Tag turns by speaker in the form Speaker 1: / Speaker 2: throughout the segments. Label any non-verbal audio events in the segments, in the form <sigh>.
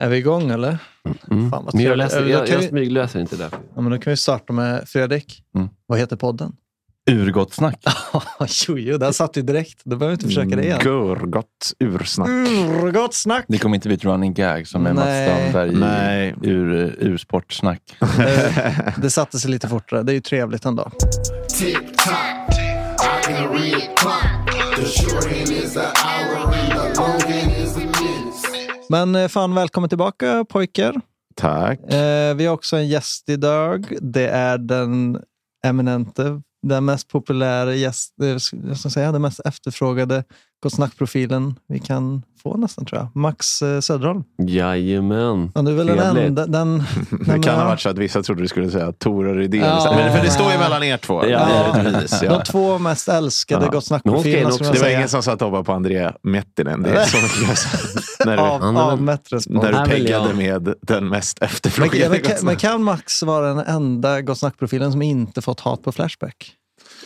Speaker 1: Är vi igång eller?
Speaker 2: Mm.
Speaker 1: Fan, vad
Speaker 2: Men jag,
Speaker 1: trevligt.
Speaker 2: läser,
Speaker 1: Eller då
Speaker 2: jag,
Speaker 1: kan
Speaker 2: jag
Speaker 1: vi-
Speaker 2: smygläser inte där.
Speaker 1: Ja, men då kan vi starta med Fredrik.
Speaker 3: Mm.
Speaker 1: Vad heter podden? <laughs>
Speaker 3: Urgott
Speaker 2: <laughs>
Speaker 3: snack.
Speaker 1: jo, jo, den satt ju direkt. Då behöver vi inte försöka
Speaker 3: Mm.
Speaker 1: det igen.
Speaker 3: Görgott ursnack.
Speaker 1: Mm, gott snack!
Speaker 4: Det kommer inte bli ett running gag som är
Speaker 1: Nej.
Speaker 4: Mats Damberg i
Speaker 3: Nej.
Speaker 4: ur, ursportsnack.
Speaker 1: Eh, det satte sig lite fortare. Det är ju trevligt ändå.
Speaker 5: Tick tock. I can read a clock. The short end is an hour and the long end is a minute.
Speaker 1: Men eh, fan, välkommen tillbaka pojkar.
Speaker 2: <laughs> Tack.
Speaker 1: Eh, vi har också en gäst idag. Det är den eminente, den mest populära gäst, eh, sk- jag ska säga, den mest efterfrågade Gott Snack-profilen vi kan få nästan tror jag. Max eh, Söderholm.
Speaker 2: Jajamän.
Speaker 1: Ja, du är väl den
Speaker 2: Trevligt.
Speaker 1: enda, den,
Speaker 3: Det
Speaker 1: men,
Speaker 3: kan ha
Speaker 1: ja.
Speaker 3: varit så att vissa trodde du skulle säga Tora Rydén.
Speaker 1: Ja.
Speaker 3: Men, för det står ju mellan er två.
Speaker 2: Ja.
Speaker 3: Ja, precis, ja.
Speaker 1: De två mest älskade
Speaker 3: Ja.
Speaker 1: Gott
Speaker 2: Men hon skrev
Speaker 1: Snack-profilerna
Speaker 2: också-
Speaker 1: skulle jag
Speaker 3: Det var
Speaker 1: säga.
Speaker 3: ingen som satt och hoppade på André Mettinen. Det är så mycket
Speaker 1: <laughs>
Speaker 3: jag sa. när,
Speaker 1: Av,
Speaker 3: du,
Speaker 2: Han är väl-
Speaker 1: avmätt respons.
Speaker 3: när
Speaker 2: Ja,
Speaker 3: du
Speaker 2: men
Speaker 3: peggade
Speaker 2: ja.
Speaker 3: med den mest
Speaker 1: Men, men,
Speaker 3: efterfrågade.
Speaker 1: kan- men kan Max vara den enda Gott Snack-profilen som inte fått hat på Flashback?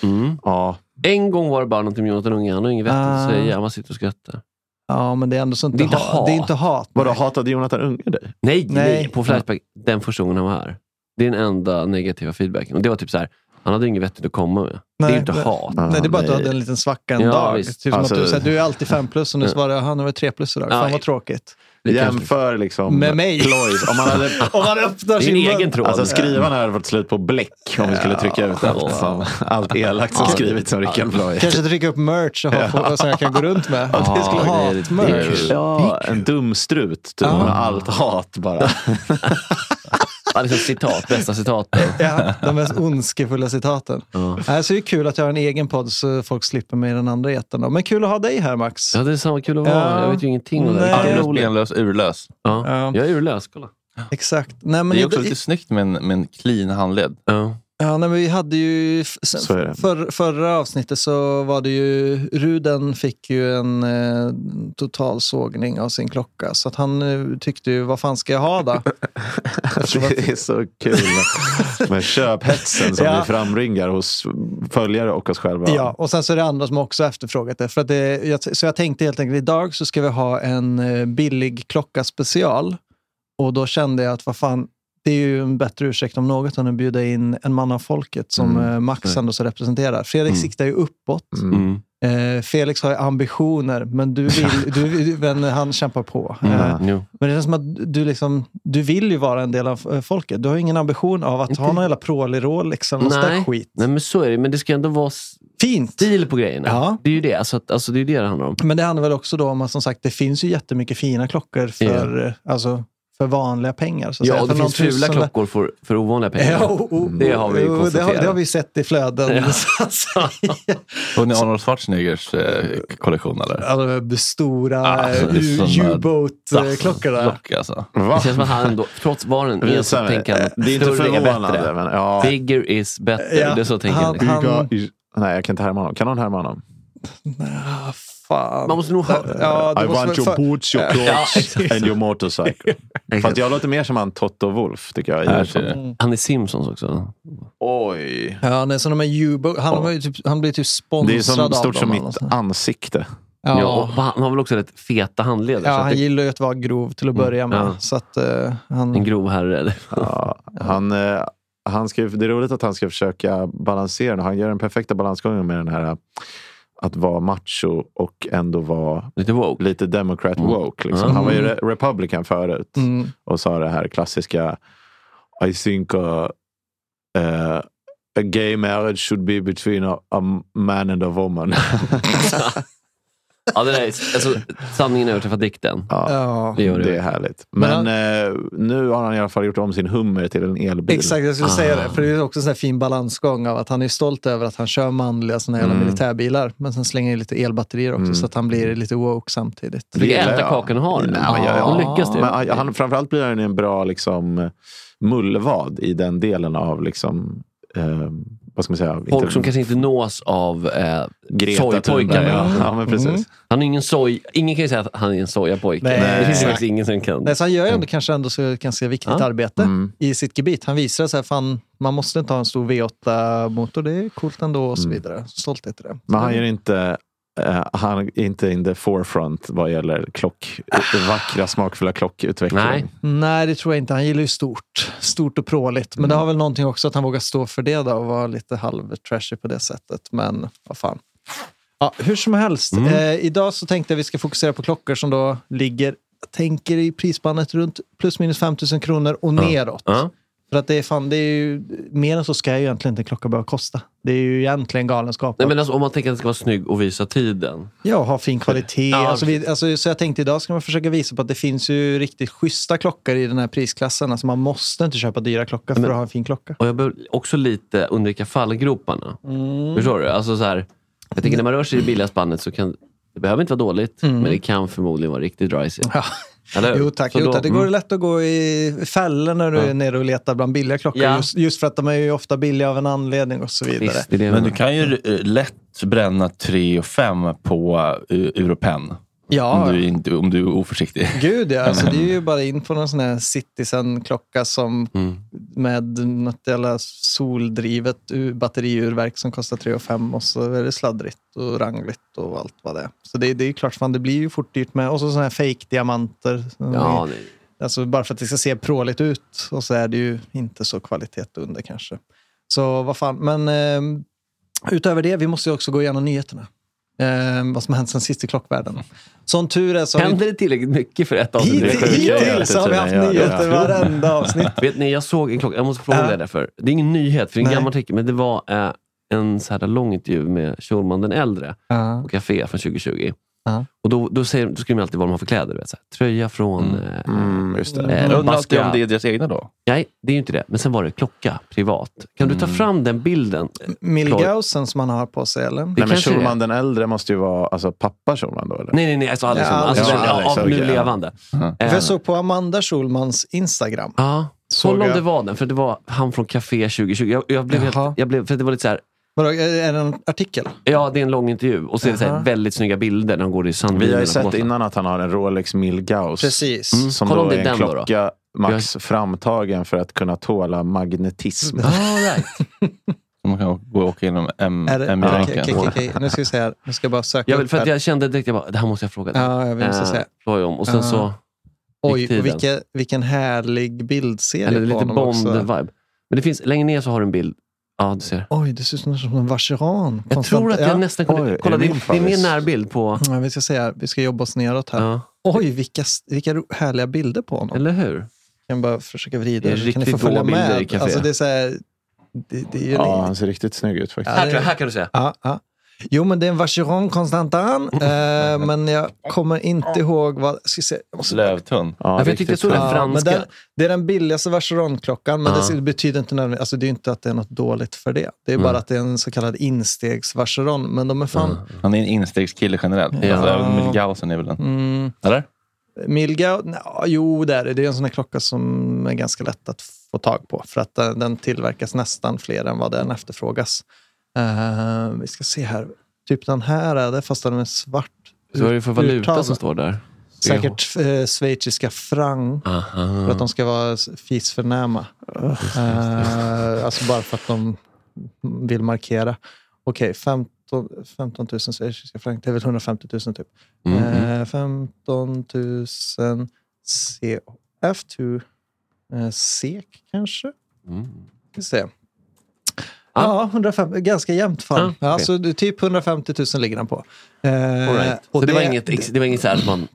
Speaker 2: Mm.
Speaker 3: Ja,
Speaker 2: En gång var det bara någonting med Jonathan Unge. Han har inget vettigt
Speaker 1: Ah.
Speaker 2: att säga. Man sitter och skrattar.
Speaker 1: Ja, men det är ändå så inte,
Speaker 2: Det är inte
Speaker 1: ha- det är
Speaker 2: hat.
Speaker 1: inte hat.
Speaker 3: Vadå, hatade Jonathan Unge dig?
Speaker 2: Nej, nej.
Speaker 1: Nej.
Speaker 2: På Flashback, den första gången han var här. Det är den enda negativa feedbacken. Och det var typ så här, han hade inget vettigt att komma med. det
Speaker 1: Nej,
Speaker 2: är inte
Speaker 1: det-
Speaker 2: hat.
Speaker 1: Nej, det är bara att du
Speaker 3: nej.
Speaker 1: hade en liten svacka en
Speaker 2: Ja,
Speaker 1: dag.
Speaker 2: visst.
Speaker 1: Typ som
Speaker 3: Alltså-
Speaker 1: att du, säger, du är alltid fem plus och nu
Speaker 2: Ja.
Speaker 1: svarar jag, han var tre plus idag. Fan
Speaker 2: Nej.
Speaker 1: vad tråkigt.
Speaker 2: Det kanske-
Speaker 3: Jämför liksom...
Speaker 1: Med mig.
Speaker 3: Ploys. Om man hade...
Speaker 1: <laughs> Om man öppnar
Speaker 2: Det är
Speaker 1: sin
Speaker 2: en
Speaker 1: mun.
Speaker 2: egen tråd.
Speaker 3: Alltså skrivaren hade fått slut på bläck om vi skulle trycka ut allt, som, allt elakt som skrivits av Rickard Ploy.
Speaker 1: Kanske trycka upp merch och ha på, som jag kan gå runt med.
Speaker 2: Ja, det skulle-
Speaker 1: Hatmerch.
Speaker 3: Ja, en dumstrut. Typ,
Speaker 1: Ja.
Speaker 3: med allt hat bara.
Speaker 2: Ja, liksom citat, bästa citat.
Speaker 1: <laughs> Ja, de mest ondskefulla citaten.
Speaker 2: Ja.
Speaker 1: Nej, så det är kul att jag har en egen podd så folk slipper mig i den andra jätten. då. Men kul att ha dig här Max.
Speaker 2: Ja, det är samma kul att vara
Speaker 1: Ja.
Speaker 2: Jag vet ju ingenting om det.
Speaker 1: Nej.
Speaker 2: här.
Speaker 4: Armlös,
Speaker 2: Roligt.
Speaker 4: benlös, urlös.
Speaker 2: Ja.
Speaker 1: Ja.
Speaker 2: Jag är urlös, kolla.
Speaker 1: Exakt. Nej, men
Speaker 4: det är
Speaker 1: i-
Speaker 4: också lite snyggt med en, med en clean handled.
Speaker 2: Ja.
Speaker 1: Ja, nej, men vi hade ju... f- sen-
Speaker 3: Så är det.
Speaker 1: För, förra avsnittet så var det ju... Ruden fick ju en eh, total sågning av sin klocka. Så att han eh, tyckte ju, vad fan ska jag ha då? Alltså,
Speaker 3: Det är så kul med köphetsen
Speaker 1: <laughs>
Speaker 3: som
Speaker 1: Ja.
Speaker 3: vi framringar hos följare och oss själva.
Speaker 1: ja, och sen så är det andra som också har efterfrågat det. För att det jag, så jag tänkte helt enkelt, idag så ska vi ha en eh, billig klocka special. Och då kände jag att, vad fan, det är ju en bättre ursäkt om något än att bjuda in en man av folket som
Speaker 3: Mm.
Speaker 1: eh, Max ändå så representerar. Fredrik
Speaker 2: Mm.
Speaker 1: siktar ju uppåt.
Speaker 3: Mm.
Speaker 2: Mm.
Speaker 1: Eh, Felix har ju ambitioner, men, du
Speaker 2: <laughs>
Speaker 1: vill, du, vill- men han kämpar på. Eh,
Speaker 3: Mm.
Speaker 2: Jo.
Speaker 1: men det känns som att du, liksom, du vill ju vara en del av eh, folket. Du har ju ingen ambition av att ha någon jävla prålirå. Liksom, någon sån där
Speaker 2: Nej.
Speaker 1: skit.
Speaker 2: Nej, men så är det. Men det ska ändå vara s-
Speaker 1: Fint!
Speaker 2: stil på grejerna.
Speaker 1: Ja.
Speaker 2: Det är ju det. Alltså, att, alltså, det, är ju det det handlar om.
Speaker 1: Men det handlar väl också då om att som sagt, det finns ju jättemycket fina klockor för, eh, alltså, för vanliga pengar. Så att
Speaker 2: Ja,
Speaker 1: säga.
Speaker 2: och
Speaker 1: För
Speaker 2: det finns
Speaker 1: någon
Speaker 2: fula
Speaker 1: tusen-
Speaker 2: klockor för, för ovanliga pengar.
Speaker 1: <laughs> Ja, och, och,
Speaker 2: Det har vi ju
Speaker 1: och det, har,
Speaker 2: konstaterat.
Speaker 1: det har vi sett i flöden.
Speaker 2: Ja.
Speaker 1: <laughs> Så att
Speaker 2: <laughs>
Speaker 1: säga.
Speaker 4: Och ni Arnold Schwarzeneggers eh, kollektion eller?
Speaker 1: Ja, de stora
Speaker 2: Ah,
Speaker 4: Alltså, det är
Speaker 1: eh,
Speaker 4: såna-
Speaker 1: U-boat-klockorna.
Speaker 4: Klocka alltså.
Speaker 2: Det
Speaker 3: Va?
Speaker 2: känns som att han ändå, trots vad den är, så
Speaker 3: Visa mig.
Speaker 2: tänker han
Speaker 3: Det är inte
Speaker 2: större är
Speaker 3: förvånande.
Speaker 2: bättre.
Speaker 3: Men, ja.
Speaker 2: Bigger is better.
Speaker 1: Ja,
Speaker 2: Det är så tänker
Speaker 1: han-
Speaker 2: han, liksom.
Speaker 1: Han-
Speaker 3: Nej, jag kan inte härma honom. Kan någon härma honom?
Speaker 1: Ah, fan.
Speaker 2: Man måste nog ha...
Speaker 1: Ja, det
Speaker 3: I
Speaker 1: måste
Speaker 3: want
Speaker 1: väl
Speaker 3: your
Speaker 1: för-
Speaker 3: boots, your
Speaker 2: <laughs>
Speaker 3: clothes and your motorcycle. Fast jag låter mer som han Toto Wolf, tycker jag. i
Speaker 4: Här
Speaker 3: det.
Speaker 4: ser du.
Speaker 2: Han är Simpsons också.
Speaker 3: Oj.
Speaker 1: Ja, nej, så de här U-boat, han, var ju typ, han blir typ sponsrad
Speaker 3: Det är som,
Speaker 1: av
Speaker 3: stort
Speaker 1: dem
Speaker 3: som
Speaker 1: eller
Speaker 3: mitt
Speaker 1: något.
Speaker 3: ansikte.
Speaker 1: Ja,
Speaker 2: Ja.
Speaker 1: ja,
Speaker 2: och han har väl också rätt feta handleder. så att
Speaker 1: han
Speaker 2: det,
Speaker 1: gillar ju att vara grov till att börja med.
Speaker 2: Mm. ja.
Speaker 1: Så att eh,
Speaker 2: en
Speaker 1: han...
Speaker 2: grov herre. eller?
Speaker 3: Ja, han, eh, han ska, det är roligt att han ska försöka balansera den. Han gör den perfekta balansgången med den här eh, att vara macho och ändå vara
Speaker 2: Lite woke.
Speaker 3: lite democrat woke. Liksom.
Speaker 2: Mm.
Speaker 3: Han var ju re- republican förut
Speaker 1: Mm.
Speaker 3: och sa det här klassiska I think uh, uh, a gay marriage should be between a, a man and a woman.
Speaker 2: Ja, det där är, alltså, sanningen överträffar dikten.
Speaker 3: <laughs> Ja,
Speaker 1: Ja.
Speaker 2: Det gör det.
Speaker 3: det är härligt. Men, eh, nu har han i alla fall gjort om sin hummer till en elbil.
Speaker 1: Exakt, jag skulle säga det.
Speaker 2: Ah.
Speaker 1: För det är också en sån här fin balansgång av att han är stolt över att han kör manliga såna här jävla
Speaker 3: Mm.
Speaker 1: militärbilar. Men sen slänger han in lite elbatterier också
Speaker 3: Mm.
Speaker 1: så att han blir lite woke samtidigt.
Speaker 2: Du fick
Speaker 3: gillar
Speaker 2: äta
Speaker 3: jag.
Speaker 2: kakan och ha den.
Speaker 3: Nej, men jag-
Speaker 2: Då
Speaker 3: ja.
Speaker 2: lyckas du.
Speaker 3: Men han, framförallt blir han en bra liksom, mullvad i den delen av liksom, eh, vad ska man säga?
Speaker 2: Folk
Speaker 3: Inte-
Speaker 2: som kanske inte nås av eh, sojpojkar.
Speaker 3: Thunberg, Ja. ja, men precis.
Speaker 1: Mm.
Speaker 2: Han är ingen soj... Ingen kan ju säga att han är en sojapojke.
Speaker 1: Nej.
Speaker 2: Det finns ju
Speaker 1: Nej.
Speaker 2: faktiskt ingen som kan.
Speaker 1: Nej, så han gör ju ändå kanske ändå så ganska viktigt
Speaker 2: Ja.
Speaker 1: arbete
Speaker 3: Oh. Mm.
Speaker 1: i sitt gebit. Han visar så här, fan, man måste inte ha en stor V8-motor. Det är coolt ändå och så
Speaker 3: Mm.
Speaker 1: vidare. Stolthet i det.
Speaker 3: Men han är inte, eh, han är inte in the forefront vad gäller klock, vackra smakfulla klockutveckling.
Speaker 2: Nej.
Speaker 1: Nej, det tror jag inte. Han gillar ju stort. Stort och pråligt. Men det
Speaker 2: Mm.
Speaker 1: har väl någonting också att han vågar stå för det då och vara lite halv-trashy på det sättet. Men vad fan. Ja, hur som helst.
Speaker 2: Mm.
Speaker 1: Eh, idag så tänkte jag vi ska fokusera på klockor som då ligger, jag tänker i prisspannet runt plus minus 5 000 kronor och neråt.
Speaker 2: Ja.
Speaker 1: För att det är fan, det är ju, mer än så ska ju egentligen inte en klocka behöva kosta. Det är ju egentligen galenskap.
Speaker 2: Nej, men alltså, om man tänker att den ska vara snygg och visa tiden.
Speaker 1: Ja, ha fin kvalitet.
Speaker 2: Ja,
Speaker 1: alltså vi, alltså, så jag tänkte idag ska man försöka visa på att det finns ju riktigt schyssta klockor i den här prisklassen. Alltså man måste inte köpa dyra klockor för att ha en fin klocka.
Speaker 2: Och jag behöver också lite undvika fallgroparna.
Speaker 1: Mm.
Speaker 2: Förstår du? Alltså, så här, jag tänker när man rör sig i det billiga spannet så kan det behöver inte vara dåligt, men det kan förmodligen vara riktigt dicey.
Speaker 1: Mm. Ja.
Speaker 2: Eller hur?
Speaker 1: Jo tack,
Speaker 2: Eh, Så
Speaker 1: jo,
Speaker 2: då- Mm.
Speaker 1: tack. Det går lätt att gå i fällor när du är nere och letar bland billiga klockor.
Speaker 2: Ja.
Speaker 1: Just, just för att de är ju ofta billiga av en anledning och så vidare.
Speaker 2: Visst, det är det jag
Speaker 4: Men du
Speaker 2: menar.
Speaker 4: kan ju eh, lätt bränna 3 och 5 på eh, Europen.
Speaker 2: Mm,
Speaker 1: Ja,
Speaker 4: Om, du, inte- om du är oförsiktig.
Speaker 1: gud ja. Alltså, det är ju bara in på någon sån här Citizen-klocka som
Speaker 2: Mm.
Speaker 1: med något jävla soldrivet ur- batteriurverk som kostar 3 och 5 och så är det sladdrigt och rangligt och allt vad det är. Så det, det är ju klart, fan, det blir ju fort dyrt med. Och så sådana här fake-diamanter.
Speaker 2: Ja, nej.
Speaker 1: Alltså bara för att det ska se pråligt ut och så är det ju inte så kvalitet under kanske. Så vad fan, men eh, utöver det, vi måste ju också gå igenom nyheterna. Eh, vad som har hänt sen sist i klockvärlden. Som tur är så har vi...
Speaker 2: Händer det tillräckligt mycket för ett avsnitt?
Speaker 1: Hitt-
Speaker 3: sjuka grejer?
Speaker 1: Hittills har vi haft
Speaker 3: Ja, ja, ja.
Speaker 1: nyheter varenda avsnitt.
Speaker 2: Vet ni, jag såg en klocka. Jag måste fråga
Speaker 1: Ja.
Speaker 2: dig därför. Det är ingen nyhet, för det är en
Speaker 1: Nej.
Speaker 2: gammal artikel. Men det var eh, en så här lång intervju med Schulman den äldre på Café från 2020.
Speaker 1: Ja.
Speaker 2: Och då, då, säger, då skriver de alltid vad de har för kläder. Du vet, så här, tröja från... eh,
Speaker 3: Mm, just det.
Speaker 2: eh,
Speaker 4: Jag undrar alltid
Speaker 2: Baska.
Speaker 4: om det är deras egna då.
Speaker 2: Nej, det är ju inte det. Men sen var det klocka, privat. Kan du ta fram den bilden?
Speaker 1: Milgausen som han har på sig, eller?
Speaker 2: Det
Speaker 3: Nej, men
Speaker 2: kanske det är.
Speaker 3: Schulman den äldre måste ju vara alltså, pappa Schulman då? Eller?
Speaker 2: Nej, nej, nej. Alltså Alex,
Speaker 1: Ja,
Speaker 2: ja, alltså,
Speaker 1: Alex,
Speaker 2: den-
Speaker 3: Alex,
Speaker 2: av nu
Speaker 3: okej, ja.
Speaker 2: levande. Eh,
Speaker 1: För jag såg på Amanda Schulmans Instagram.
Speaker 2: Ja,
Speaker 1: Såg
Speaker 2: kolla om
Speaker 1: jag.
Speaker 2: det var den. För det var han från Café 2020. Jag, jag blev
Speaker 1: Jaha.
Speaker 2: helt... Jag blev, för det var lite så här...
Speaker 1: Vadå, är det en artikel?
Speaker 2: Ja, det är en lång intervju. Och så är det så här
Speaker 1: Jaha.
Speaker 2: väldigt snygga bilder när de går i sandbilen.
Speaker 3: Vi har ju
Speaker 2: och
Speaker 3: sett
Speaker 2: båten. <laughs>
Speaker 3: innan att han har en Rolex Milgauss.
Speaker 1: Precis.
Speaker 3: Som
Speaker 2: Kolla om
Speaker 3: då
Speaker 2: det är
Speaker 3: är en
Speaker 2: den då, då.
Speaker 3: klocka max framtagen för att kunna tåla
Speaker 2: <laughs>
Speaker 3: magnetism.
Speaker 2: All Ah, right.
Speaker 4: Så Man kan gå och åka genom M-
Speaker 1: Är det, okej,
Speaker 4: M-ranken.
Speaker 1: okej, okej, okej. Nu ska vi se här. Nu ska jag bara söka
Speaker 2: Jag, vill,
Speaker 1: upp
Speaker 2: för att
Speaker 1: här.
Speaker 2: jag kände direkt, jag bara, det här måste jag fråga dig.
Speaker 1: Ja, jag vill också säga.
Speaker 2: Eh, om. Och sen
Speaker 1: Ja.
Speaker 2: så,
Speaker 1: Oj,
Speaker 2: Riktigt.
Speaker 1: och vilka, vilken härlig bildserie
Speaker 2: eller
Speaker 1: på
Speaker 2: lite
Speaker 1: honom också.
Speaker 2: Bond-vibe. Men det finns, längre ner så har du en bild. Ja, du ser.
Speaker 1: Oj, det ser ut som en vacheran.
Speaker 2: Jag tror att jag nästan kunde...
Speaker 3: Oj,
Speaker 2: kolla,
Speaker 3: är
Speaker 2: det,
Speaker 3: det
Speaker 2: är-
Speaker 3: min
Speaker 2: det är mer
Speaker 3: favvis?
Speaker 2: närbild på...
Speaker 1: Ja, vi ska se här. Vi ska jobba oss neråt här.
Speaker 2: Ja.
Speaker 1: Oj, vilka, vilka ro- härliga bilder på honom.
Speaker 2: Eller hur?
Speaker 1: Jag kan bara försöka vrida.
Speaker 2: Det är
Speaker 1: så kan ni
Speaker 2: riktigt
Speaker 1: få följa
Speaker 2: goa bilder i
Speaker 1: med.
Speaker 2: café.
Speaker 1: Alltså, det är så här... Det, det är ju
Speaker 3: Ja, han ser riktigt snygg ut faktiskt.
Speaker 2: Här, tror jag, här kan du se.
Speaker 1: Ja, ja. Jo, men det är en Vacheron
Speaker 2: <laughs>
Speaker 1: Constantin. Eh, men jag kommer inte ihåg vad... Ska vi se. Jag måste...
Speaker 4: Lövtunn.
Speaker 3: Ja,
Speaker 2: Ja, för jag tyckte jag
Speaker 3: riktigt
Speaker 2: såg
Speaker 3: snygg.
Speaker 2: den franska.
Speaker 1: men den, det är den billigaste Vacheron-klockan, men
Speaker 2: Ja.
Speaker 1: det ser- det betyder inte nödvändigtvis... Alltså, det är ju inte att det är något dåligt för det. Det är bara
Speaker 2: Mm.
Speaker 1: att det är en så kallad instegs-Vacheron. Men de är fan...
Speaker 4: Han är en instegskille generellt.
Speaker 2: Ja.
Speaker 4: Alltså, Milgausen är väl den.
Speaker 1: Mm.
Speaker 4: Eller?
Speaker 1: Milga, nja, jo det är det. Det är en sån här klocka som är ganska lätt att få tag på. För att den, den tillverkas nästan fler än vad den efterfrågas. Eh, vi ska se här. Typ den här är det, fast den är svart.
Speaker 2: Så är det för valuta
Speaker 1: Urtavla.
Speaker 2: som står där.
Speaker 1: Säkert eh, schweiziska franc. För att
Speaker 2: Aha.
Speaker 1: de ska vara s- fisförnäma. Eh, alltså bara för att de vill markera. Okej, 15, 15 000 schweiziska franc. Det är väl 150 000 typ.
Speaker 2: Mm.
Speaker 1: Eh, 15 000 CF2 eh, SEK kanske?
Speaker 2: Mm.
Speaker 1: Ska vi se. Ja, 105, ganska jämnt fall.
Speaker 2: Ah, okej.
Speaker 1: alltså, det- typ 150 000 ligger den på. Eh,
Speaker 2: All right. Så
Speaker 1: och
Speaker 2: det, var
Speaker 1: det-
Speaker 2: inget, ex- det var inget så här att man...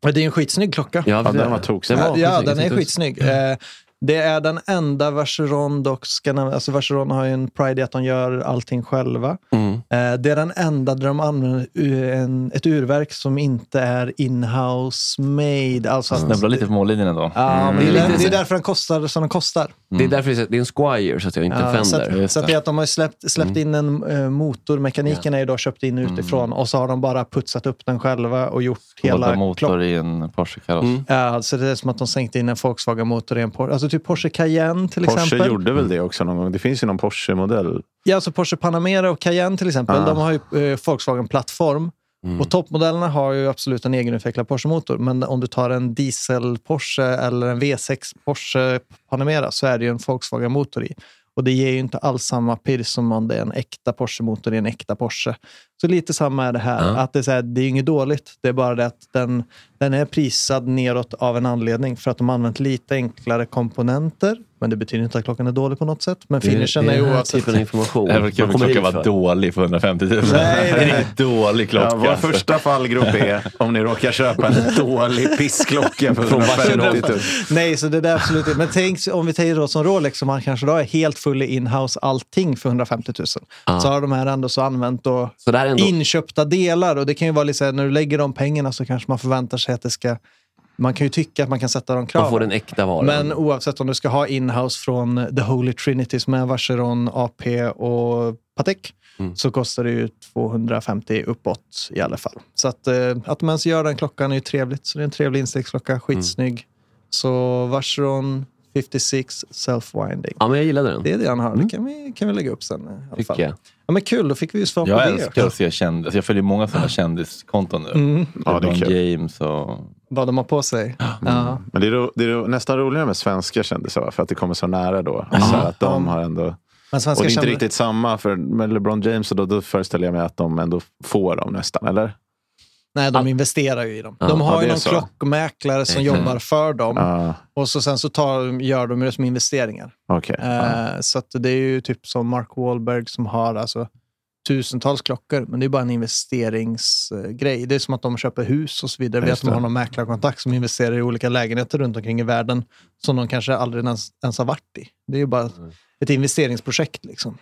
Speaker 1: Det är ju en skitsnygg klocka.
Speaker 2: Ja,
Speaker 3: den var toksnygg.
Speaker 1: Eh, Ja,
Speaker 2: precis,
Speaker 1: den är
Speaker 2: exakt.
Speaker 1: skitsnygg. Eh, Det är den enda Vacheron dock ska nämna. Alltså Vacheron har ju en pride i att de gör allting själva.
Speaker 2: Mm.
Speaker 1: Eh, Det är den enda där de använder u- en, ett urverk som inte är in-house made. Alltså att,
Speaker 4: Snubblar lite på mållinjen ändå.
Speaker 1: Ja, men
Speaker 2: Mm.
Speaker 1: det,
Speaker 2: Det är
Speaker 1: är,
Speaker 2: lite
Speaker 1: det är
Speaker 2: så-
Speaker 1: därför den kostar som den kostar.
Speaker 2: Det är därför det är, så- det är en Squire, så att jag inte
Speaker 1: Ja,
Speaker 2: en
Speaker 1: så
Speaker 2: Fender.
Speaker 1: att, så att det är att de har släppt, släppt
Speaker 2: Mm.
Speaker 1: in en eh, motor. Mekaniken är ju då köpt in utifrån och så har de bara putsat upp den själva och gjort
Speaker 4: Hela
Speaker 1: hela
Speaker 4: motor
Speaker 1: klockan.
Speaker 4: i en Porsche-kaross.
Speaker 2: Mm.
Speaker 1: Ja, Eh, så det är som att de sänkte in en Volkswagen-motor i en Porsche. Alltså typ Porsche Cayenne till
Speaker 3: Porsche
Speaker 1: exempel.
Speaker 3: gjorde väl det också någon gång. Det finns ju någon Porsche-modell.
Speaker 1: Ja, alltså Porsche Panamera och Cayenne till exempel,
Speaker 3: Ah.
Speaker 1: de har ju eh, Volkswagen-plattform.
Speaker 2: Mm.
Speaker 1: Och toppmodellerna har ju absolut en egenutvecklad Porsche-motor. Men om du tar en diesel-Porsche eller en V6 Porsche Panamera så är det ju en Volkswagen-motor i. Och det ger ju inte alls samma pirr som om det är en äkta Porsche-motor i en äkta Porsche. Så lite samma är det här.
Speaker 2: Ja.
Speaker 1: Att det, är så här det är ju inget dåligt, det är bara det att den, den är prisad neråt av en anledning. För att de har använt lite enklare komponenter. Men det betyder inte att klockan är dålig på något sätt. Men finishen är ju
Speaker 2: den här
Speaker 1: oavsett
Speaker 2: typen av information.
Speaker 4: Det här var kul
Speaker 2: Man
Speaker 4: om
Speaker 2: kommer
Speaker 4: klockan
Speaker 2: hit
Speaker 4: var
Speaker 2: för.
Speaker 4: dålig för 150 000.
Speaker 1: nej,
Speaker 4: <laughs> det
Speaker 1: nej.
Speaker 4: är en dålig klocka. alltså.
Speaker 3: Ja, vår första fallgrop <laughs> är om ni råkar köpa <laughs> en dålig pissklocka för 150 000.
Speaker 1: Nej, så det där är absolut inte. Men tänk om vi tar då som Rolex som han kanske då är helt full i inhouse allting för 150 000. Så har de här ändå så använt då
Speaker 2: Så det här är ändå...
Speaker 1: inköpta delar och det kan ju vara lite så här, när du lägger de pengarna så kanske man förväntar sig att det ska man kan ju tycka att man kan sätta de
Speaker 2: Man får
Speaker 1: kraven.
Speaker 2: den äkta varan.
Speaker 1: Men oavsett om du ska ha inhouse från The Holy Trinity som är Vacheron, AP och Patek så kostar det ju 250 uppåt i alla fall. Så att, eh, att man ens gör den klockan är ju trevligt. Så det är en trevlig instegsklocka, skitsnygg. Så Vacheron 56 self-winding.
Speaker 2: Ja, men jag gillade den.
Speaker 1: Det är det han har. Det kan vi, kan vi lägga upp sen. eh, I alla
Speaker 2: Tycker
Speaker 1: fall.
Speaker 2: jag.
Speaker 1: Ja, men kul, då fick vi ju svar på
Speaker 4: Jag
Speaker 1: det. Mm.
Speaker 4: älskar
Speaker 1: också.
Speaker 4: att se kändis. Alltså jag följer många sådana kändiskonton nu.
Speaker 3: Ja, det är
Speaker 4: LeBron
Speaker 3: kul.
Speaker 4: James och...
Speaker 1: Vad de har på sig. Ja.
Speaker 3: Men det är, ro, det är ro, nästan roligare med svenska kändisar va? för att det kommer så nära då. Så att de har ändå...
Speaker 1: Men
Speaker 3: Och
Speaker 1: svenska
Speaker 3: det är inte
Speaker 1: kändis-
Speaker 3: riktigt samma för med LeBron James och då, då föreställer jag mig att de ändå får dem nästan, eller?
Speaker 1: Nej, de investerar ju i dem. De
Speaker 3: ja,
Speaker 1: har
Speaker 3: det
Speaker 1: ju
Speaker 3: är
Speaker 1: någon
Speaker 3: så. Mm.
Speaker 1: klockmäklare som jobbar för dem.
Speaker 3: Ja,
Speaker 1: Och så sen så tar, gör de det som investeringar.
Speaker 3: okej. Ja.
Speaker 1: Eh, så att det är ju typ som Mark Wahlberg som har alltså tusentals klockor, men det är bara en investeringsgrej. Det är som att de köper hus och så vidare. Vi
Speaker 3: Ja,
Speaker 1: att
Speaker 3: just
Speaker 1: de har
Speaker 3: det.
Speaker 1: någon mäklarkontakt som investerar i olika lägenheter runt omkring i världen som de kanske aldrig ens, ens har varit i. Det är ju bara
Speaker 3: Mm.
Speaker 1: ett investeringsprojekt. Liksom.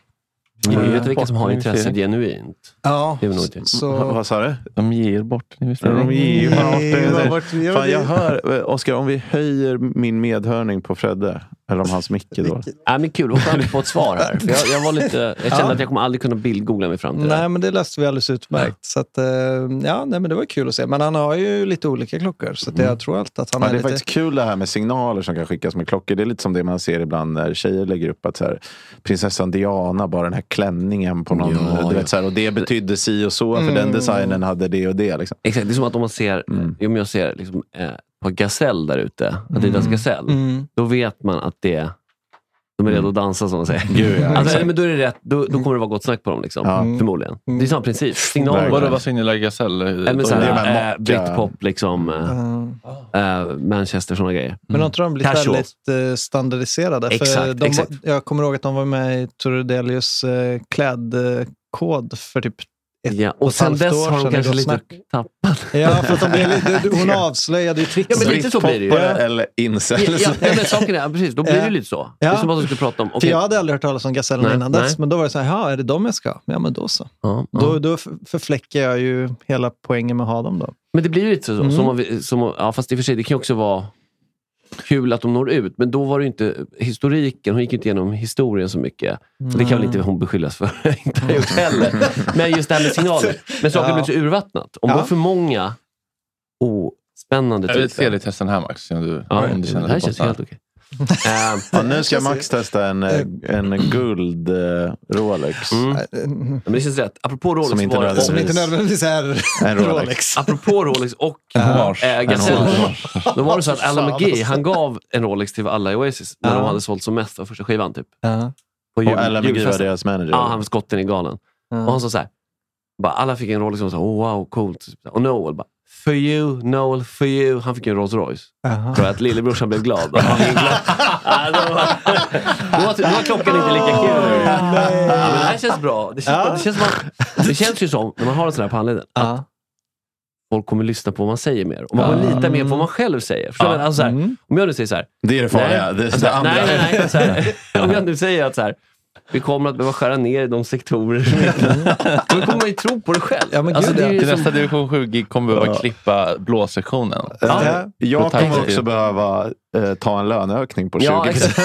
Speaker 2: Jag Mm. vet inte vilka som har intresse genuint.
Speaker 1: Ja,
Speaker 2: Det är väl nog inte-
Speaker 3: Vad-
Speaker 1: så...
Speaker 3: Vad sa du?
Speaker 4: De ger bort en
Speaker 3: De
Speaker 4: investering.
Speaker 3: ger
Speaker 1: Nej,
Speaker 3: ju bort det.
Speaker 1: vad vart vi gör
Speaker 3: Fan, jag
Speaker 1: det.
Speaker 3: hör, eh, Oskar, om vi höjer min medhörning på Fredde, eller om hans micke då.
Speaker 2: Äh, men kul, vad skönt att få ett svar här. För jag, jag, var lite, jag kände att jag kommer aldrig kunna bildgoogla mig fram till det.
Speaker 1: Nej, men det löste vi alldeles utmärkt. Så att, eh, ja, nej, men det var kul att se. Men han har ju lite olika klockor, så att
Speaker 2: Mm.
Speaker 1: jag tror alltid att han
Speaker 3: Ja,
Speaker 1: är,
Speaker 3: det är
Speaker 1: lite...
Speaker 3: faktiskt kul det här med signaler som kan skickas med klockor. Det är lite som det man ser ibland när tjejer lägger upp att så här, prinsessan Diana, bara den här klänningen på någon.
Speaker 2: Ja,
Speaker 3: du
Speaker 2: ja.
Speaker 3: vet, så här, och det betydde si och så, för
Speaker 1: Mm.
Speaker 3: den designen hade det och det. Liksom.
Speaker 2: Exakt, det är som att om man ser, om jag ser liksom, eh, på Gasell där ute, Adidas Gasell,
Speaker 1: Mm.
Speaker 2: då vet man att det, de är redo att dansa som man säger.
Speaker 3: Gud, ja,
Speaker 2: alltså, men då, är det rätt, då, då kommer det vara gott snack på dem, liksom,
Speaker 3: Ja.
Speaker 2: förmodligen.
Speaker 1: Mm.
Speaker 2: Det är samma princip. Signaler.
Speaker 3: Verkligen.
Speaker 4: Vadå, vad säger ni? Gasell?
Speaker 2: Äh, men,
Speaker 3: Det är de
Speaker 2: såhär,
Speaker 3: här
Speaker 2: äh,
Speaker 3: mocka-
Speaker 2: Britpop, liksom, eh,
Speaker 1: Mm.
Speaker 2: eh, Manchester, såna grejer.
Speaker 1: Men har inte de blivit
Speaker 2: Mm. Casual.
Speaker 1: väldigt eh, standardiserade?
Speaker 2: Exakt,
Speaker 1: för de
Speaker 2: exakt.
Speaker 1: Var, jag kommer ihåg att de var med i Torudelius eh, klädkod för typ ett
Speaker 2: Ja.
Speaker 1: och
Speaker 2: Och
Speaker 1: ett
Speaker 2: sen
Speaker 1: halvt
Speaker 2: dess
Speaker 1: år
Speaker 2: har
Speaker 1: sedan
Speaker 2: de
Speaker 1: i
Speaker 2: kanske
Speaker 1: Gott
Speaker 2: lite
Speaker 1: Snack. <laughs>
Speaker 2: tappat.
Speaker 1: Ja, för att de blev, lite- du, hon avslöjade ju
Speaker 2: Ja,
Speaker 1: trixen.
Speaker 2: men lite så blir det ju.
Speaker 3: Britpoppare eller incel.
Speaker 2: Ja, ja, nej, men saken är, ja, precis, då blir det ju lite så. Det är
Speaker 1: Ja.
Speaker 2: som att de skulle prata om...
Speaker 1: För
Speaker 2: okej,
Speaker 1: jag hade aldrig hört talas om Gazellen
Speaker 2: Nej,
Speaker 1: innan dess,
Speaker 2: nej. Mm.
Speaker 1: men då var det så här, "Jaha, är det dem jag ska ha?" Ja, men då så.
Speaker 2: ja, ja.
Speaker 1: Då, då f- förfläckar jag ju hela poängen med att ha dem då.
Speaker 2: Men det blir ju lite så.
Speaker 1: Mm.
Speaker 2: Som, om vi- som, om- ja, fast i och för sig, det kan ju också vara kul att de når ut. Men då var det ju inte historiken. Hon gick ju inte igenom historien så mycket.
Speaker 1: Mm.
Speaker 2: Så det kan väl inte hon beskyllas för. <laughs> inte har gjort heller. Men just det här med signaler. Men
Speaker 1: Alltså,
Speaker 2: saker
Speaker 1: Ja.
Speaker 2: blir så urvattnat. Om
Speaker 1: Ja.
Speaker 2: då för många ospännande
Speaker 4: Jag vill se
Speaker 2: titlar.
Speaker 4: dig testa den här Max. Om du,
Speaker 2: Ja,
Speaker 4: om du
Speaker 2: det
Speaker 4: känner
Speaker 2: här
Speaker 4: dig på
Speaker 2: känns
Speaker 4: så här.
Speaker 1: <laughs>
Speaker 2: helt okej. Ehm,
Speaker 3: Ja, nu ska Max testa en, eh, en guld eh, Rolex.
Speaker 1: Mm.
Speaker 2: men det känns rätt. Apropå Rolex.
Speaker 3: Som inte
Speaker 2: var det-
Speaker 3: nödvändigtvis-
Speaker 1: Som inte
Speaker 3: Precis.
Speaker 1: nödvändigtvis är
Speaker 3: En Rolex.
Speaker 2: Apropå Rolex och
Speaker 4: hommage.
Speaker 2: äh,
Speaker 3: En
Speaker 2: Gazelle. Då var det så att Alan
Speaker 1: Fan,
Speaker 2: McGee,
Speaker 1: alltså.
Speaker 2: han gav en Rolex till alla i Oasis när de
Speaker 1: Ja.
Speaker 2: hade sålt som mest av första skivan. Typ,
Speaker 1: Ja.
Speaker 2: på jul,
Speaker 3: Och Alan McGee var
Speaker 2: julfesten.
Speaker 3: deras manager.
Speaker 2: Ja, han skotten i galen. Och han sa så här. Bara, alla fick en Rolex och sa oh, wow, coolt. Och Noel bara, for you, Noel, for you. Han fick en Rolls Royce. För att lillebrorsan blev glad. Och han blev glad. Ja, då, var, då, var, då var klockan inte lika kul. Ja, men det här känns bra. Det känns, det känns, som, att- det känns ju som, när man har en sån här på handleden,
Speaker 1: Ja.
Speaker 2: folk kommer lyssna på vad man säger mer. Och man kommer lita mer på vad man själv säger. Förstår
Speaker 4: Ja.
Speaker 2: du? Alltså, så här, Om jag nu säger så här.
Speaker 4: Det är det farliga. Det,
Speaker 2: alltså,
Speaker 4: det andra.
Speaker 2: nej, nej, nej. Så här, om jag nu säger att så här, vi kommer att behöva skära ner i de sektorer som inte... Då kommer man ju tro på det själv.
Speaker 1: Ja, men
Speaker 2: alltså,
Speaker 1: gud,
Speaker 2: det är
Speaker 1: ja.
Speaker 2: ju
Speaker 4: Till
Speaker 2: som,
Speaker 4: nästa division 7-gig kommer vi behöva klippa blåsektionen.
Speaker 3: Eh, Jag
Speaker 4: Tack.
Speaker 3: kommer också behöva eh, ta en löneökning på 20
Speaker 2: ja, exakt.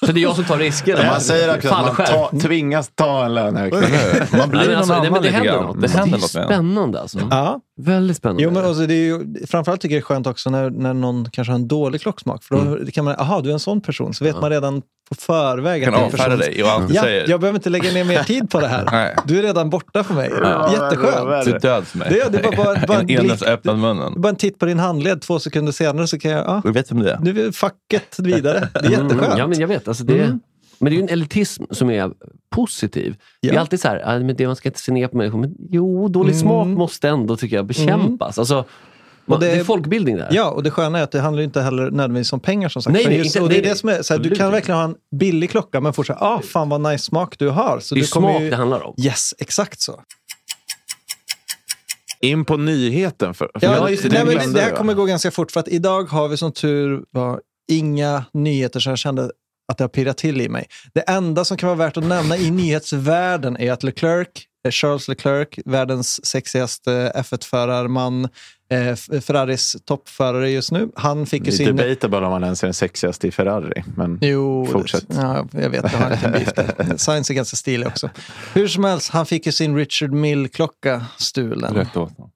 Speaker 2: Så det är jag som tar riskerna.
Speaker 3: Man säger också att man
Speaker 2: Fallskärm.
Speaker 3: ta, tvingas ta en löneökning.
Speaker 4: Man
Speaker 2: Nej, men alltså, nej, men det
Speaker 4: lite
Speaker 2: händer
Speaker 4: grann.
Speaker 2: något.
Speaker 4: Det händer
Speaker 2: det är
Speaker 4: något med en.
Speaker 2: spännande alltså.
Speaker 1: Ja.
Speaker 2: Väldigt spännande.
Speaker 1: Jo, men alltså, det är ju, framförallt tycker jag det är skönt också när, när någon kanske har en dålig klocksmak. För då
Speaker 2: Mm.
Speaker 1: kan man, aha, du är en sån person. Så vet man redan på förväg
Speaker 4: Kan
Speaker 1: att det är en
Speaker 4: avfärda
Speaker 1: person.
Speaker 4: dig och allt du
Speaker 1: Ja,
Speaker 4: säger.
Speaker 1: jag behöver inte lägga ner mer tid på det
Speaker 2: <laughs>
Speaker 1: här.
Speaker 4: Nej.
Speaker 1: Du är redan borta för mig. Jätteskönt.
Speaker 4: Du är död för mig.
Speaker 1: Det- det var bara- bara en
Speaker 4: en endes
Speaker 1: blick.
Speaker 4: öppnad munnen.
Speaker 1: Bara en titt på din handled två sekunder senare så kan jag, ja,
Speaker 4: Du vet vem det är?
Speaker 1: nu är facket vidare. Det är jätteskönt.
Speaker 2: Mm, ja, men jag vet. Alltså det,
Speaker 1: Mm.
Speaker 2: Men det är ju en elitism som är positiv. Det
Speaker 1: Ja.
Speaker 2: är alltid så här, "Ah, men det man ska inte se ner på människor. Men jo, dålig
Speaker 1: Mm.
Speaker 2: smak måste ändå tycker jag bekämpas. Alltså, man,
Speaker 1: det-
Speaker 2: det, är folkbildning där.
Speaker 1: Ja, och det sköna är att det handlar ju inte heller nödvändigtvis om pengar som sagt.
Speaker 2: Nej,
Speaker 1: För
Speaker 2: nej,
Speaker 1: just,
Speaker 2: inte-
Speaker 1: och det är
Speaker 2: nej,
Speaker 1: det som är, så här, du
Speaker 2: absolut
Speaker 1: kan
Speaker 2: inte.
Speaker 1: verkligen ha en billig klocka men fortsätta, ah, fan vad nice smak du har. Så
Speaker 2: det är
Speaker 1: du kommer
Speaker 2: smak
Speaker 1: ju,
Speaker 2: det handlar om.
Speaker 1: Yes, exakt så.
Speaker 3: In på nyheten. För,
Speaker 1: Ja,
Speaker 3: för-
Speaker 1: just det,
Speaker 3: den
Speaker 1: nej, men
Speaker 3: glömde
Speaker 1: det här
Speaker 3: jag.
Speaker 1: kommer gå ganska fort för att idag har vi som tur var inga nyheter som jag kände att det har pirrat till i mig. Det enda som kan vara värt att nämna i nyhetsvärlden är att Leclerc, eh, Charles Leclerc, världens sexigaste F1-förarman, eh, F- Ferraris toppförare just nu, han fick
Speaker 3: Det
Speaker 1: ju
Speaker 3: är
Speaker 1: sin...
Speaker 3: debatable om man ens är den sexigaste i Ferrari. Men
Speaker 1: Jo,
Speaker 3: Fortsätt.
Speaker 1: Ja, jag vet, jag har en liten beef <laughs> där. Science är ganska stilig också. Hur som helst, han fick ju sin Richard Mill-klocka stulen. Mm, eh,
Speaker 4: Rätt åt honom.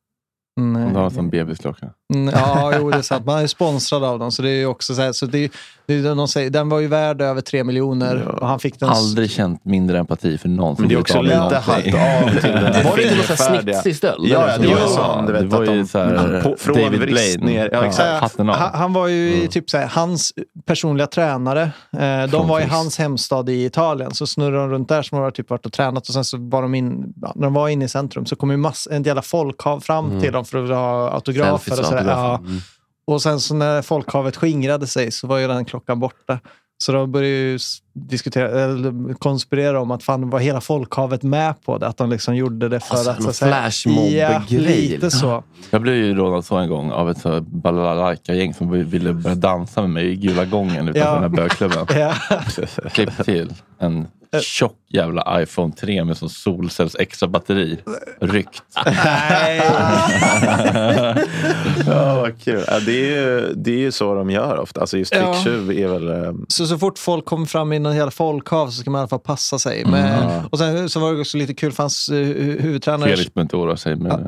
Speaker 1: Nej.
Speaker 4: Om du har en sån bebisklocka.
Speaker 1: Mm, ja, jo, det är sant. Man är sponsrad av dem. Så det är ju också så här, så det är, det är, det de säger, den var ju värd över tre miljoner och han fick den... s-
Speaker 4: Aldrig känt mindre empati för någon som
Speaker 3: Men det
Speaker 4: blivit
Speaker 3: är också
Speaker 4: av med
Speaker 3: lite
Speaker 4: någonting.
Speaker 3: halt av till den
Speaker 2: Var det inte någon sån här
Speaker 3: fingerfärdiga.
Speaker 2: snitsig stöld?
Speaker 3: Ja, ja, det var
Speaker 4: Jo.
Speaker 3: en sån. Du vet,
Speaker 4: Det var
Speaker 3: att de,
Speaker 4: ju så här,
Speaker 3: på, från
Speaker 4: David
Speaker 3: vrist
Speaker 4: Blaine.
Speaker 3: ner. Ja,
Speaker 4: Ja.
Speaker 3: exakt.
Speaker 4: Hatten av.
Speaker 1: Han, Äh, han var ju
Speaker 2: Mm.
Speaker 1: i typ så här, hans personliga tränare. Eh, de
Speaker 4: Från
Speaker 1: var i
Speaker 4: Greece.
Speaker 1: hans hemstad i Italien. Så snurrade de runt där som har typ varit och tränat. Och sen så var de in, ja, när de var inne i centrum så kom ju mass, en jävla folkhav fram till dem för att ha autografer. Och,
Speaker 2: Mm. Selfies,
Speaker 1: så där.
Speaker 2: autografer. Mm.
Speaker 1: Ja. och sen så när folkhavet skingrade sig så var ju den klockan borta. Så de började ju s- diskutera, eller konspirera om att fan var hela folkhavet med på det? Att de liksom gjorde det för
Speaker 2: Alltså,
Speaker 1: att...
Speaker 2: någon
Speaker 1: så att säga-
Speaker 2: flashmob-grej,
Speaker 1: Ja, lite
Speaker 2: liksom. <laughs>
Speaker 1: så.
Speaker 4: Jag blev ju rånad så en gång av ett så här balalaika-gäng som ville börja dansa med mig i Gula gången utanför
Speaker 1: Ja.
Speaker 4: den här bögklubben.
Speaker 1: Ja.
Speaker 4: Klipp till en tjock jävla iPhone 3 med sån solcells extra batteri. Ryckt.
Speaker 3: Ja, vad kul. Ja, det, är ju, det är ju så de gör ofta. Alltså just
Speaker 1: Ja.
Speaker 3: ficktjuv är väl... eh,
Speaker 1: Så, så fort folk kommer fram i någon jävla folkhav så ska man i alla fall passa sig.
Speaker 3: Mm.
Speaker 1: Men, Och sen så var det också lite kul för hans eh, hu- huvudtränare,
Speaker 4: Felix behöver inte oroa sig. Men... eh,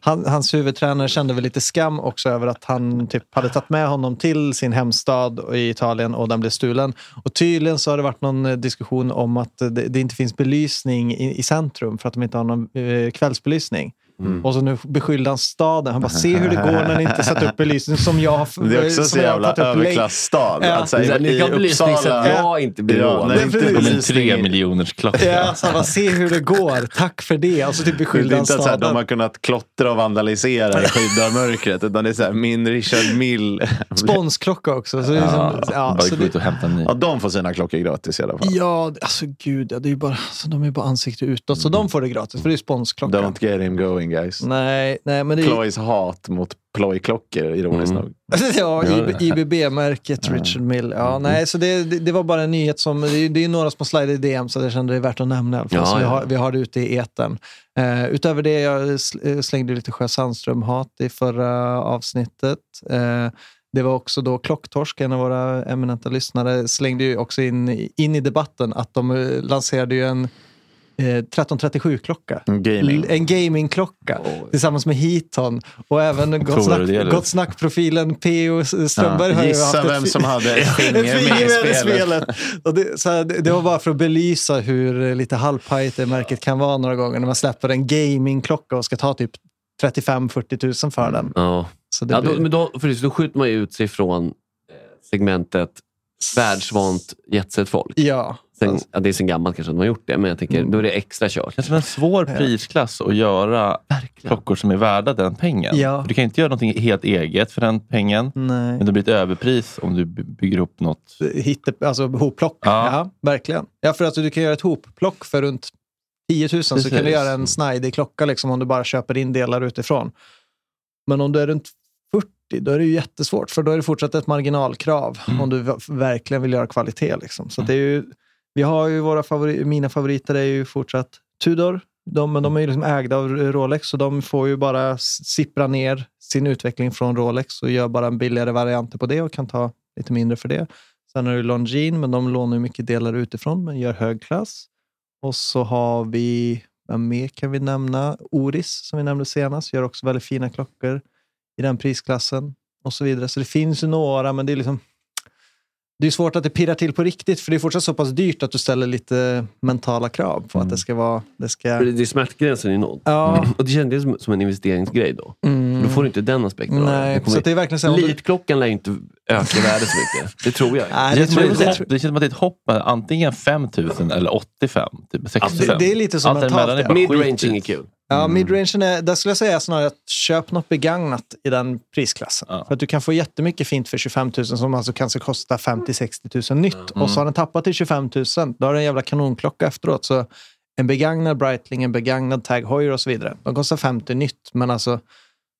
Speaker 1: han, hans huvudtränare kände väl lite skam också över att han typ hade tagit med honom till sin hemstad och- i Italien och den blev stulen. Och tydligen så har det varit någon eh, diskussion om att eh, det, det inte finns belysning i, i centrum för att de inte har någon eh, kvällsbelysning.
Speaker 3: Mm.
Speaker 1: Och så nu beskyllde han staden. Han bara, se hur det går när ni inte satt upp belysning som jag har f-
Speaker 3: Det är också
Speaker 1: som
Speaker 3: så
Speaker 1: jag har
Speaker 3: jävla
Speaker 1: tagit upp länge."
Speaker 3: överklassstad.
Speaker 1: Ja.
Speaker 3: Alltså,
Speaker 2: Det är så här, ni kan belysning så att jag inte blir
Speaker 3: Ja,
Speaker 2: rånad.
Speaker 3: nej, inte
Speaker 1: precis.
Speaker 4: Som en
Speaker 3: belysning.
Speaker 4: tre miljoners klocka.
Speaker 1: Ja, så han bara, se hur det går. Tack för det. Och så typ
Speaker 3: Det är
Speaker 1: beskyllde
Speaker 3: inte
Speaker 1: han
Speaker 3: att så här, de
Speaker 1: staden.
Speaker 3: har kunnat klottra och vandalisera i skydda mörkret. Utan det är så här, min Richard Mill.
Speaker 1: Sponsklocka också. Så det är liksom, ja,
Speaker 4: bara
Speaker 1: så
Speaker 4: gå ut
Speaker 1: det,
Speaker 4: och hämta en ny.
Speaker 3: Ja, de får sina klockor gratis i alla fall.
Speaker 1: ja, alltså gud. Ja, det är ju bara, alltså, de är ju bara ansikte utåt. Så
Speaker 3: Mm.
Speaker 1: de får det gratis, för det är ju sponsklocka.
Speaker 3: Don't get him going guys.
Speaker 1: Nej, nej, men Mm, det är ju...
Speaker 3: Ploys hat mot plojklockor, ironiskt nog.
Speaker 1: <laughs> Ja, IB- IBB-märket Richard Mill. Ja, nej, så det, det, det var bara en nyhet som... Det är, det är några små slider i DM, så jag kände det är värt att nämna i alla fall.
Speaker 2: Ja,
Speaker 1: så vi,
Speaker 2: ja.
Speaker 1: har, vi har det ute i etern. Eh, utöver det, jag sl- eh, slängde lite Sjö Sandström-hat i förra avsnittet. Eh, det var också då Klocktorsk, en av våra eminenta lyssnare, slängde ju också in, in i debatten att de eh, lanserade ju en eh, 1337-klocka.
Speaker 3: Mm. Gaming.
Speaker 1: En gamingklocka tillsammans med Heaton och även Gott,
Speaker 4: tror det gäller.
Speaker 1: snack, gott snack-profilen P.O. Strömberg. har ju
Speaker 3: Gissa
Speaker 1: haft ett
Speaker 3: vem
Speaker 1: fi-
Speaker 3: som hade ett finger
Speaker 1: ett
Speaker 3: med i spelet.
Speaker 1: Och det, så här, det, det var bara för att belysa hur eh, lite halvpajigt det märket kan vara några gånger när man släpper en gamingklocka och ska ta typ 35-40 000 för den.
Speaker 2: Ja.
Speaker 1: Så det
Speaker 2: Ja, då,
Speaker 1: blir...
Speaker 2: men då, för det, då skjuter man ju ut sig från eh, segmentet världsvant jetset-folk.
Speaker 1: ja.
Speaker 2: Sen, ja, det är sen gammalt kanske att de har gjort det, men jag tänker
Speaker 1: Mm.
Speaker 2: då är det extra kört.
Speaker 4: Det känns som en svår prisklass att göra klockor som är värda den pengen.
Speaker 1: Ja.
Speaker 4: För du kan inte göra någonting helt eget för den pengen.
Speaker 1: Nej.
Speaker 4: Men det blir ett överpris om du by- bygger upp något.
Speaker 1: Hitte, alltså hopplock. Ja.
Speaker 4: Ja.
Speaker 1: verkligen. Ja, för alltså, du kan göra ett hopplock för runt 10 000 så
Speaker 4: Precis.
Speaker 1: kan du göra en snajdig klocka liksom, om du bara köper in delar utifrån. Men om du är runt 40, då är det ju jättesvårt. För då är det fortsatt ett marginalkrav
Speaker 4: Mm.
Speaker 1: om du v- verkligen vill göra kvalitet. Liksom. Så att det är ju, vi har ju våra favori, mina favoriter är ju fortsatt Tudor. De, men de är ju liksom ägda av Rolex så de får ju bara s- sippra ner sin utveckling från Rolex och gör bara en billigare variant på det och kan ta lite mindre för det. Sen har du Longines, men de lånar ju mycket delar utifrån men gör hög klass. Och så har vi, vem mer kan vi nämna? Oris som vi nämnde senast, gör också väldigt fina klockor i den prisklassen och så vidare. Så det finns ju några, men det är liksom det är svårt att det pirrar till på riktigt, för det är fortsatt så pass dyrt att du ställer lite mentala krav på att det ska vara... Det
Speaker 2: Mm. För
Speaker 1: ska...
Speaker 2: Det det är smärtgränsen är nådd.
Speaker 1: Ja,
Speaker 2: Och det kändes som, som en investeringsgrej då.
Speaker 1: Mm.
Speaker 2: Då får du inte den aspekten av det.
Speaker 1: nej.
Speaker 2: det.
Speaker 1: Så att
Speaker 2: kommer-
Speaker 1: det är verkligen så här, om du-
Speaker 2: Elitklockan lär ju inte öka i värde så mycket. Det tror jag.
Speaker 1: Nej,
Speaker 4: Det
Speaker 1: det
Speaker 4: känns som
Speaker 1: tror
Speaker 4: att
Speaker 1: jag
Speaker 4: det
Speaker 1: inte.
Speaker 4: är ett hopp- det känns som att det är ett hopp mellan antingen 5 000 eller 85 typ 65.
Speaker 1: Det- Alltså, det är lite så
Speaker 4: Allt däremellan
Speaker 1: mentalt,
Speaker 4: är
Speaker 1: ja.
Speaker 4: bara
Speaker 2: Midranging är
Speaker 4: skitigt.
Speaker 2: kul.
Speaker 1: Ja, midrangen är, där skulle jag säga snarare att köp något begagnat i den prisklassen.
Speaker 4: Ja.
Speaker 1: För att du kan få jättemycket fint för 25 000 som alltså kanske kostar 50-60 000 nytt. Och så har den tappat till 25 000, då har den en jävla kanonklocka efteråt. Så en begagnad Breitling, en begagnad Tag Heuer och så vidare. De kostar 50 nytt, men alltså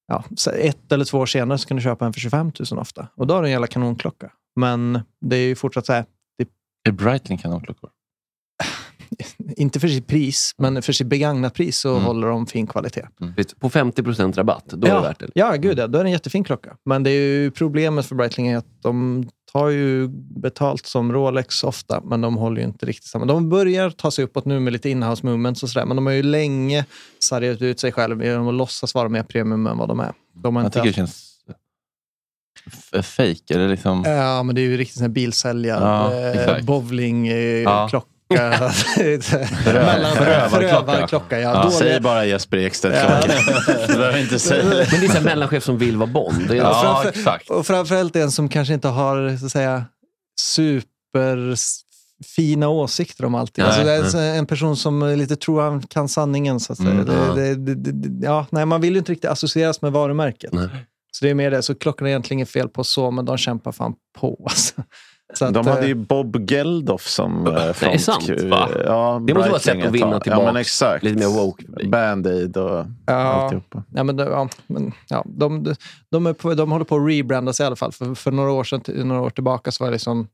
Speaker 1: ja, så ett eller två år senare så kan du köpa en för 25 000 ofta. Och då har du en jävla kanonklocka. Men det är ju fortsatt så här, det
Speaker 4: Är Breitling kanonklockor?
Speaker 1: inte för sitt pris, men för sitt begagnat pris så håller de fin kvalitet.
Speaker 2: Visst, På 50 rabatt, då är det värt det.
Speaker 1: Ja, gud ja. Då är det en jättefin klocka. Men det är ju problemet för Breitling är att de tar ju betalt som Rolex ofta, men de håller ju inte riktigt samma. De börjar ta sig uppåt nu med lite inhouse movements och sådär, men de har ju länge sargat ut sig själva genom att låtsas vara mer premium än vad de är. De har
Speaker 4: Jag
Speaker 1: inte
Speaker 4: tycker det
Speaker 1: haft- Eh,
Speaker 4: känns f- fake. Eller liksom...
Speaker 1: Ja, men det är ju riktigt sån här bilsäljare,
Speaker 4: Ja,
Speaker 1: eh,
Speaker 4: exakt.
Speaker 1: bowlingklocka.
Speaker 4: Ja.
Speaker 1: klocka <laughs>
Speaker 4: <laughs>
Speaker 1: Mellan-
Speaker 4: förövarklocka.
Speaker 1: Förövarklocka, ja.
Speaker 3: Ja,
Speaker 1: Dålig-
Speaker 3: säg bara Jesper Ekstedt klockan. <laughs> Du behöver inte
Speaker 2: <laughs>
Speaker 3: säga.
Speaker 2: Men det är så här mellanchef som vill vara Bond. Det är
Speaker 4: Ja,
Speaker 1: framför-
Speaker 4: exakt.
Speaker 1: Och framförallt en som kanske inte har så att säga, superfina åsikter om allting.
Speaker 2: Nej,
Speaker 1: alltså, det är så- en person som eh, lite tror han kan sanningen. Så att säga.
Speaker 4: Mm,
Speaker 1: det, det, det, det, ja, nej, man vill ju inte riktigt associeras med varumärket.
Speaker 2: Nej.
Speaker 1: Så det är mer det. Så klockan är egentligen fel på så, men de kämpar fan på. Alltså. Så att,
Speaker 3: De
Speaker 1: eh,
Speaker 3: hade ju Bob Geldof som eh, front.
Speaker 2: sant, va?
Speaker 3: Ja,
Speaker 2: Det måste vara ett
Speaker 3: Breitling
Speaker 2: sätt att vinna
Speaker 3: ett tag.
Speaker 2: tillbaka
Speaker 3: Ja, men exakt.
Speaker 2: lite mer woke publik.
Speaker 3: Band-Aid och
Speaker 1: ja,
Speaker 3: alltihopa.
Speaker 1: ja, men, det- ja, men, ja, de, de, de, är på, de håller på att rebranda sig i alla fall. För, för några, år sedan, några år tillbaka så var det liksom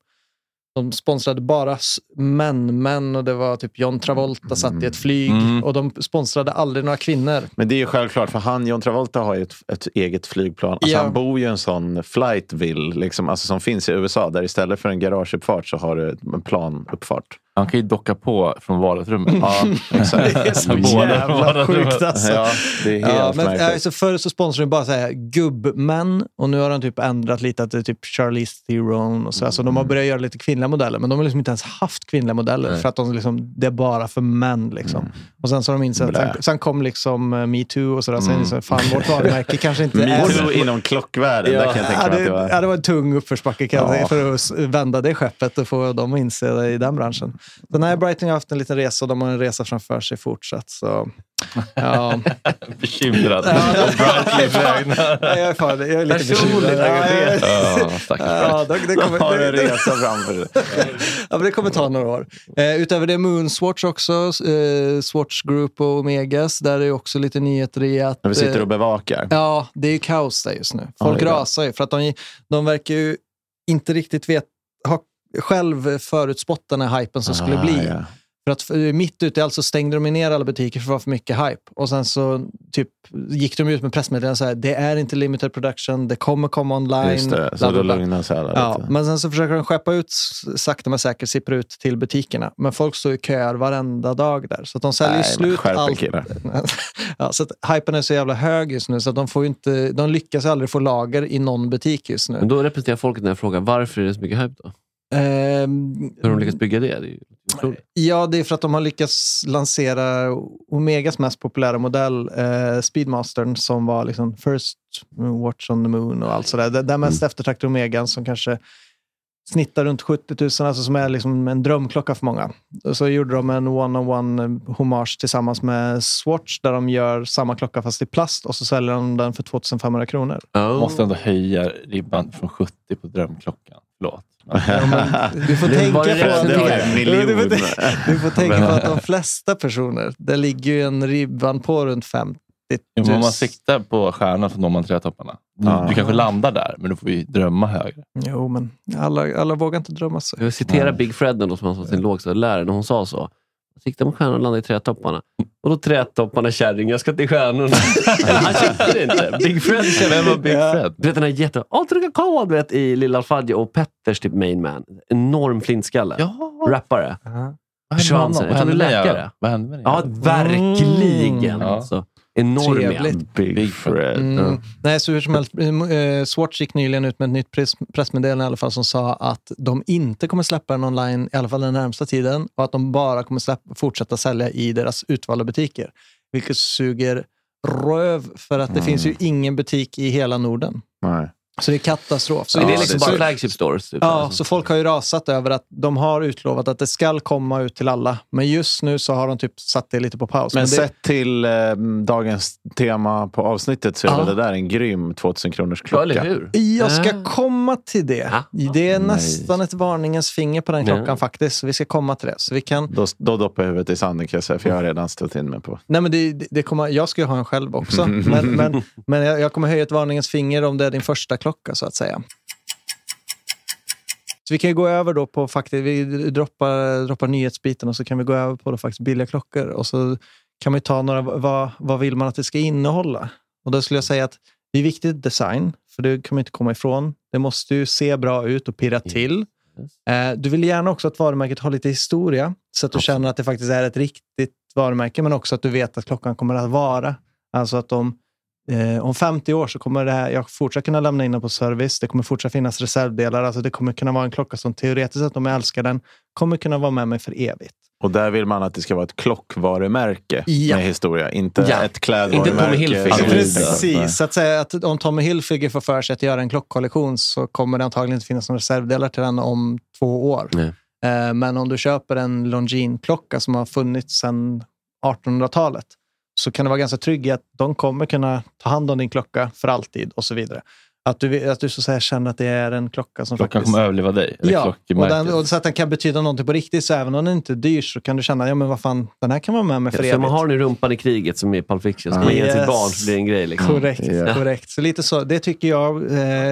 Speaker 1: De sponsrade bara s- män, män och det var typ John Travolta satt i ett flyg
Speaker 4: Mm.
Speaker 1: och de sponsrade aldrig några kvinnor.
Speaker 3: Men det är ju självklart, för han, John Travolta har ju ett, ett eget flygplan. Alltså,
Speaker 1: Ja.
Speaker 3: Han bor ju i en sån flightville liksom, alltså, som finns i USA, där istället för en garageuppfart så har du en planuppfart.
Speaker 4: Han kan ju docka på från vardagsrummet.
Speaker 1: Mm.
Speaker 3: Ja, <laughs> exakt.
Speaker 1: Det är så
Speaker 4: <laughs> Båda-
Speaker 1: jävla
Speaker 4: båda-
Speaker 1: sjukt alltså.
Speaker 3: Ja, det är helt
Speaker 1: Ja, men,
Speaker 3: märkligt.
Speaker 1: alltså, förr så sponsrade de bara så här, gubbmän och nu har de typ ändrat lite att det är typ Charlize Theron och så. Alltså,
Speaker 3: Mm.
Speaker 1: de har börjat göra lite kvinnliga modeller men de har liksom inte ens haft kvinnliga modeller för att de liksom, det är bara för män. Liksom. Och sen så har de insett,
Speaker 3: Mm. Blä. Mm.
Speaker 1: sen, sen kom liksom eh, metoo och sådär. Sen är det så här, fan vårt varumärke kanske inte är...
Speaker 3: <laughs> Metoo inom klockvärlden, där kan jag tänka
Speaker 1: eh, alltså- Ja,
Speaker 3: mig
Speaker 1: det,
Speaker 3: att det var...
Speaker 1: ja, det var en tung uppförsbacke kan jag
Speaker 3: Ja.
Speaker 1: säga, för att s- vända det skeppet och få dem att inse det i den branschen. Den här Brighton har haft en liten resa och de har en resa framför sig fortsatt.
Speaker 3: <laughs>
Speaker 1: Så. Ja.
Speaker 4: Bekymrad.
Speaker 1: Nej, jag, är fan, jag är lite
Speaker 3: Personligt
Speaker 1: bekymrad.
Speaker 3: engagerad.
Speaker 4: Ja, stackars
Speaker 1: Ja,
Speaker 4: Bright.
Speaker 1: det, det,
Speaker 3: De har
Speaker 1: kommer,
Speaker 3: en
Speaker 1: det,
Speaker 3: resa framför sig.
Speaker 1: <laughs> ja, men det kommer ta några år. Eh, utöver det Moonswatch också, eh, Swatch Group och Omegas. Där är ju också lite nyheter i att...
Speaker 3: När vi sitter
Speaker 1: eh,
Speaker 3: och bevakar.
Speaker 1: Ja, det är ju kaos där just nu. Folk
Speaker 3: det är det.
Speaker 1: rasar ju för att de, de verkar ju inte riktigt vet, ha själv förutspått den här hypen som skulle
Speaker 3: Ah,
Speaker 1: bli.
Speaker 3: ja.
Speaker 1: För att för, mitt ute i allt så stängde de ju ner alla butiker för det var för mycket hype. Och sen så typ, gick de ut med pressmeddelanden så här, det är inte limited production, det kommer komma online.
Speaker 3: Just det, så
Speaker 1: bla,
Speaker 3: då
Speaker 1: bla, bla.
Speaker 3: lugnar sig alla
Speaker 1: Ja,
Speaker 3: lite.
Speaker 1: men sen så försöker de skeppa ut s- sakta men säkert, sippra ut till butikerna. Men folk står i köer varenda dag där. Så att de säljer
Speaker 3: Nej, men
Speaker 1: slut
Speaker 3: skärp er,
Speaker 1: allt.
Speaker 3: killar.
Speaker 1: <laughs> ja, så att hypen är så jävla hög just nu så att de, får ju inte, de lyckas aldrig få lager i någon butik just nu.
Speaker 3: Mm.
Speaker 2: Men då representerar folket den här frågan. Varför är det så mycket hype då?
Speaker 1: Ehm,
Speaker 2: Hur har de lyckats bygga det? Det är ju otroligt.
Speaker 1: ja, det är för att de har lyckats lansera Omegas mest populära modell, eh, Speedmastern, som var liksom first watch on the moon och allt sådär. Den mest
Speaker 2: Mm.
Speaker 1: eftertraktade Omegan som kanske snittar runt 70 000, alltså som är liksom en drömklocka för många. Och så gjorde de en one-on-one hommage tillsammans med Swatch där de gör samma klocka fast i plast och så
Speaker 2: <laughs>
Speaker 1: säljer de den för 2500 kronor.
Speaker 2: Oh.
Speaker 4: Måste ändå höja ribban från 70 på drömklockan. Förlåt.
Speaker 1: <laughs> Ja, men du får
Speaker 2: Det
Speaker 1: tänka
Speaker 2: var
Speaker 1: på
Speaker 2: ju redan-
Speaker 1: att,
Speaker 2: det var ju
Speaker 3: en
Speaker 1: Ja, du får
Speaker 3: miljon.
Speaker 1: tän- du får tänka på att de flesta personer, det ligger ju en ribban på runt 50
Speaker 4: Men
Speaker 1: 000.
Speaker 4: Om man siktar på stjärnan så når man trätopparna. Du,
Speaker 3: Ja.
Speaker 4: du kanske landar där, men du får ju drömma högre.
Speaker 1: Jo, men alla, alla vågar inte drömma så.
Speaker 2: Jag citerar
Speaker 4: Mm.
Speaker 2: Big Fred, när som han sa till sin lågstadielärare, när hon sa så. Sikta mot stjärnorna och landa i trädtopparna. Och då trädtopparna kärring, jag ska till stjärnorna. han köpte det inte. Big Fred
Speaker 4: Vem
Speaker 2: kände
Speaker 4: var Big Fred?
Speaker 2: Du vet den här jätte... Avtrycka kod, du vet, i Lilla Alfadje och Petters typ main man. Enorm flintskalle.
Speaker 4: Ja.
Speaker 2: Rappare.
Speaker 4: Vad hände med honom?
Speaker 2: Schwanzer. Jag
Speaker 4: Vad hände
Speaker 2: tror
Speaker 4: med
Speaker 2: läkare.
Speaker 4: jäveln? Vad hände med den
Speaker 2: Ja,
Speaker 4: jäveln?
Speaker 2: verkligen.
Speaker 1: Mm.
Speaker 2: Alltså, enorm
Speaker 1: Trevligt.
Speaker 2: igen.
Speaker 3: Big
Speaker 4: Big
Speaker 3: Fred.
Speaker 4: Fred.
Speaker 1: Mm.
Speaker 2: Ja.
Speaker 1: Nej, så hur som helst, eh, Swatch gick nyligen ut med ett nytt pres- pressmeddelande i alla fall som sa att de inte kommer släppa den online, i alla fall den närmsta tiden, och att de bara kommer släppa, fortsätta sälja i deras utvalda butiker. Vilket suger röv, för att det finns ju ingen butik i hela Norden.
Speaker 3: Nej.
Speaker 1: Så det är katastrof. Så
Speaker 2: Så är det
Speaker 3: Ja,
Speaker 2: är liksom
Speaker 3: det-
Speaker 2: bara
Speaker 3: så-
Speaker 2: flagship stores. Typ,
Speaker 1: Ja,
Speaker 2: alltså.
Speaker 1: så folk har ju rasat över att de har utlovat att det ska komma ut till alla. Men just nu så har de typ satt det lite på paus.
Speaker 3: Men
Speaker 1: det,
Speaker 3: sett till eh, dagens tema på avsnittet så är
Speaker 1: Ja.
Speaker 3: väl det där en grym 2000 kronors
Speaker 2: Ja, eller
Speaker 3: klocka.
Speaker 2: hur?
Speaker 1: Jag ska
Speaker 2: Ah.
Speaker 1: komma till det.
Speaker 2: Ah.
Speaker 1: Det är
Speaker 3: Nej.
Speaker 1: nästan ett varningens finger på den
Speaker 2: Ja.
Speaker 1: klockan faktiskt. Så vi ska komma till det. Så vi kan...
Speaker 3: Då, då doppar jag huvudet i sanden kan jag säga, för jag har redan ställt in mig på.
Speaker 1: Nej, men det, det kommer... Jag ska ju ha en själv också. Men, men, men jag, jag kommer höja ett varningens finger om det är din första klocka så att säga. Så vi kan ju gå över då på faktiskt, vi droppar, droppar nyhetsbiten och så kan vi gå över på då faktiskt billiga klockor. Och så kan vi ta några, vad, vad vill man att det ska innehålla? Och då skulle jag säga att det är viktigt design, för det kan man inte komma ifrån. Det måste ju se bra ut och pirra till. Eh, Du vill gärna också att varumärket har lite historia, så att du känner att det faktiskt är ett riktigt varumärke, men också att du vet att klockan kommer att vara. Alltså att om, eh, om 50 år så kommer det här, jag fortsatt kunna lämna in den på service. Det kommer fortsatt finnas reservdelar. Alltså det kommer kunna vara en klocka som teoretiskt sett, om jag älskar den, kommer kunna vara med mig för evigt.
Speaker 3: Och där vill man att det ska vara ett klockvarumärke
Speaker 1: Ja.
Speaker 3: med historia, inte
Speaker 2: Ja.
Speaker 3: ett klädvarumärke.
Speaker 2: Inte Tommy Hilfiger.
Speaker 3: Alltså,
Speaker 1: Precis, så att säga att om Tommy Hilfiger får för sig att göra en klockkollektion så kommer det antagligen inte finnas några reservdelar till den om två år.
Speaker 2: Nej.
Speaker 1: Eh, Men om du köper en Longines-klocka som har funnits sedan 1800-talet så kan du vara ganska trygg i att de kommer kunna ta hand om din klocka för alltid och så vidare. Att du, att du så att säga känner att det är en klocka som
Speaker 4: Klockan
Speaker 1: faktiskt...
Speaker 4: kommer överleva dig. Eller
Speaker 1: Ja, och,
Speaker 4: klockmärket.
Speaker 1: den, och så att den kan betyda någonting på riktigt. Så även om den inte är dyr så kan du känna, ja men vad fan, den här kan vara med mig för
Speaker 2: Ja, för
Speaker 1: evigt.
Speaker 2: man har nu rumpan i kriget som är i Pulp Fiction. Ska man ge den
Speaker 1: Yes.
Speaker 2: till ett barn så blir det en grej. Liksom.
Speaker 1: Korrekt,
Speaker 3: Ja.
Speaker 1: korrekt. Så lite så, det tycker jag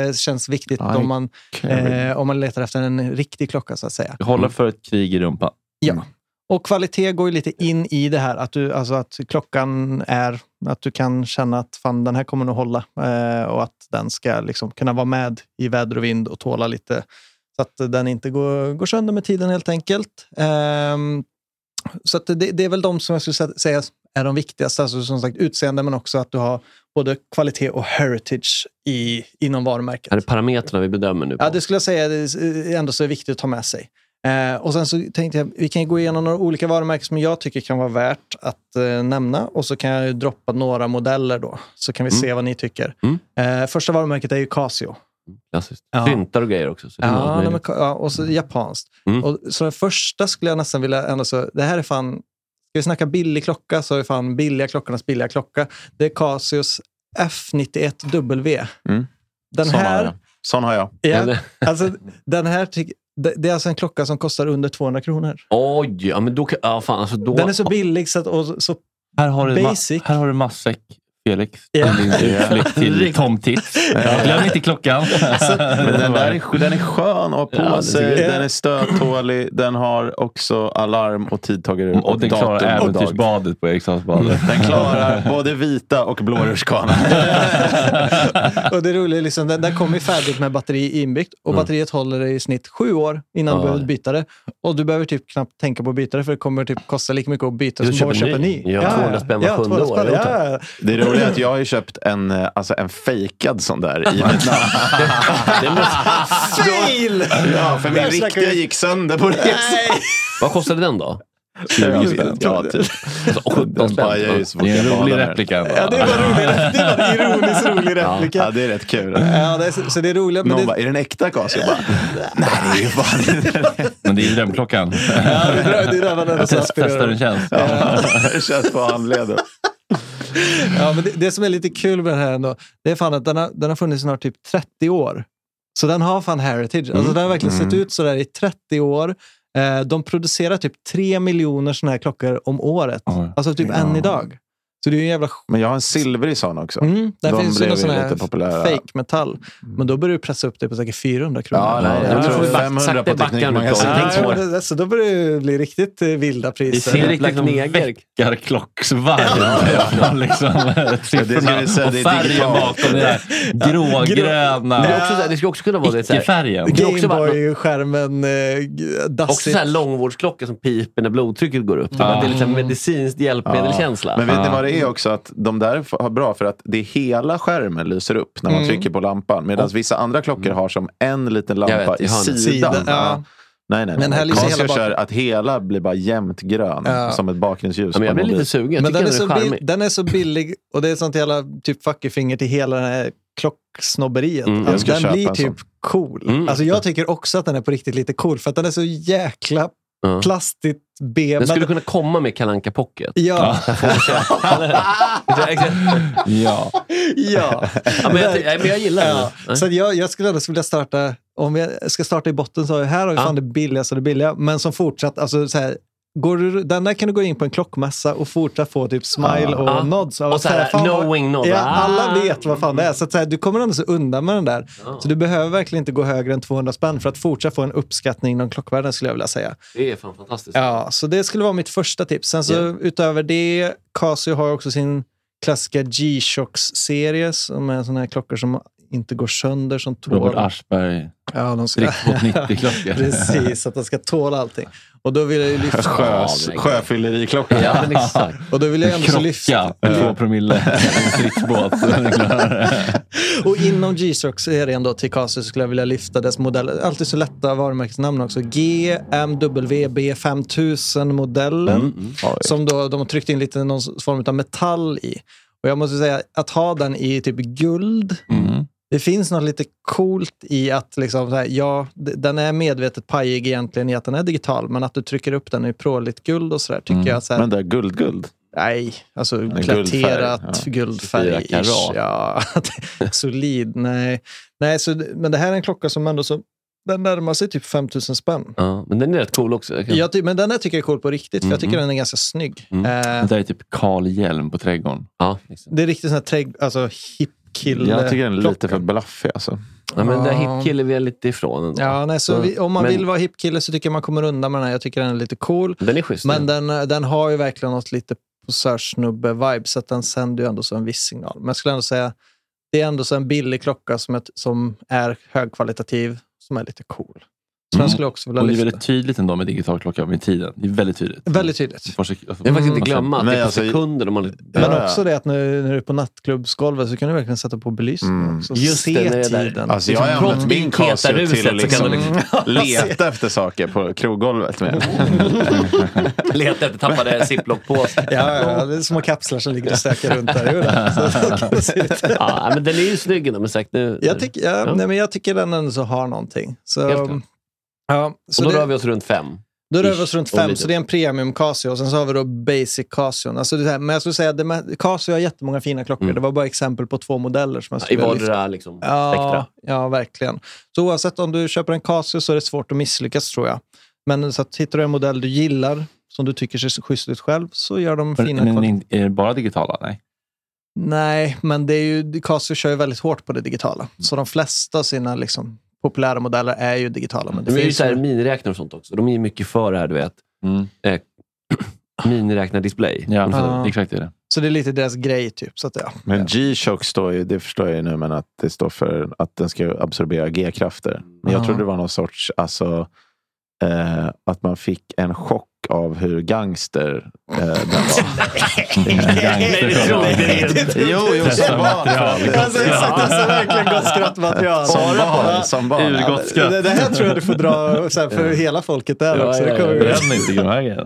Speaker 1: eh, känns viktigt
Speaker 3: Aj.
Speaker 1: om man,
Speaker 3: Okej.
Speaker 1: eh, om man letar efter en riktig klocka så att säga.
Speaker 4: Hålla för ett krig i rumpan.
Speaker 1: Och kvalitet går ju lite in i det här, att, du, alltså att klockan är, att du kan känna att fan, den här kommer nog hålla eh, och att den ska liksom kunna vara med i väder och vind och tåla lite så att den inte går, går sönder med tiden helt enkelt. Ehm, så att det, det är väl de som jag skulle sä- säga är de viktigaste, alltså som sagt utseende men också att du har både kvalitet och heritage i, inom varumärket.
Speaker 2: Är det parametrarna vi bedömer nu? på?
Speaker 1: Ja, det skulle jag säga det är ändå så viktigt att ta med sig. Eh, och sen så tänkte jag, vi kan gå igenom några olika varumärken som jag tycker kan vara värt att eh, nämna och så kan jag ju droppa några modeller då, så kan vi
Speaker 2: Mm.
Speaker 1: se vad ni tycker. Eh, första varumärket är ju Casio.
Speaker 2: Klassiskt.
Speaker 1: Ja.
Speaker 2: Syntar och grejer också. Så det är allt
Speaker 1: Ja, nej,
Speaker 2: möjligt.
Speaker 1: men, ka- ja, och så japanskt.
Speaker 2: Mm.
Speaker 1: Och, så den första skulle jag nästan vilja ändå så, det här är fan, ska vi snacka billig klocka så är det fan billiga klockornas billiga klocka. Det är Casios F91W.
Speaker 3: Mm.
Speaker 1: Den
Speaker 3: Sån har
Speaker 1: här,
Speaker 3: jag. Sån har jag.
Speaker 1: ja,
Speaker 2: Eller-
Speaker 1: Alltså, den här tyck- det, det är alltså en klocka som kostar under 200 kronor.
Speaker 2: Oj, ja, men då kan... Ja, fan, alltså då...
Speaker 1: Den är så billig så att, och så,
Speaker 4: Här har du,
Speaker 1: Basic.
Speaker 4: ma- här har du matsäck, Felix.
Speaker 1: Ja.
Speaker 4: Din utflykt till tomtitt. Glöm inte <laughs> klockan.
Speaker 3: Men den, där är, <laughs> den är skön att ha på
Speaker 4: Ja, den är
Speaker 3: sig.
Speaker 1: grym.
Speaker 3: Den är stöttålig. Den har också alarm och tidtagare
Speaker 4: Mm, Och den klarar
Speaker 3: datum och dag.
Speaker 4: äventyrsbadet på Erikshavnsbadet.
Speaker 3: <laughs> Den
Speaker 4: <laughs>
Speaker 3: klarar både vita och blå rutschkanor.
Speaker 1: och det roliga är liksom, den, den kommer ju färdigt med batteri inbyggt och batteriet håller i snitt sju år innan du
Speaker 2: Mm. Ja.
Speaker 1: behöver byta det. Och du behöver typ knappt tänka på att byta det för det kommer typ kosta lika mycket att byta
Speaker 2: Du
Speaker 1: som bara att
Speaker 2: köper
Speaker 1: köpa en ny.
Speaker 2: ny. Ja, 200 spänn var sjunde
Speaker 1: 200
Speaker 2: år,
Speaker 1: spänn,
Speaker 2: jo tack.
Speaker 1: Ja, ja.
Speaker 3: Det roliga är att jag har ju köpt en, eh, alltså en fejkad
Speaker 4: <laughs>
Speaker 3: sån där i mitt namn.
Speaker 2: Det måste...
Speaker 1: Fail!
Speaker 3: <laughs> Ja, för min
Speaker 1: Där snackar
Speaker 3: riktiga
Speaker 1: vi-
Speaker 3: gick sönder på resan.
Speaker 1: Nej!
Speaker 2: Vad kostade
Speaker 1: <laughs>
Speaker 2: den då?
Speaker 3: <laughs> Ja, typ.
Speaker 2: Alltså, 17
Speaker 3: Den
Speaker 2: spänn.
Speaker 3: pajar ju så fort
Speaker 4: Det är
Speaker 3: jag
Speaker 4: en rolig
Speaker 3: badar med den.
Speaker 4: replika. ändå.
Speaker 1: Ja, det var roligt. <laughs> Det var en ironiskt rolig
Speaker 3: Ja,
Speaker 1: replika.
Speaker 3: det är rätt kul.
Speaker 1: Ja, det är, så- så det är roliga... men
Speaker 3: Någon
Speaker 1: det-
Speaker 3: bara, är den äkta Casio? Jag bara, Nej, det är ju fan inte den.
Speaker 4: Men det är ju drömklockan.
Speaker 1: Ja, det är det där man ändå
Speaker 4: Jag
Speaker 1: så
Speaker 4: test- <laughs> testar
Speaker 1: aspirerar.
Speaker 4: en tjänst.
Speaker 3: Det känns på handleden.
Speaker 1: Ja, men det, det som är lite kul med den här ändå, det är fan att den har, den har funnits i snart typ 30 år. Så den har fan heritage. Alltså,
Speaker 3: Mm.
Speaker 1: Den har verkligen sett ut så där i 30 år. Eh, de producerar typ 3 miljoner såna här klockor om året.
Speaker 4: Ja.
Speaker 1: Alltså typ en
Speaker 3: Ja.
Speaker 1: idag. Så det är ju en jävla
Speaker 3: Men jag har en silvrig sån också.
Speaker 1: Mm, där
Speaker 3: De
Speaker 1: finns ju
Speaker 3: blev
Speaker 1: någon
Speaker 3: ju
Speaker 1: sån här
Speaker 3: lite populära. Mm.
Speaker 1: fake-metall. Men då börjar du pressa upp det på säkert 400 kronor.
Speaker 3: Ja, nej,
Speaker 2: Ja,
Speaker 3: jag
Speaker 2: nu får
Speaker 3: tror
Speaker 2: vi back-
Speaker 3: 500
Speaker 2: sakta
Speaker 3: på
Speaker 2: backa nu,
Speaker 3: Teknikmagasinet. Nej,
Speaker 2: Carl. Tänk så.
Speaker 1: Nej, men det, så då börjar det bli riktigt eh, vilda
Speaker 2: Vi
Speaker 1: priser.
Speaker 2: ser riktigt
Speaker 4: liksom
Speaker 2: som neger.
Speaker 4: Veckaklocksvarv. <laughs> Ja. liksom, siffrorna
Speaker 3: vi säga,
Speaker 4: och
Speaker 3: det är
Speaker 4: färgen
Speaker 3: digitalt.
Speaker 4: bakom. Det där
Speaker 2: Det, är
Speaker 4: grågröna.
Speaker 2: också så här, det ska också kunna vara det, så här,
Speaker 4: Icke-färgen.
Speaker 2: Det kan också vara-
Speaker 1: Gameboy-skärmen, eh, g-
Speaker 2: också
Speaker 1: dassigt.
Speaker 2: så här långvårdsklocka som piper när blodtrycket går upp. Typ att Det är lite så här medicinskt hjälpmedelkänsla.
Speaker 3: Men vet ni
Speaker 4: Ja.
Speaker 3: vad det är också? Att de där f- har bra för att det är hela skärmen lyser upp när man trycker på lampan. Medan vissa andra klockor har som en liten
Speaker 2: Jag
Speaker 3: lampa
Speaker 2: vet, i
Speaker 3: i
Speaker 2: hörnet.
Speaker 1: Sida,
Speaker 3: sidan.
Speaker 1: ja.
Speaker 3: Nej, nej, nej.
Speaker 1: Men här lyser
Speaker 3: Casio
Speaker 1: hela bak-
Speaker 3: kör att hela blir bara jämnt grön.
Speaker 1: Ja.
Speaker 3: Som ett bakgrundsljus.
Speaker 2: Ja, men jag
Speaker 3: på
Speaker 2: blir
Speaker 3: en
Speaker 2: lite
Speaker 3: mobil.
Speaker 2: sugen. Jag
Speaker 1: Men
Speaker 2: tycker
Speaker 1: den är,
Speaker 2: den är
Speaker 1: så bill-
Speaker 2: charmig.
Speaker 1: den är så billig och det är sånt jävla typ fucking-finger till hela det här klocksnobberiet.
Speaker 2: Mm.
Speaker 1: Alltså,
Speaker 3: Jag ska
Speaker 1: den
Speaker 3: köpa
Speaker 1: blir
Speaker 3: en
Speaker 1: typ
Speaker 3: sån.
Speaker 1: cool.
Speaker 2: Mm.
Speaker 1: Alltså, jag tycker också att den är på riktigt lite cool för att den är så jäkla
Speaker 2: Ja.
Speaker 1: plastigt B.
Speaker 2: Mm. Den
Speaker 1: Men,
Speaker 2: skulle kunna komma med kalanka Pocket.
Speaker 1: <laughs> ja,
Speaker 4: Ja.
Speaker 1: ja.
Speaker 2: Ja, men, jag, ty- nej, men jag gillar den.
Speaker 1: Ja.
Speaker 2: Nej.
Speaker 1: Så att jag, jag skulle ändå vilja starta, om jag ska starta i botten så har vi- här har vi
Speaker 2: Ja.
Speaker 1: fan det billigaste av det billiga, men som fortsatt, alltså så här, går du, den där kan du gå in på en klockmässa och fortsatt få typ smile och
Speaker 2: Ja.
Speaker 1: nods. av
Speaker 2: Och
Speaker 1: att
Speaker 2: så här,
Speaker 1: fan vad-
Speaker 2: knowing nod.
Speaker 1: Ja,
Speaker 2: Ah.
Speaker 1: alla vet vad fan det är. Så, att, så här, du kommer ändå så undan med den där. Så du behöver verkligen inte gå högre än 200 spänn för att fortsatt få en uppskattning inom klockvärlden skulle jag vilja säga.
Speaker 2: Det är fan fantastiskt.
Speaker 1: Ja, så det skulle vara mitt första tips. Sen så
Speaker 2: Ja.
Speaker 1: utöver det, Casio har också sin klassiska G-Shocks-serie som är såna här klockor som inte går sönder, som
Speaker 4: Robert
Speaker 1: tål...
Speaker 4: Aschberg.
Speaker 1: Ja, de ska...
Speaker 4: Strikt mot
Speaker 1: <laughs>
Speaker 4: 90-klocka.
Speaker 1: Precis, att de ska tåla allting. Och då vill jag ju lyfta...
Speaker 3: Sjös, sjöfylleriklocka.
Speaker 2: Ja, men exakt.
Speaker 1: Och då vill jag ändå så lyfta...
Speaker 4: Krocka med två promille. En stridsbåt. så den är klar.
Speaker 1: <laughs> Och inom G-Shocks-serien då till Casio skulle jag vilja lyfta dess modeller. Alltid så lätta varumärkesnamn också. GMWB
Speaker 3: Mm,
Speaker 1: 5000-modellen.
Speaker 3: Oj.
Speaker 1: Som då de har tryckt in lite någon form av metall i. Och jag måste säga, att ha den i typ guld. Det finns något lite coolt i att liksom, så här, ja, d- den är medvetet pajig egentligen i att den är digital. Men att du trycker upp den i pråligt guld och sådär tycker jag. Så här,
Speaker 3: Men det där guldguld.
Speaker 1: Nej, alltså
Speaker 3: guldfärg,
Speaker 1: klätterat
Speaker 3: ja.
Speaker 1: guldfärg.
Speaker 4: 24 karat.
Speaker 1: ja, <laughs> solid. Nej, nej så, men det här är en klocka som ändå så, den närmar sig typ 5000 spänn.
Speaker 2: Ja, men den är rätt cool också. Jag kan-
Speaker 1: Jag ty- men den här tycker jag är cool på riktigt, för jag tycker den är ganska snygg.
Speaker 3: Mm.
Speaker 4: Det
Speaker 1: Eh,
Speaker 4: där är typ Karl Hjelm på trädgården.
Speaker 2: Ja, exakt.
Speaker 1: det är riktigt sån här trägg, alltså hip kille.
Speaker 3: Jag tycker den är lite
Speaker 1: klocka.
Speaker 3: för blaffig. Alltså.
Speaker 2: Ja, men det
Speaker 1: Ja.
Speaker 2: hit kille vi är lite ifrån ändå.
Speaker 1: Ja, nej, så vi, om man
Speaker 2: Men-
Speaker 1: vill vara hip kille så tycker jag man kommer undan med den här. Jag tycker den är lite cool.
Speaker 2: Den är schysst.
Speaker 1: Men den, eh, den har ju verkligen något lite posörsnubbe-vibe, så att den sänder ju ändå så en viss signal. Men jag skulle ändå säga, det är ändå så en billig klocka som, ett, som är högkvalitativ, som är lite cool. Så den
Speaker 4: Mm.
Speaker 1: skulle jag också vilja
Speaker 4: Och det är
Speaker 1: lyfta.
Speaker 4: väldigt tydligt ändå med digital klocka med tiden. Det är väldigt tydligt.
Speaker 1: Väldigt tydligt.
Speaker 4: Får sig- alltså-
Speaker 2: jag vill faktiskt
Speaker 1: Mm.
Speaker 4: alltså,
Speaker 2: inte glömma att
Speaker 3: Nej,
Speaker 2: det är på
Speaker 3: alltså-
Speaker 2: sekunder. Om man,
Speaker 1: Men
Speaker 3: Ja, ja.
Speaker 1: också det att nu, när du är på nattklubbsgolvet så kan du verkligen sätta på belysningen
Speaker 3: Mm.
Speaker 1: också.
Speaker 2: Just
Speaker 1: Se
Speaker 2: det, när det är där.
Speaker 1: tiden.
Speaker 3: Alltså, jag har
Speaker 2: Liksom
Speaker 3: använt min
Speaker 2: proffs i
Speaker 3: Casio till
Speaker 2: ketaruset
Speaker 3: att
Speaker 2: så kan man
Speaker 3: liksom <laughs> leta
Speaker 1: se.
Speaker 3: efter saker på kroggolvet. Med.
Speaker 2: Leta efter tappade ziplock-påsen.
Speaker 1: Ja, ja, det är små kapslar som ligger och stökar runt där. Jo, då. Så det kan man se
Speaker 2: <laughs>
Speaker 1: ut.
Speaker 2: Ja, men den är ju snygg ändå, men sagt nu.
Speaker 1: Jag, tycker, ja,
Speaker 2: Ja.
Speaker 1: Nej, men jag tycker den ändå så har någonting.
Speaker 2: Helt
Speaker 1: Så,
Speaker 2: klart.
Speaker 1: ja, så
Speaker 2: och då
Speaker 1: det-
Speaker 2: rör vi oss runt fem.
Speaker 1: Då rör
Speaker 2: Ish,
Speaker 1: vi oss runt
Speaker 2: och
Speaker 1: fem,
Speaker 2: lite.
Speaker 1: så det är en premium Casio. Och sen så har vi då basic Casio. Alltså det här, men jag skulle säga att det med- Casio har jättemånga fina klockor.
Speaker 2: Mm.
Speaker 1: Det var bara exempel på två modeller som jag
Speaker 2: I
Speaker 1: skulle vilja lyfta.
Speaker 2: vardera liksom, spektra.
Speaker 1: Ja, ja, verkligen. Så oavsett om du köper en Casio så är det svårt att misslyckas tror jag. Men så att, hittar du en modell du gillar, som du tycker ser schysst ut själv, så gör de
Speaker 4: Men,
Speaker 1: fina
Speaker 4: men,
Speaker 1: kvalitet-
Speaker 4: in- är det bara digitala? Nej.
Speaker 1: Nej, men det är ju, Casio kör ju väldigt hårt på det digitala. Så de flesta av sina liksom, populära modeller är ju digitala. Men det
Speaker 2: Det är ju
Speaker 1: finns
Speaker 2: så här
Speaker 1: ju-
Speaker 2: miniräknare och sånt också. De är ju mycket för det här, du vet.
Speaker 4: Mm.
Speaker 2: Eh, miniräknardisplay.
Speaker 4: Ja,
Speaker 1: Ja.
Speaker 4: Alltså, exakt det är det.
Speaker 1: så det är lite deras grej typ. Så att, ja.
Speaker 3: Men G-shock står ju, det förstår jag ju nu, men att det står för att den ska absorbera G-krafter. Men jag
Speaker 1: Ja.
Speaker 3: trodde det var någon sorts, alltså, eh, att man fick en chock av hur gangster eh, den <laughs> var. jo, jo, som barn.
Speaker 1: Alltså, exakt, alltså, verkligen gott skrattmaterial.
Speaker 3: Som barn.
Speaker 1: Ja.
Speaker 3: Som barn.
Speaker 4: Urgott skratt.
Speaker 1: Det, det här tror jag du får dra så här, för hela folket där
Speaker 2: Ja,
Speaker 1: också.
Speaker 2: ja,
Speaker 1: Det kommer
Speaker 2: ja.
Speaker 4: Bränn inte de här grejerna.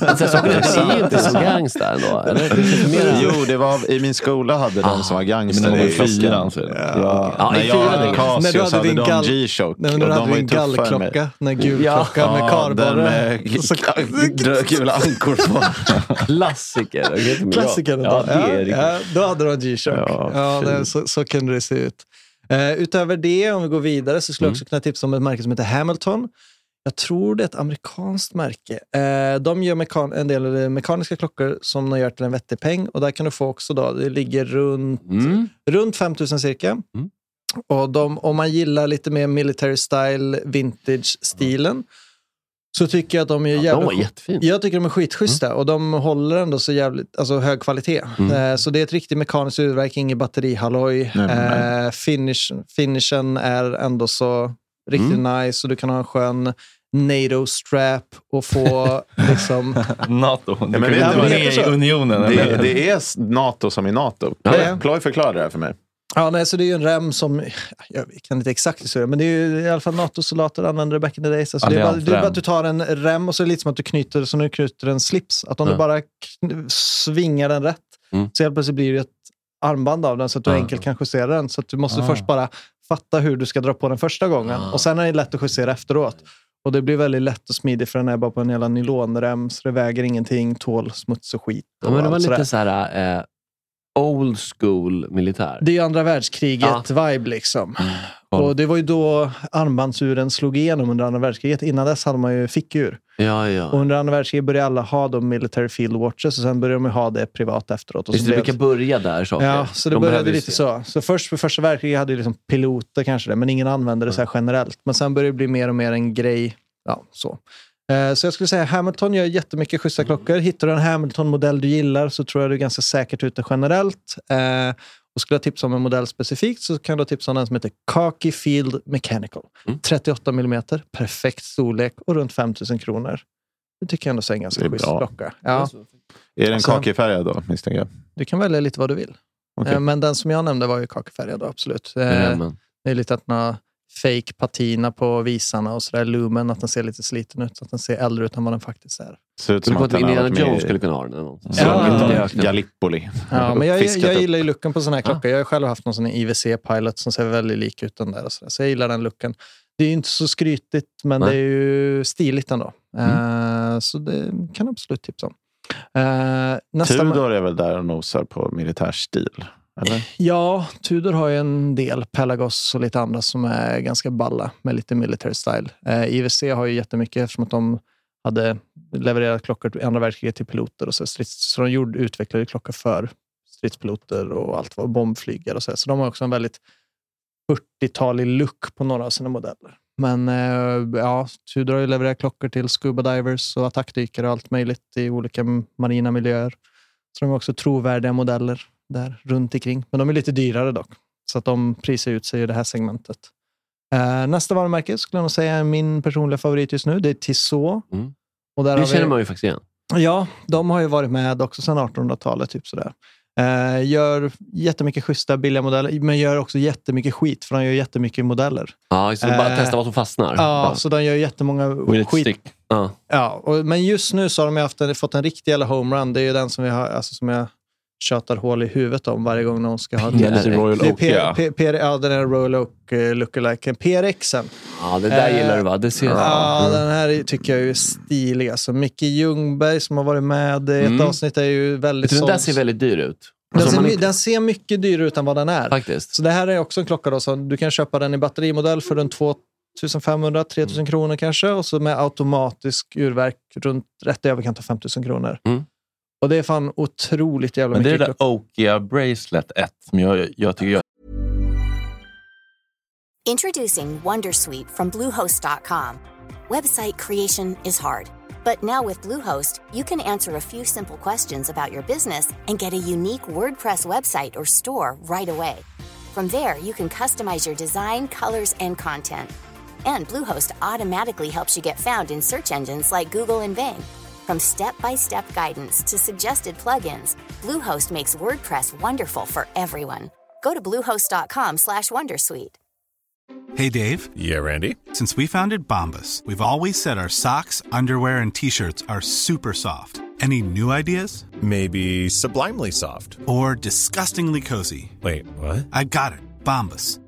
Speaker 2: Men sen saker är ju inte så gangsta ändå. Eller? Det finns ju mer-
Speaker 3: Jo, det var, i min skola hade
Speaker 1: Ah.
Speaker 3: de som var
Speaker 4: Men
Speaker 3: gangster.
Speaker 4: den är
Speaker 3: i klockan.
Speaker 4: fyran. så är det.
Speaker 3: Ja.
Speaker 2: Ja, i
Speaker 3: när jag
Speaker 2: fyran är
Speaker 3: hade
Speaker 2: det.
Speaker 1: När du
Speaker 3: Casio
Speaker 1: hade
Speaker 3: så hade
Speaker 1: din
Speaker 3: de
Speaker 1: gall-
Speaker 3: G-shock.
Speaker 1: Nej, men
Speaker 3: och
Speaker 1: du
Speaker 3: de
Speaker 1: hade
Speaker 3: var ju
Speaker 1: din
Speaker 3: tuffare än mig.
Speaker 1: gallklocka, den här gul
Speaker 2: Ja.
Speaker 1: klockan med
Speaker 3: den
Speaker 1: karborre. <laughs>
Speaker 3: med <laughs>
Speaker 1: Så-
Speaker 3: k- gula ankor
Speaker 1: <laughs>
Speaker 3: på.
Speaker 2: Klassiker. Jag vet inte om jag-
Speaker 1: Klassikern.
Speaker 2: Ja, det är
Speaker 1: ja,
Speaker 2: riktigt.
Speaker 1: ja, då hade de G-Shock.
Speaker 3: Ja,
Speaker 1: Ja, det, så, så kunde det se ut. Eh, utöver det, om vi går vidare, så
Speaker 2: Mm.
Speaker 1: skulle jag också kunna tipsa om ett märke som heter Hamilton. Jag tror det är ett amerikanskt märke. Eh, de gör mekan- en del eh, mekaniska klockor som de gör till en vettig peng. Och där kan du få också, då, det ligger runt
Speaker 2: Mm.
Speaker 1: runt 5000 cirka. Och de, om man gillar lite mer military style, vintage-stilen, så tycker jag att de är
Speaker 2: Ja, de var
Speaker 1: jävligt...
Speaker 2: jättefina.
Speaker 1: jag tycker de är skitschyssta
Speaker 3: Mm.
Speaker 1: och de håller ändå så jävligt alltså, hög kvalitet. Eh, så det är ett riktigt mekaniskt urverk, inget batterihalloj.
Speaker 3: Nej, men
Speaker 1: Eh, finish, finishen är ändå så riktigt
Speaker 3: Mm.
Speaker 1: nice och du kan ha en skön NATO-strap och
Speaker 3: <laughs>
Speaker 1: få liksom...
Speaker 4: Nato. Ja,
Speaker 3: men vet
Speaker 1: du vad-
Speaker 4: är i unionen.
Speaker 3: Det,
Speaker 4: eller?
Speaker 3: det är s- Nato som i Nato.
Speaker 1: Ja.
Speaker 3: Ploy, Ploy förklarade det här för mig.
Speaker 1: Ja, nej, så det är ju en rem som, jag kan inte exakt historia, men det är ju i alla fall NATO-soldater använde det back in the days. Alltså, det, är bara, det är bara att du tar en rem och så är det lite som att du knyter, som när du knyter en slips. Att om du
Speaker 2: Ja.
Speaker 1: bara kn- svingar den rätt
Speaker 2: Mm.
Speaker 1: så helt plötsligt blir det ett armband av den så att du
Speaker 2: Ja.
Speaker 1: enkelt kan justera den. Så att du måste
Speaker 4: Ah.
Speaker 1: först bara fatta hur du ska dra på den första gången
Speaker 2: Ah.
Speaker 1: och sen är det lätt att justera efteråt. Och det blir väldigt lätt och smidigt för den är bara på en jävla nylonrem så det väger ingenting, tål smuts och skit. Och
Speaker 2: Ja, men det var
Speaker 1: allt sådär.
Speaker 2: lite så här eh, old school militär.
Speaker 1: Det är ju andra världskriget-vibe liksom. Och det var ju då armbandsuren slog igenom under andra världskriget. Innan dess hade man ju fickur.
Speaker 2: Ja,
Speaker 1: Och
Speaker 2: ja.
Speaker 1: under andra världskriget började alla ha de military field watches och sen började de ju ha det privat efteråt. Och
Speaker 2: Visst,
Speaker 1: så
Speaker 2: det
Speaker 1: blev-
Speaker 2: brukar börja där. Saker.
Speaker 1: Ja, så det
Speaker 2: De behöver
Speaker 1: började
Speaker 2: ju
Speaker 1: lite
Speaker 2: se.
Speaker 1: så. Så först för första världskriget hade ju liksom piloter kanske det, men ingen använde det så här generellt. Men sen började det bli mer och mer en grej. Ja, så. Eh, Så jag skulle säga Hamilton gör jättemycket schyssta klockor. Hittar du en Hamilton-modell du gillar så tror jag du är ganska säkert ute generellt. Eh, Och skulle jag tipsa om en modell specifikt så kan du tipsa om den som heter Khaki Field Mechanical. 38 mm, perfekt storlek och runt 5000 kronor. Det tycker jag ändå är en
Speaker 3: Det
Speaker 1: ganska
Speaker 3: är
Speaker 1: schysst
Speaker 3: bra.
Speaker 1: klocka. Ja,
Speaker 3: Är den
Speaker 1: Alltså-
Speaker 3: kakifärgad då, misstänker jag?
Speaker 1: du kan välja lite vad du vill.
Speaker 3: Okej. Mm.
Speaker 1: Eh, Men den som jag nämnde var ju kakifärgad, då, absolut. Eh,
Speaker 2: Ja, men.
Speaker 1: Det är lite att den har fake patina på visarna och sådär. Lumen, att den ser lite sliten ut. Att den ser äldre ut än vad den faktiskt är.
Speaker 3: Ser ut
Speaker 2: Så
Speaker 3: som att
Speaker 2: på att
Speaker 3: den har
Speaker 2: Indiana
Speaker 3: varit med
Speaker 2: Jones
Speaker 3: i
Speaker 2: skulle kunna ha den. Eller något.
Speaker 1: Ja.
Speaker 2: Långt ut i
Speaker 3: ja.
Speaker 2: öknen.
Speaker 3: Gallipoli.
Speaker 1: Ja, men jag, jag,
Speaker 3: Fiskat upp.
Speaker 1: gillar ju looken på såna här klockor. Jag har själv haft någon sån här IWC Pilot som ser väldigt lik ut den där. Och sådär. Så jag gillar den looken. Det är ju inte så skrytigt, men
Speaker 2: Nej.
Speaker 1: det är ju stiligt ändå.
Speaker 3: Mm.
Speaker 1: Eh, så det kan jag absolut tipsa om. Eh, nästa
Speaker 3: Tudor är väl där och nosar på militärstil? Eller?
Speaker 1: Ja, Tudor har ju en del Pelagos och lite andra som är ganska balla med lite military style. Eh, IWC har ju jättemycket eftersom att de hade levererat klockor i andra världskriget till piloter och så, strids, så de gjorde, utvecklade ju klockor för stridspiloter och allt vad bombflygare och så. Så de har också en väldigt 40-talig look på några av sina modeller. Men eh, ja, Tudor har ju levererat klockor till scuba divers och attackdykare och allt möjligt i olika marina miljöer. Så de är också trovärdiga modeller där runt omkring. Men de är lite dyrare dock, så att de prisar ut sig i det här segmentet. Eh, nästa varumärke skulle jag nog säga är min personliga favorit just nu. Det är Tissot.
Speaker 2: Mm.
Speaker 1: Och där
Speaker 2: Det
Speaker 1: har vi-
Speaker 2: känner man ju faktiskt igen.
Speaker 1: Ja, de har ju varit med också sedan 1800-talet. Typ sådär. Eh, gör jättemycket schyssta, billiga modeller, men gör också jättemycket skit, för de gör jättemycket modeller.
Speaker 2: Ja, just det. Bara
Speaker 1: Eh,
Speaker 2: testa vad som fastnar.
Speaker 1: Ja,
Speaker 2: Bara.
Speaker 1: så de gör jättemånga
Speaker 4: With it
Speaker 1: skit,
Speaker 4: stick.
Speaker 2: Ja.
Speaker 1: Ja, och, men just nu så har de ju haft en, fått en riktig jävla homerun. Det är ju den som, vi har, alltså, som jag tjatar hål i huvudet om varje gång någon ska ha en
Speaker 4: Det är Royal
Speaker 1: Det är
Speaker 4: Oak,
Speaker 1: P,
Speaker 4: ja.
Speaker 1: P, P, ja, den är Royal Oak eh, lookaliken. PRXen.
Speaker 2: ja, det där
Speaker 1: Eh,
Speaker 2: gillar du va? Det ser
Speaker 1: Ja,
Speaker 2: jag.
Speaker 1: den här är- tycker jag är stilig. Alltså, Micke Ljungberg som har varit med i ett
Speaker 2: Mm.
Speaker 1: avsnitt är ju väldigt
Speaker 2: Den där
Speaker 1: såld.
Speaker 2: ser väldigt dyr ut.
Speaker 1: den,
Speaker 2: Alltså,
Speaker 1: ser,
Speaker 2: man
Speaker 1: my-
Speaker 2: inte-
Speaker 1: den ser mycket dyrare ut än vad den är.
Speaker 2: Faktiskt.
Speaker 1: Så det här är också en klocka då, som du kan köpa den i batterimodell för runt 2500-3000 kronor kanske och så med automatisk urverk runt rätt i överkant av 5000 kronor.
Speaker 2: Mm.
Speaker 1: Och det är fan otroligt jävla
Speaker 4: Men det är
Speaker 1: mycket.
Speaker 4: det där Okia Bracelet 1 som jag, jag tycker jag
Speaker 6: Introducing Wondersuite from Bluehost.com. Website creation is hard, but now with Bluehost, you can answer a few simple questions about your business and get a unique WordPress website or store right away. From there, you can customize your design, colors, and content. And Bluehost automatically helps you get found in search engines like Google and Bing. From step-by-step guidance to suggested plugins, Bluehost makes WordPress wonderful for everyone. Go to bluehost.com/wondersuite. slash Wondersuite.
Speaker 7: Hey Dave,
Speaker 8: Yeah, Randy.
Speaker 7: since we founded Bombus, we've always said our socks, underwear, and t shirts are super soft. Any new ideas?
Speaker 8: Maybe sublimely soft.
Speaker 7: Or disgustingly cozy?
Speaker 8: Wait, what?
Speaker 7: I got it, Bombus.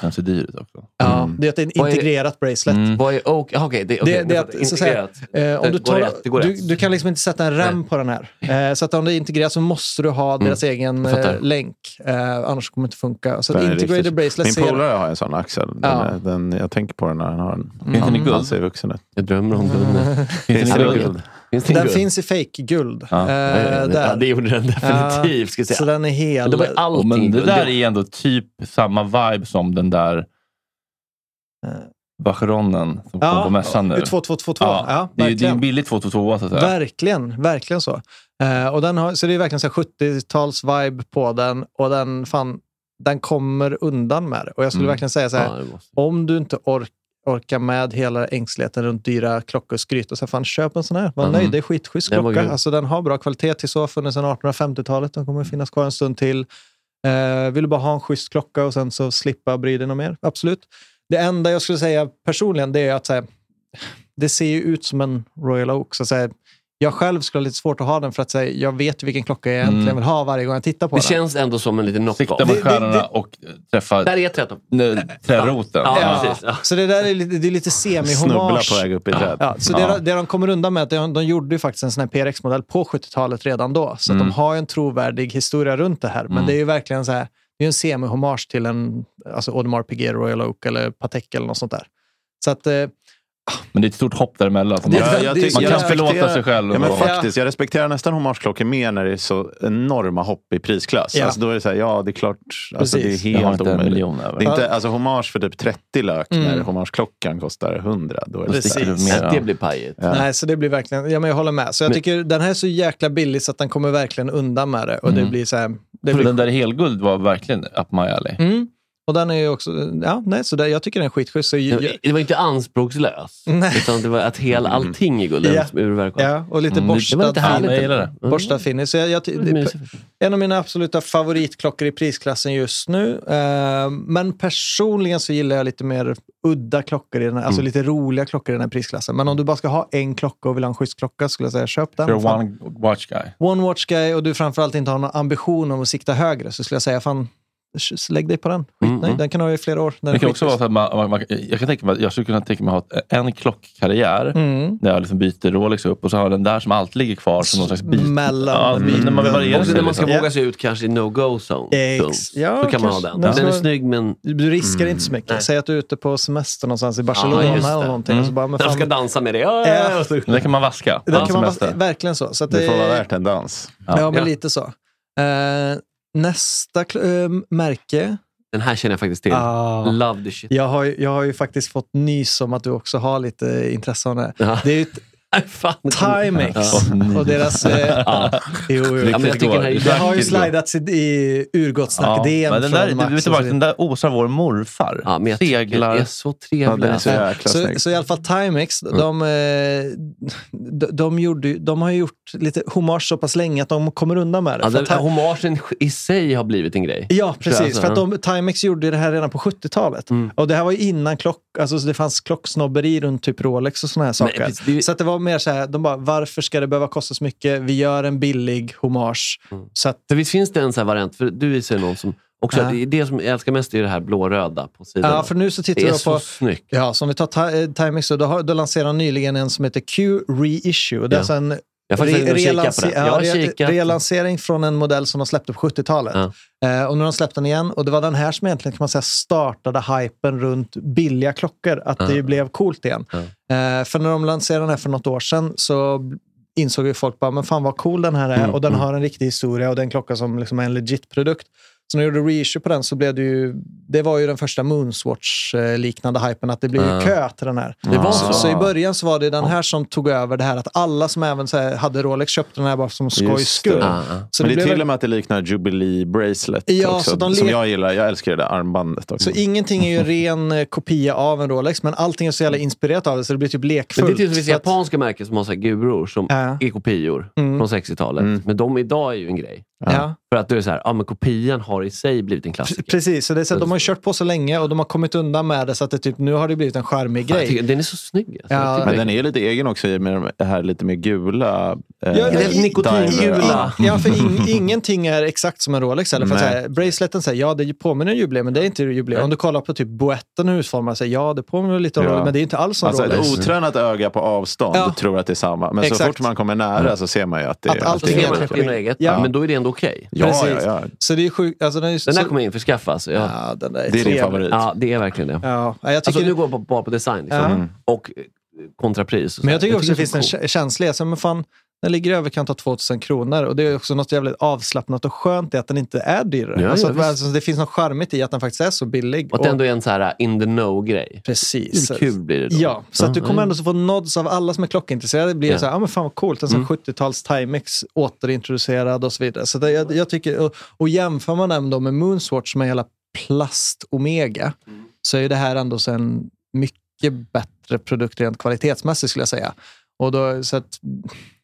Speaker 4: Kanske dyrt också.
Speaker 1: Ja, det är ett
Speaker 2: Vad är-
Speaker 1: integrerat bracelet.
Speaker 2: Vad är ok? Aha, Okej, det,
Speaker 1: Det,
Speaker 2: okay,
Speaker 1: det är att, så att säga, eh, om du,
Speaker 2: går
Speaker 1: tar,
Speaker 2: rätt, det går
Speaker 1: du,
Speaker 2: rätt. Mm.
Speaker 1: du kan liksom inte sätta en rem på den här. Eh, så att om det är integrerat så måste du ha deras egen
Speaker 2: jag fattar.
Speaker 1: eh, länk. Eh, annars kommer det inte funka. Så
Speaker 3: Den
Speaker 1: att
Speaker 3: är
Speaker 1: integrated
Speaker 3: riktigt-
Speaker 1: bracelet
Speaker 3: Min
Speaker 1: ser...
Speaker 3: polare har en sån axel. Den,
Speaker 1: Ja.
Speaker 3: är- den, jag tänker på den när han har den.
Speaker 4: Mm. Finns den i
Speaker 3: Han
Speaker 4: guld?
Speaker 3: ser vuxen ut.
Speaker 2: Jag drömmer om
Speaker 1: <laughs>
Speaker 2: den.
Speaker 4: Finns
Speaker 2: Hallå,
Speaker 4: det
Speaker 2: guld?
Speaker 4: guld?
Speaker 2: Finns det en
Speaker 1: Den
Speaker 2: guld?
Speaker 1: finns i fake-guld.
Speaker 4: Ja.
Speaker 1: Eh,
Speaker 2: ja, det
Speaker 1: där.
Speaker 2: gjorde den definitivt. Ska jag
Speaker 1: Så
Speaker 2: säga.
Speaker 1: den är hel.
Speaker 2: Det var ju
Speaker 4: Ja,
Speaker 2: allting.
Speaker 4: men det
Speaker 2: guld.
Speaker 4: där är ändå typ samma vibe som den där
Speaker 1: eh,
Speaker 4: Vacheronen som kom på mässan nu.
Speaker 1: U2222.
Speaker 4: Ja,
Speaker 1: Ja,
Speaker 4: det är ju det är
Speaker 1: verkligen.
Speaker 4: en billig 222 så att säga.
Speaker 1: Verkligen, verkligen så. Eh, och den har, så det är verkligen så här 70-tals-vibe på den och den, fan, den kommer undan med det. Och jag skulle
Speaker 4: Mm.
Speaker 1: verkligen säga så här,
Speaker 2: Ja, det måste-
Speaker 1: om du inte ork, orkar med hela ängsligheten runt dyra klockor och skryt, och så här, fan köp en sån här. Var
Speaker 4: Mm.
Speaker 1: nöjd, det är skitschysst
Speaker 2: Den var
Speaker 1: klocka.
Speaker 2: grym.
Speaker 1: Alltså, den har bra kvalitet, till så har funnits sedan 1850-talet, den kommer finnas kvar en stund till. Eh, vill du bara ha en schysst klocka och sen så slippa bry dig något mer? Absolut. Det enda jag skulle säga personligen, det är att så här, det ser ju ut som en Royal Oak. Så att säga, jag själv skulle ha lite svårt att ha den för att säga, jag vet vilken klocka jag egentligen
Speaker 4: Mm.
Speaker 1: vill ha varje gång jag tittar på
Speaker 2: Det
Speaker 1: den.
Speaker 2: känns ändå som en liten
Speaker 4: Sikta
Speaker 2: knock-off.
Speaker 4: mot
Speaker 1: Det- det-
Speaker 4: stjärnorna och träffa
Speaker 2: Där är 13.
Speaker 4: nö, träroten.
Speaker 2: Ja,
Speaker 1: Ja.
Speaker 2: precis. Ja.
Speaker 1: Så det där är lite, det är lite
Speaker 3: Snubbla
Speaker 1: semi-hommage.
Speaker 3: på väg upp i träd.
Speaker 1: Ja, så
Speaker 4: Ja.
Speaker 1: Det, det de kommer undan med är att de, de gjorde ju faktiskt en sån här PRX-modell på 70-talet redan då. Så att
Speaker 4: Mm.
Speaker 1: de har ju en trovärdig historia runt det här. Men
Speaker 4: Mm.
Speaker 1: det är ju verkligen så här, det är ju en semi-hommage till en alltså Audemars Piguet Royal Oak eller Patek eller något sånt där. Så att, eh,
Speaker 4: Men det är ett stort hopp däremellan.
Speaker 1: Det är
Speaker 4: man,
Speaker 1: ett
Speaker 3: Jag,
Speaker 1: väldigt-
Speaker 3: jag tycker-
Speaker 4: man
Speaker 3: jag
Speaker 4: kan
Speaker 3: respekterar-
Speaker 4: förlåta sig själv.
Speaker 3: Ja, men
Speaker 4: ändå.
Speaker 1: fan.
Speaker 3: faktiskt, jag respekterar nästan homageklockor mer när det är så enorma hopp i prisklass.
Speaker 1: Ja.
Speaker 3: Alltså, då är det så här, ja det är klart, alltså, det är
Speaker 1: Precis.
Speaker 4: jag har
Speaker 3: helt
Speaker 4: inte en
Speaker 3: omöjligt.
Speaker 4: miljon över.
Speaker 3: Det är inte, alltså, hommage för typ 30 lök
Speaker 1: Mm.
Speaker 3: när homageklockan kostar 100. Då är det
Speaker 4: Då
Speaker 3: så
Speaker 4: sticker
Speaker 3: här.
Speaker 4: du mer.
Speaker 2: Det blir pajigt.
Speaker 3: Ja.
Speaker 1: nej, så det blir verkligen, ja men jag håller med. Så jag tycker den här är så jäkla billig så att den kommer verkligen undan med det. Och det
Speaker 4: Mm.
Speaker 1: blir så här, det
Speaker 4: För
Speaker 1: blir
Speaker 4: Den där i helguld var verkligen up my alley.
Speaker 1: Mm. Och den är ju också, ja, nej, så där, jag tycker den är skitschysst. Så jag,
Speaker 2: Det- Det var inte anspråkslös.
Speaker 1: Nej. Mm.
Speaker 2: Utan det var att hela allting i guld
Speaker 1: Ja.
Speaker 2: ur verkar.
Speaker 1: ja, och lite
Speaker 4: Mm, det-
Speaker 1: borstad
Speaker 2: Det var lite härligt.
Speaker 4: Ja, jag gillar det.
Speaker 1: fin- Borstad finish. Så jag, jag, ty-
Speaker 2: Mm.
Speaker 1: det, en av mina absoluta favoritklockor i prisklassen just nu. Eh, men personligen så gillar jag lite mer udda klockor, i den här, alltså lite roliga klockor i den här prisklassen. Men om du bara ska ha en klocka och vill ha en schysst klocka skulle jag säga köp den.
Speaker 4: You're
Speaker 1: Fan.
Speaker 4: one watch guy.
Speaker 1: one watch guy och du framförallt inte har någon ambition om att sikta högre så skulle jag säga fan, sh- lägg dig på den. Skitnöjd.
Speaker 2: Mm, mm.
Speaker 1: Den kan du ha i flera år. Den
Speaker 4: Det
Speaker 1: är
Speaker 4: kan också vara
Speaker 1: skitschysst.
Speaker 4: så att man, man, man, jag, kan tänka mig, att jag skulle kunna tänka mig att ha ett- en klockkarriär
Speaker 1: Mm.
Speaker 4: där jag liksom byter Rolex upp och så har jag den där som alltid ligger kvar som någon slags bit.
Speaker 1: Mellan-
Speaker 4: Ja, men när man vill variera
Speaker 2: Också
Speaker 4: sig.
Speaker 2: när man ska
Speaker 4: Liksom.
Speaker 1: Ja.
Speaker 2: våga sig ut kanske i no-go zone.
Speaker 1: Ex-
Speaker 2: punkt.
Speaker 1: ja,
Speaker 2: så kan
Speaker 1: kanske.
Speaker 2: man ha
Speaker 1: Alltså-
Speaker 2: den.
Speaker 1: Nej,
Speaker 2: Den är
Speaker 1: så-
Speaker 2: snygg men...
Speaker 1: Du riskar inte så mycket.
Speaker 2: Nej.
Speaker 1: Säg att du är ute på semester någonstans i
Speaker 2: Ja,
Speaker 1: Barcelona
Speaker 2: just det.
Speaker 1: eller någonting.
Speaker 4: Mm.
Speaker 1: Och så bara, men
Speaker 2: Den
Speaker 1: fan,
Speaker 2: ska dansa med dig. Ja,
Speaker 1: Ja.
Speaker 2: ja, ja.
Speaker 4: Men Den kan man vaska.
Speaker 1: det
Speaker 4: på
Speaker 1: kan man
Speaker 4: semester.
Speaker 1: verkligen så. så att
Speaker 3: Det får vara värt en dans.
Speaker 1: Ja, men
Speaker 2: Ja.
Speaker 1: lite så. Eh, nästa kl- eh, märke.
Speaker 2: Den här känner jag faktiskt till.
Speaker 4: Mm.
Speaker 2: Love the shit.
Speaker 1: Jag, har, ju- jag har ju faktiskt fått nys om att du också har lite intresse av det.
Speaker 2: Ja.
Speaker 1: Det är ju
Speaker 4: <laughs>
Speaker 1: ett
Speaker 2: <laughs> Fan.
Speaker 1: Timex
Speaker 2: Ja.
Speaker 1: och deras... Eh,
Speaker 2: Ja.
Speaker 1: <laughs> jo, jo.
Speaker 2: Ja, men jag tycker den här
Speaker 1: Det har ju
Speaker 4: Riktigt bra.
Speaker 1: slidats i, i
Speaker 4: Ja,
Speaker 1: urgottsnack-DM
Speaker 4: men den där,
Speaker 1: från
Speaker 4: du
Speaker 1: Max.
Speaker 4: vet
Speaker 1: och så
Speaker 4: vad, den
Speaker 1: vidare.
Speaker 4: där osar vår morfar.
Speaker 2: Ja, men jag tycker
Speaker 4: Seglar.
Speaker 2: den är så
Speaker 3: Ja, den
Speaker 2: trevlig.
Speaker 3: är så
Speaker 2: alltså.
Speaker 3: jäkla
Speaker 1: Så,
Speaker 3: snygg.
Speaker 1: så i alla fall Timex,
Speaker 4: Mm.
Speaker 1: de, eh, de, de, gjorde, ju- de har ju gjort lite hommage så pass länge att de kommer undan med det.
Speaker 2: Ja,
Speaker 1: För
Speaker 2: den,
Speaker 1: att Ti-
Speaker 2: hommagen i sig har blivit en grej.
Speaker 1: Ja,
Speaker 2: jag,
Speaker 1: precis.
Speaker 2: så
Speaker 1: För att
Speaker 2: här.
Speaker 1: de, Timex gjorde det här redan på 70-talet.
Speaker 2: Alltså, Mm.
Speaker 1: Och det här var ju innan klock, alltså så det fanns klocksnobberi runt typ Rolex och såna här saker.
Speaker 2: precis, det är ju-
Speaker 1: Så att det var mer så här, de bara, varför ska det behöva kosta så mycket? Vi gör en billig hommage.
Speaker 2: Mm.
Speaker 1: Så att,
Speaker 2: För visst finns det en sån här variant? För du visar ju någon som... Också,
Speaker 1: Ja.
Speaker 2: det, det som jag älskar mest är det här blå-röda på sidan.
Speaker 1: ja, för nu så tittar
Speaker 2: det är
Speaker 1: jag
Speaker 2: så
Speaker 1: på...
Speaker 2: snyggt.
Speaker 1: Ja, så om vi tar Ti- eh, Timex så då, har, då lanserar de nyligen en som heter Q Reissue. Det är
Speaker 2: Ja.
Speaker 1: alltså en
Speaker 2: Jag har faktiskt varit inne och kikat på
Speaker 1: relanse-
Speaker 2: den. Jag
Speaker 1: ja,
Speaker 2: har
Speaker 1: re-
Speaker 2: kikat.
Speaker 1: relansering från en modell som de släppte på 70-talet.
Speaker 2: Ja.
Speaker 1: Eh, och nu har de släppt den igen. Och det var den här som egentligen kan man säga startade hypen runt billiga klockor. Att det
Speaker 2: Ja.
Speaker 1: blev coolt igen.
Speaker 2: Ja.
Speaker 1: Eh, för när de lanserade den här för något år sedan så insåg ju folk bara, men fan vad cool den här är.
Speaker 2: Mm,
Speaker 1: och den
Speaker 2: mm.
Speaker 1: har en riktig historia och den klocka som liksom är en legit produkt. Så när jag gjorde reissue på den så blev det ju, det var ju den första Moonswatch-liknande hypen, att det blev ju
Speaker 2: Ja.
Speaker 1: kö till den här.
Speaker 2: Det var
Speaker 1: Så,
Speaker 2: så.
Speaker 1: så i början så var det den här som tog över det här att alla som även så här, hade Rolex köpte den här bara som skojs
Speaker 3: Just
Speaker 1: skull.
Speaker 3: det.
Speaker 2: Ja, ja.
Speaker 1: Så,
Speaker 3: men det, är
Speaker 1: blev-
Speaker 3: till och med att det liknar Jubilee Bracelet
Speaker 1: Ja,
Speaker 3: också,
Speaker 1: så de
Speaker 3: som
Speaker 1: le-
Speaker 3: jag gillar. Jag älskar det där armbandet också.
Speaker 1: så ingenting är ju en ren eh, kopia av en Rolex, men allting är så jävla inspirerat av det så det blir typ
Speaker 2: Men
Speaker 1: lekfullt.
Speaker 2: det är typ som vissa
Speaker 1: Så att-
Speaker 2: japanska märken som har så här guror som
Speaker 1: Ja.
Speaker 2: är kopior
Speaker 1: Mm.
Speaker 2: från 60-talet.
Speaker 3: Mm.
Speaker 2: Men de idag är ju en grej.
Speaker 1: ja.
Speaker 2: För att du är så här, ja men kopian har har i sig blivit en
Speaker 3: Alltså,
Speaker 2: klassiker.
Speaker 1: Precis, så det är så att de har kört på så länge och de har kommit undan med det så att det typ, nu har det blivit en charmig
Speaker 2: Fan, jag
Speaker 1: grej.
Speaker 2: tycker, den är så snygg. Alltså.
Speaker 1: Ja.
Speaker 2: Jag tycker
Speaker 3: Men
Speaker 2: det.
Speaker 3: den är ju lite egen också i och med det här lite mer gula. Eh,
Speaker 1: Ja, det är
Speaker 3: diver.
Speaker 2: nikotingula.
Speaker 1: Ja, för in, ingenting är exakt som en Rolex. Eller? För att
Speaker 3: Nej.
Speaker 1: säga, braceleten säger ja, det påminner om jubileum, men det är inte jubileum. Om du kollar på typ boetten och hur utformad säger ja, det påminner lite om
Speaker 3: Ja.
Speaker 1: Rolex, men det är inte alls som
Speaker 3: Alltså ett
Speaker 1: Rolex.
Speaker 3: otränat öga på avstånd
Speaker 1: Ja.
Speaker 4: Typ
Speaker 3: tror att det är Mm. samma. Men Alltså, så
Speaker 1: Exakt.
Speaker 3: fort man kommer nära så ser man ju att det
Speaker 1: Att
Speaker 3: är...
Speaker 1: allt
Speaker 2: Då
Speaker 3: det
Speaker 1: är
Speaker 2: ser
Speaker 3: är
Speaker 2: man
Speaker 1: helt
Speaker 2: att
Speaker 3: olika.
Speaker 2: det är något eget,
Speaker 1: Ja.
Speaker 2: men då är det ändå okej.
Speaker 3: Ja, ja,
Speaker 1: Precis.
Speaker 3: ja.
Speaker 1: Så det är sjukt. Alltså, den är,
Speaker 2: Den där
Speaker 1: så,
Speaker 2: kommer jag införskaffa. Alltså. Jag,
Speaker 1: ja, den där är,
Speaker 3: Det är din
Speaker 1: trevlig.
Speaker 3: favorit.
Speaker 2: ja, det är verkligen det.
Speaker 1: Ja, jag tycker,
Speaker 2: Alltså, nu går jag bara- bara på design liksom. och eh, kontrapris. Och så
Speaker 1: men
Speaker 2: här.
Speaker 1: jag tycker också det finns
Speaker 2: är
Speaker 1: en
Speaker 2: så
Speaker 1: kä- känslig, alltså, men fan, den ligger i överkant av 2000 kronor och det är också något jävligt avslappnat och skönt i att den inte är dyrare.
Speaker 2: Ja,
Speaker 1: alltså,
Speaker 2: ja,
Speaker 1: att,
Speaker 2: visst.
Speaker 1: alltså, det finns något charmigt i att den faktiskt är så billig.
Speaker 2: cool. Och att det ändå är en så här in the know-grej.
Speaker 1: precis.
Speaker 2: Hur kul blir det då?
Speaker 1: Ja, så att du
Speaker 2: Ja,
Speaker 1: kommer ändå så få nods av alla som är klockintresserade. Det blir
Speaker 2: Ja.
Speaker 1: så här, ah, men fan vad coolt, en sån
Speaker 2: Mm.
Speaker 1: 70-tals Timex återintroducerad och så vidare. Så det, jag, jag tycker, och, och jämför man den då med Moonswatch som är hela plast-omega, så är ju det här ändå så en mycket bättre produkt rent kvalitetsmässigt skulle jag säga. Och då, så att,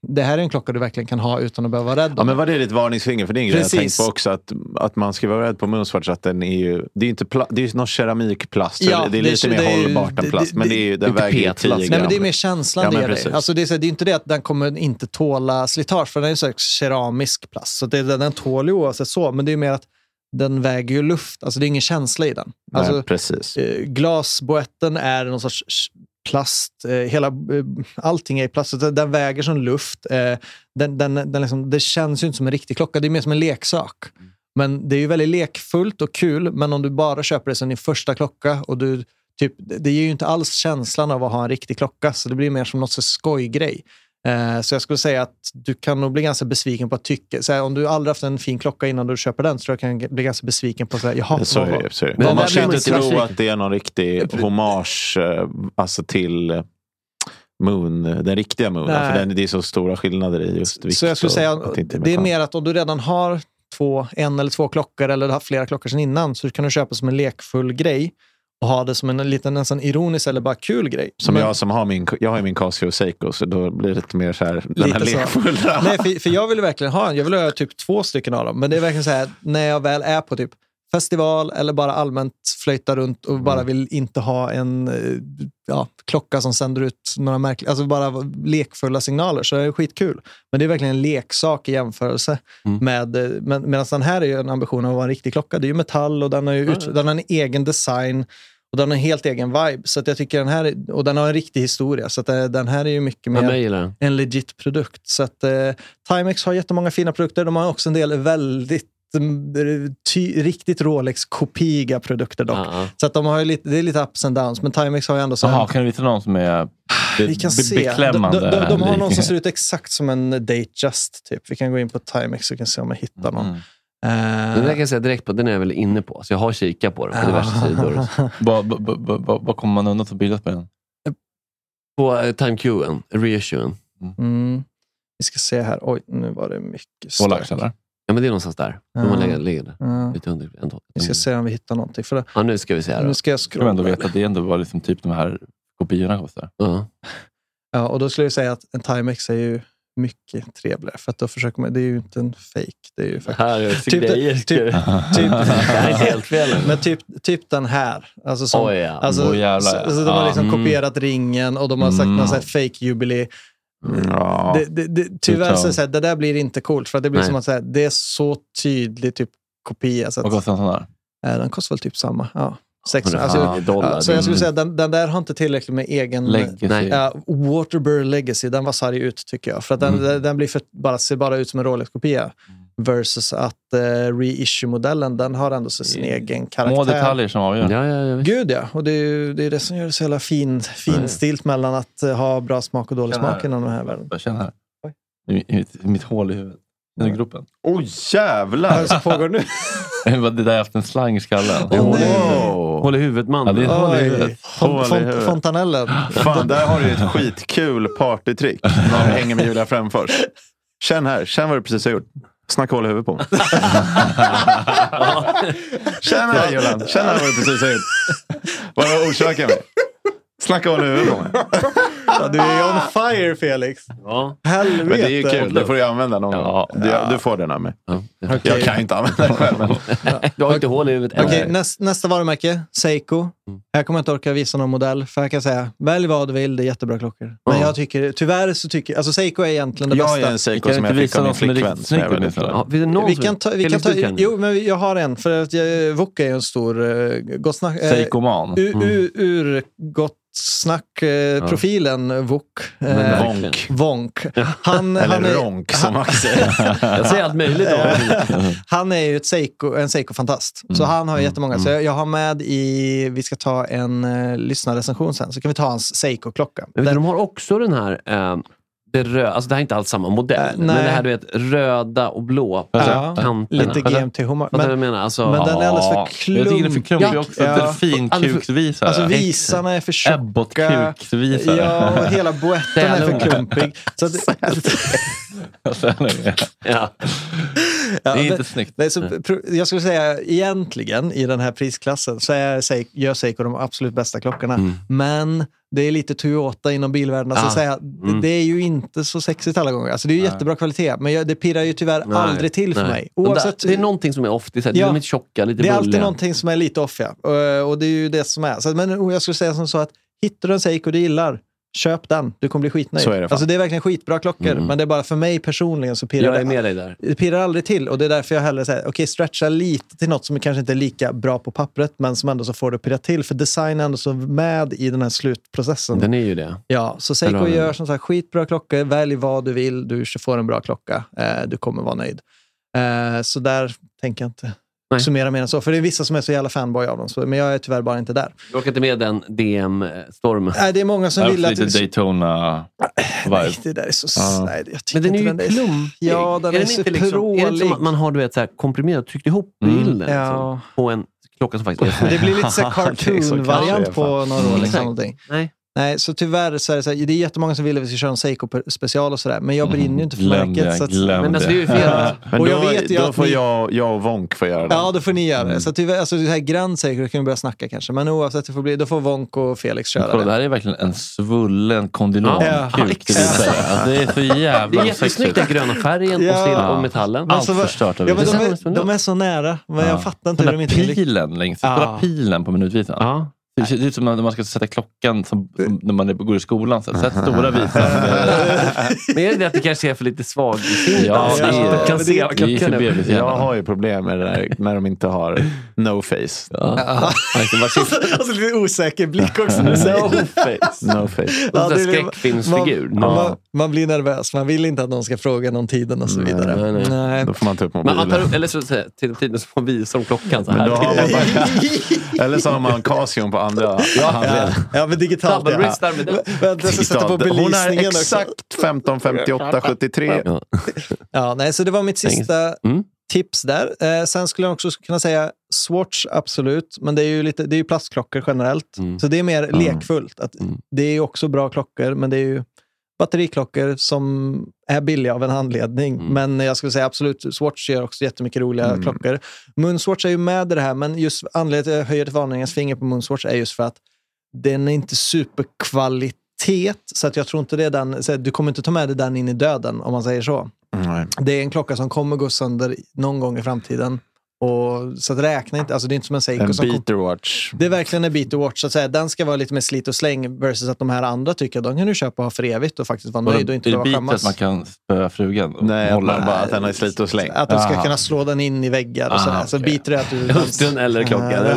Speaker 1: det här är en klocka du verkligen kan ha utan att behöva vara rädd om
Speaker 3: Ja, men
Speaker 1: den.
Speaker 3: var det ditt varningsfinger? För det är en grej jag
Speaker 1: Precis.
Speaker 3: har tänkt på också. Att, att man ska vara rädd på munsvart så att den är ju... Det är ju inte pla- det är ju någon keramikplast.
Speaker 1: Ja,
Speaker 3: eller det är
Speaker 1: det är
Speaker 3: lite
Speaker 1: ju-
Speaker 3: mer
Speaker 1: det är ju-
Speaker 3: hållbart
Speaker 1: det-
Speaker 3: än plast.
Speaker 1: det-
Speaker 3: Men det är ju, den
Speaker 2: inte
Speaker 3: väger ju 10
Speaker 2: petplast.
Speaker 3: gram.
Speaker 1: Nej, men det är mer känslan
Speaker 3: Ja,
Speaker 1: det
Speaker 3: men
Speaker 1: är det.
Speaker 3: precis.
Speaker 1: Alltså, det, är så, här, det är inte det att den kommer inte tåla slitage, för den är ju så här keramisk plast. Så det, den tål ju oavsett så, men det är mer att den väger ju luft. Alltså det är ingen känsla i den.
Speaker 3: Nej,
Speaker 1: Alltså,
Speaker 3: precis.
Speaker 1: eh, glasboetten är någon sorts sh- plast. eh, Hela, eh, allting är i plast. så Den den väger som luft. eh, Den, den, den liksom, det känns ju inte som en riktig klocka. Det är mer som en leksak.
Speaker 3: Mm.
Speaker 1: Men det är ju väldigt lekfullt och kul. Men om du bara köper det som din första klocka och du typ, det det ger ju inte alls känslan av att ha en riktig klocka. Så det blir mer som något sorts skojgrej. Eh, Så jag skulle säga att du kan nog bli ganska besviken på att tycka... Så här, om du aldrig haft en fin klocka innan du köper den så tror jag du kan bli ganska besviken på att säga, jaha,
Speaker 3: Så är
Speaker 1: vad var-
Speaker 3: det, så är det.
Speaker 2: Men
Speaker 3: Men man
Speaker 2: där
Speaker 3: ska
Speaker 2: blir man
Speaker 3: inte
Speaker 2: inte
Speaker 3: tro
Speaker 2: besviken.
Speaker 3: att det är någon riktig hommage eh, alltså till eh, Moon, den riktiga Moon.
Speaker 1: Nej.
Speaker 3: För den, det är så stora skillnader i just vikt.
Speaker 1: Så jag skulle
Speaker 3: och
Speaker 1: säga
Speaker 3: att inte
Speaker 1: det är
Speaker 3: metall.
Speaker 1: mer att om du redan har två, en eller två klockor eller du har haft flera klockor sedan innan så kan du köpa som en lekfull grej och ha det som en liten nästan ironisk eller bara kul grej.
Speaker 3: Som
Speaker 1: Men-
Speaker 3: jag som har min, jag har ju min Casio Seiko, så då blir det lite mer så här, den
Speaker 1: Lite
Speaker 3: här
Speaker 1: så. <laughs>
Speaker 3: lekfulla.
Speaker 1: Nej, för, för jag vill verkligen ha en. Jag vill ha typ två stycken av dem. Men det är verkligen så här, när jag väl är på typ festival eller bara allmänt flöjta runt och bara vill inte ha en eh, ja, klocka som sänder ut några märkliga, alltså bara lekfulla signaler så är det skitkul. Men det är verkligen en leksak i jämförelse med, eh, men, medan den här är ju en ambition av att vara en riktig klocka. Det är ju metall och den har, ju ut, den har en egen design och den har en helt egen vibe. Så att jag tycker den här, är- och den har en riktig historia. Så att eh, den här är ju mycket
Speaker 2: Ja,
Speaker 1: mer
Speaker 2: men jag gillar den.
Speaker 1: en legit produkt. Så att, eh, Timex har jättemånga fina produkter. De har också en del väldigt mm, ty, riktigt Rolex-kopiga produkter dock.
Speaker 2: Ja, ja.
Speaker 1: Så att de har ju lite, det är lite ups and downs, men Timex har ju ändå så här,
Speaker 4: Jaha, kan du visa någon som är be,
Speaker 1: vi kan
Speaker 4: be,
Speaker 1: se. De, de,
Speaker 4: beklämmande?
Speaker 1: de, de har någon som
Speaker 4: <laughs> liknelse?
Speaker 1: ser ut exakt som en Datejust. Typ. Vi kan gå in på Timex och kan se om jag hittar någon.
Speaker 4: Mm.
Speaker 1: Eh,
Speaker 2: Den där kan jag säga direkt på, den är jag väl inne på. Så jag har kikat på den på
Speaker 1: Ja. <laughs>
Speaker 2: diverse sidor.
Speaker 4: Vad vad- vad- vad- vad kommer man undan för bilder på den?
Speaker 2: På eh, TimeQ-en, reissuen.
Speaker 1: mm. Vi ska se här. Oj, nu var det mycket
Speaker 4: Rolex
Speaker 1: stök.
Speaker 4: eller?
Speaker 2: Ja, men det är någonstans där. De
Speaker 1: Ja.
Speaker 2: har legat, legat där.
Speaker 1: Ja.
Speaker 2: Lite under. ändå.
Speaker 1: Vi ska se om vi hittar någonting. För det,
Speaker 2: Ja, nu ska vi se här.
Speaker 1: nu ska jag
Speaker 4: Ska man ändå
Speaker 1: scrolla.
Speaker 4: veta att det ändå var liksom typ de här kopiorna kostar.
Speaker 2: Ja.
Speaker 1: Ja, och då skulle jag säga att en Timex är ju mycket trevligare. För att då försöker man, det är ju inte en fake. Det är ju faktiskt...
Speaker 2: Här är
Speaker 1: Typ- grejer, typ- <laughs> typ- <laughs>
Speaker 4: <laughs>
Speaker 1: Typ,
Speaker 2: här är inte helt fel.
Speaker 1: men typ, typ den här. Alltså som,
Speaker 2: Oj, ja.
Speaker 1: alltså,
Speaker 4: Åh, jävlar,
Speaker 1: så,
Speaker 4: ja.
Speaker 1: så de har
Speaker 4: Ja,
Speaker 1: liksom
Speaker 2: mm.
Speaker 1: kopierat ringen och de har sagt
Speaker 4: Mm.
Speaker 1: någon sån här fake jubilee.
Speaker 3: Ja.
Speaker 1: Det, det, det, tyvärr så är det, så här, det där blir inte coolt. För att det blir
Speaker 2: Nej.
Speaker 1: som att så här, det är så tydlig typ kopia. Så
Speaker 4: Vad
Speaker 1: att,
Speaker 4: kostar en sån där?
Speaker 1: eh, den kostar väl typ samma. Ja, 600. Alltså,
Speaker 2: Ja, dollar.
Speaker 1: ja, så jag
Speaker 4: mm.
Speaker 1: skulle säga att den, den där har inte tillräckligt med egen...
Speaker 4: Legacy.
Speaker 2: Nej.
Speaker 1: Ja, Waterbury Legacy, den var sarg ut tycker jag. För att den,
Speaker 3: Mm.
Speaker 1: den- den blir för, bara, ser bara ut som en Rolex-kopia. Versus att eh, reissue-modellen, den har ändå så sin egen karaktär.
Speaker 4: Små detaljer som avgör.
Speaker 2: Ja, ja, ja, visst.
Speaker 1: Gud ja, och det är, ju, det är det som gör det så jävla fin, finstilt mellan att eh, ha bra smak och dålig
Speaker 4: Känner
Speaker 1: smak inom den här världen.
Speaker 4: Jag känner här. I, i mitt, i mitt hål i huvudet. I gropen.
Speaker 3: Oj,
Speaker 1: Vad är
Speaker 3: jävlar!
Speaker 1: det som pågår nu?
Speaker 4: Det var- <laughs> det där jag haft en slang i skallen.
Speaker 1: Åh,
Speaker 4: Hål i
Speaker 1: nej.
Speaker 4: huvudet.
Speaker 3: Wow.
Speaker 2: Håll i huvudet man.
Speaker 4: Ja, det är ett hål i
Speaker 1: Oj,
Speaker 4: huvudet.
Speaker 1: font,
Speaker 3: Hål i huvudet.
Speaker 1: font,
Speaker 3: <laughs>
Speaker 1: fontanellen.
Speaker 3: Fan, där har du ju ett skitkul partytrick. När du hänger med Julia Frändfors. Känn här, känn vad du precis har gjort. Snacka hål i huvudet
Speaker 1: <laughs>
Speaker 3: på honom. Känn här Julian, känn här vad du precis har gjort. Vad du orsakar mig. Snacka hål i huvudet på mig.
Speaker 1: Ja, du är on fire, Felix.
Speaker 2: Ja.
Speaker 1: Helvete.
Speaker 3: Men det är ju kul. Det får du ju använda någon
Speaker 4: Ja.
Speaker 3: gång. Du, du får den av mig.
Speaker 2: Ja.
Speaker 3: Jag kan ju inte använda den själv. men-
Speaker 2: Du har inte hål i huvudet än.
Speaker 1: Okej, näst, nästa varumärke, Seiko.
Speaker 3: Mm.
Speaker 1: Här kommer jag inte orka visa någon modell, för jag kan säga välj vad du vill, det är jättebra klockor. Men jag tycker, tyvärr så tycker alltså Seiko är egentligen det
Speaker 3: Jag
Speaker 1: bästa.
Speaker 3: är en Seiko
Speaker 4: Kan
Speaker 3: som
Speaker 4: du
Speaker 3: jag
Speaker 4: inte
Speaker 3: fick
Speaker 4: visa
Speaker 3: av min
Speaker 4: någon som är
Speaker 3: flickvän.
Speaker 4: riktigt liksom.
Speaker 3: som
Speaker 4: snygg
Speaker 3: jag är väldigt
Speaker 4: åtminstone?
Speaker 3: glad.
Speaker 2: Ja, finns det någon
Speaker 1: Vi
Speaker 2: som-
Speaker 1: kan ta, vi kan
Speaker 2: Felix,
Speaker 1: ta,
Speaker 2: du kan.
Speaker 1: jo, men jag har en, för att jag, Wok är ju en stor eh, gott snack, eh,
Speaker 4: Seikoman.
Speaker 1: u,
Speaker 3: Mm.
Speaker 1: u, ur gott snack-profilen Wok.
Speaker 2: Men
Speaker 1: Eh,
Speaker 2: verkligen.
Speaker 1: Wonk. Han, han,
Speaker 3: Eller
Speaker 1: är,
Speaker 3: ronk som Max säger.
Speaker 2: Jag säger allt möjligt
Speaker 1: <laughs>
Speaker 2: om det.
Speaker 1: han är ju ett Seiko, en Seiko-fantast, så han har ju jättemånga. Så jag, jag har med i, vi ska ta en eh, lyssnarrecension sen, så kan vi ta hans Seiko-klocka.
Speaker 2: Jag vet,
Speaker 1: Den-
Speaker 2: inte, de har också den här... Eh, det, rö- alltså, det här är inte alls samma modell,
Speaker 1: Äh,
Speaker 2: men det
Speaker 1: nej.
Speaker 2: här du vet, röda och blåa på
Speaker 1: Ja,
Speaker 2: kanterna.
Speaker 1: Lite GMT-humor.
Speaker 2: Fattar du vad jag
Speaker 1: Men,
Speaker 2: menar? Alltså,
Speaker 1: men den är alldeles
Speaker 4: Ja,
Speaker 1: för
Speaker 4: Jag tycker den är för
Speaker 1: klumpig.
Speaker 4: klumpig också.
Speaker 1: Ja.
Speaker 4: Delfinkuksvisare.
Speaker 1: Alltså visarna är för tjocka.
Speaker 4: Ebbotkuksvisare. <laughs>
Speaker 1: Ja, och hela boetten är för
Speaker 2: Sälunga.
Speaker 1: klumpig. Så att,
Speaker 4: Alltså,
Speaker 2: ja.
Speaker 1: <laughs> ja,
Speaker 4: det är
Speaker 1: det-
Speaker 4: inte snyggt.
Speaker 1: Nej, så, pro- jag skulle säga egentligen i den här prisklassen så är, Seiko- gör Seiko de absolut bästa klockorna. Men det är lite Toyota inom bilvärlden. Alltså,
Speaker 2: Mm. Ah,
Speaker 1: säga, det- Det är ju inte så sexigt alla gånger. Alltså, det är ju jättebra kvalitet, men jag, det pirrar ju tyvärr
Speaker 2: Nej,
Speaker 1: aldrig till för
Speaker 2: nej.
Speaker 1: mig.
Speaker 2: De där-
Speaker 1: Oavsett,
Speaker 2: det är någonting som är off. Det är, så här,
Speaker 1: Ja.
Speaker 2: de är tjocka, lite
Speaker 1: det är
Speaker 2: bulliga.
Speaker 1: alltid någonting som är lite off, ja. och, och det är ju det som är. Så, att- men och jag skulle säga som så att hittar du en Seiko du gillar, köp den. Du kommer bli skitnöjd.
Speaker 3: Så är det fan.
Speaker 1: alltså, det är verkligen skitbra klockor, men det är bara för mig personligen så pirrar
Speaker 2: Mm. Jag
Speaker 1: det
Speaker 2: är med dig där.
Speaker 1: det pirrar aldrig till och det är därför jag hellre säger okej, stretcha lite till något som kanske inte är lika bra på pappret men som ändå så får det att pirra till för design är ändå så med i den här slutprocessen.
Speaker 2: Den är ju det.
Speaker 1: Ja, så Seiko
Speaker 2: Eller-
Speaker 1: gör som sagt skitbra klocka. Välj vad du vill, du får en bra klocka. Eh, du kommer vara nöjd. Eh, så där tänker jag inte
Speaker 2: Nej.
Speaker 1: summera mer än så. För det är vissa som är så jävla fanboy av dem, så, men jag är tyvärr bara inte där.
Speaker 2: Du orkar inte med den DM-stormen.
Speaker 1: Nej, det är många som
Speaker 4: Jag har
Speaker 1: vill
Speaker 4: också
Speaker 1: att...
Speaker 4: lite Daytona
Speaker 1: nej,
Speaker 4: vibe.
Speaker 1: det där är så...
Speaker 3: Ja.
Speaker 1: Nej, jag tycker
Speaker 2: Men den är
Speaker 1: inte
Speaker 2: ju klumpig.
Speaker 1: Ja, den är,
Speaker 2: den
Speaker 1: så
Speaker 2: inte liksom, är det inte som
Speaker 1: prålig.
Speaker 2: att man har du vet, så här, komprimerat och tryckt ihop
Speaker 4: Mm.
Speaker 2: bilden
Speaker 1: Ja.
Speaker 2: liksom, på en klocka som
Speaker 1: <laughs>
Speaker 2: faktiskt är
Speaker 1: Det blir lite så här
Speaker 3: Det är så kanske,
Speaker 1: cartoon-variant på
Speaker 3: fan.
Speaker 1: några år. Liksom,
Speaker 2: Exakt.
Speaker 1: någonting.
Speaker 2: Nej.
Speaker 1: Nej, så tyvärr så är det, så här, det är jättemånga som vill att vi ska köra en Seiko-special och sådär, men jag brinner ju inte för
Speaker 4: Glöm
Speaker 1: märket.
Speaker 4: det,
Speaker 1: Så att,
Speaker 4: glöm
Speaker 2: Men alltså, det är ju fel.
Speaker 1: Ja. <laughs>
Speaker 2: alltså.
Speaker 3: Men
Speaker 1: och
Speaker 3: då,
Speaker 1: jag vet ju
Speaker 3: då
Speaker 1: att
Speaker 3: får
Speaker 1: ni,
Speaker 3: jag, jag och Wonk få göra det.
Speaker 1: Ja, då får ni göra det. Så tyvärr, alltså, det här Grand Seiko kan vi börja snacka kanske, men oavsett, det får bli, då får Wonk och Felix köra
Speaker 4: Kolla, det
Speaker 1: det.
Speaker 4: här är verkligen en svullen
Speaker 1: Ja.
Speaker 4: kondylomkuk. det vill säga. Alltså, det är så
Speaker 2: Det är
Speaker 4: jävla
Speaker 2: jättesnyggt,
Speaker 4: sexigt.
Speaker 2: den gröna färgen och,
Speaker 1: Ja.
Speaker 2: silver och metallen.
Speaker 1: Alltså,
Speaker 4: Allt
Speaker 1: vad-
Speaker 4: förstört av
Speaker 1: Ja, men
Speaker 4: det.
Speaker 1: de,
Speaker 2: Det är samma
Speaker 1: är, de är så nära, men jag fattar inte hur
Speaker 4: Den
Speaker 1: de
Speaker 4: där
Speaker 1: inte lyckas.
Speaker 4: pilen längst.
Speaker 1: Ja.
Speaker 4: Kolla pilen på minutvisan.
Speaker 2: Ja.
Speaker 4: Det ser ut som när man ska sätta klockan som, som när man är- går i skolan. Så sätt
Speaker 1: <laughs>
Speaker 4: stora visan.
Speaker 2: Men är det det att det kanske är för lite svag
Speaker 4: Ja,
Speaker 2: Alltså,
Speaker 4: det är
Speaker 2: att de
Speaker 4: det.
Speaker 2: kan se
Speaker 4: Det är
Speaker 2: vad klockan är.
Speaker 4: ICB-vis
Speaker 3: Jag har ju problem med det där när de inte har no face.
Speaker 4: liksom
Speaker 1: alltså lite osäker blick också
Speaker 3: <laughs>
Speaker 1: när du <laughs> säger det.
Speaker 3: No face.
Speaker 2: En sån där
Speaker 1: det är-
Speaker 2: skräckfilmsfigur.
Speaker 1: Man, man, man blir nervös, man vill inte att någon ska fråga någon tiden och så vidare.
Speaker 2: Nej, nej.
Speaker 1: Nej.
Speaker 3: <laughs> Då får man ta upp
Speaker 2: Men man tar
Speaker 3: mobilen.
Speaker 2: upp, eller så att säga, till tiden så får man visa om klockan så
Speaker 3: Men
Speaker 2: här.
Speaker 3: då har man bara, eller så har man Casion på andra
Speaker 1: Ja,
Speaker 3: handleden.
Speaker 1: ja, men digitalt.
Speaker 2: Double
Speaker 1: Ja.
Speaker 2: wrist där med den.
Speaker 1: Vänta, jag ska sätta på
Speaker 3: Hon är
Speaker 1: belysningen också.
Speaker 3: exakt 15, 58, 73.
Speaker 1: Ja, nej, så det var mitt sista
Speaker 2: Mm.
Speaker 1: tips där. Eh, sen skulle jag också kunna säga Swatch, absolut. Men det är ju, lite, det är ju plastklockor generellt. Så det är mer lekfullt. Att Det är ju också bra klockor, men det är ju batteriklockor som är billiga av en anledning. Men jag skulle säga absolut, Swatch gör också jättemycket roliga klockor. Moonswatch är ju med i det här, men just anledningen till att jag höjer ett varningens finger på Moonswatch är just för att den är inte superkvalitet. Så att jag tror inte det är den, så att du kommer inte ta med dig den in i döden om man säger så.
Speaker 3: Nej.
Speaker 1: Det är en klocka som kommer gå sönder någon gång i framtiden. Och, så att räkna inte, alltså det är inte som en Seiko.
Speaker 3: En
Speaker 1: som kom,
Speaker 3: beater watch.
Speaker 1: det är verkligen en beat to watch. Så att säga. Den ska vara lite mer slit och släng versus att de här andra tycker att de kan du köpa och ha för evigt och faktiskt vara nöjd och inte
Speaker 4: Är det
Speaker 1: behöva
Speaker 4: bitet
Speaker 1: skämmas.
Speaker 4: att man kan spöa frugan? och
Speaker 3: Nej, att
Speaker 4: hålla
Speaker 3: man
Speaker 1: <laughs>
Speaker 4: den?
Speaker 3: bara att den är slit och släng.
Speaker 1: Att du ska
Speaker 4: Aha.
Speaker 1: kunna slå den in i väggar och sådär.
Speaker 4: Aha,
Speaker 1: Så
Speaker 4: okej.
Speaker 1: beater är att
Speaker 3: <laughs>
Speaker 1: du
Speaker 2: Hustrun eller klockan.
Speaker 1: Ja.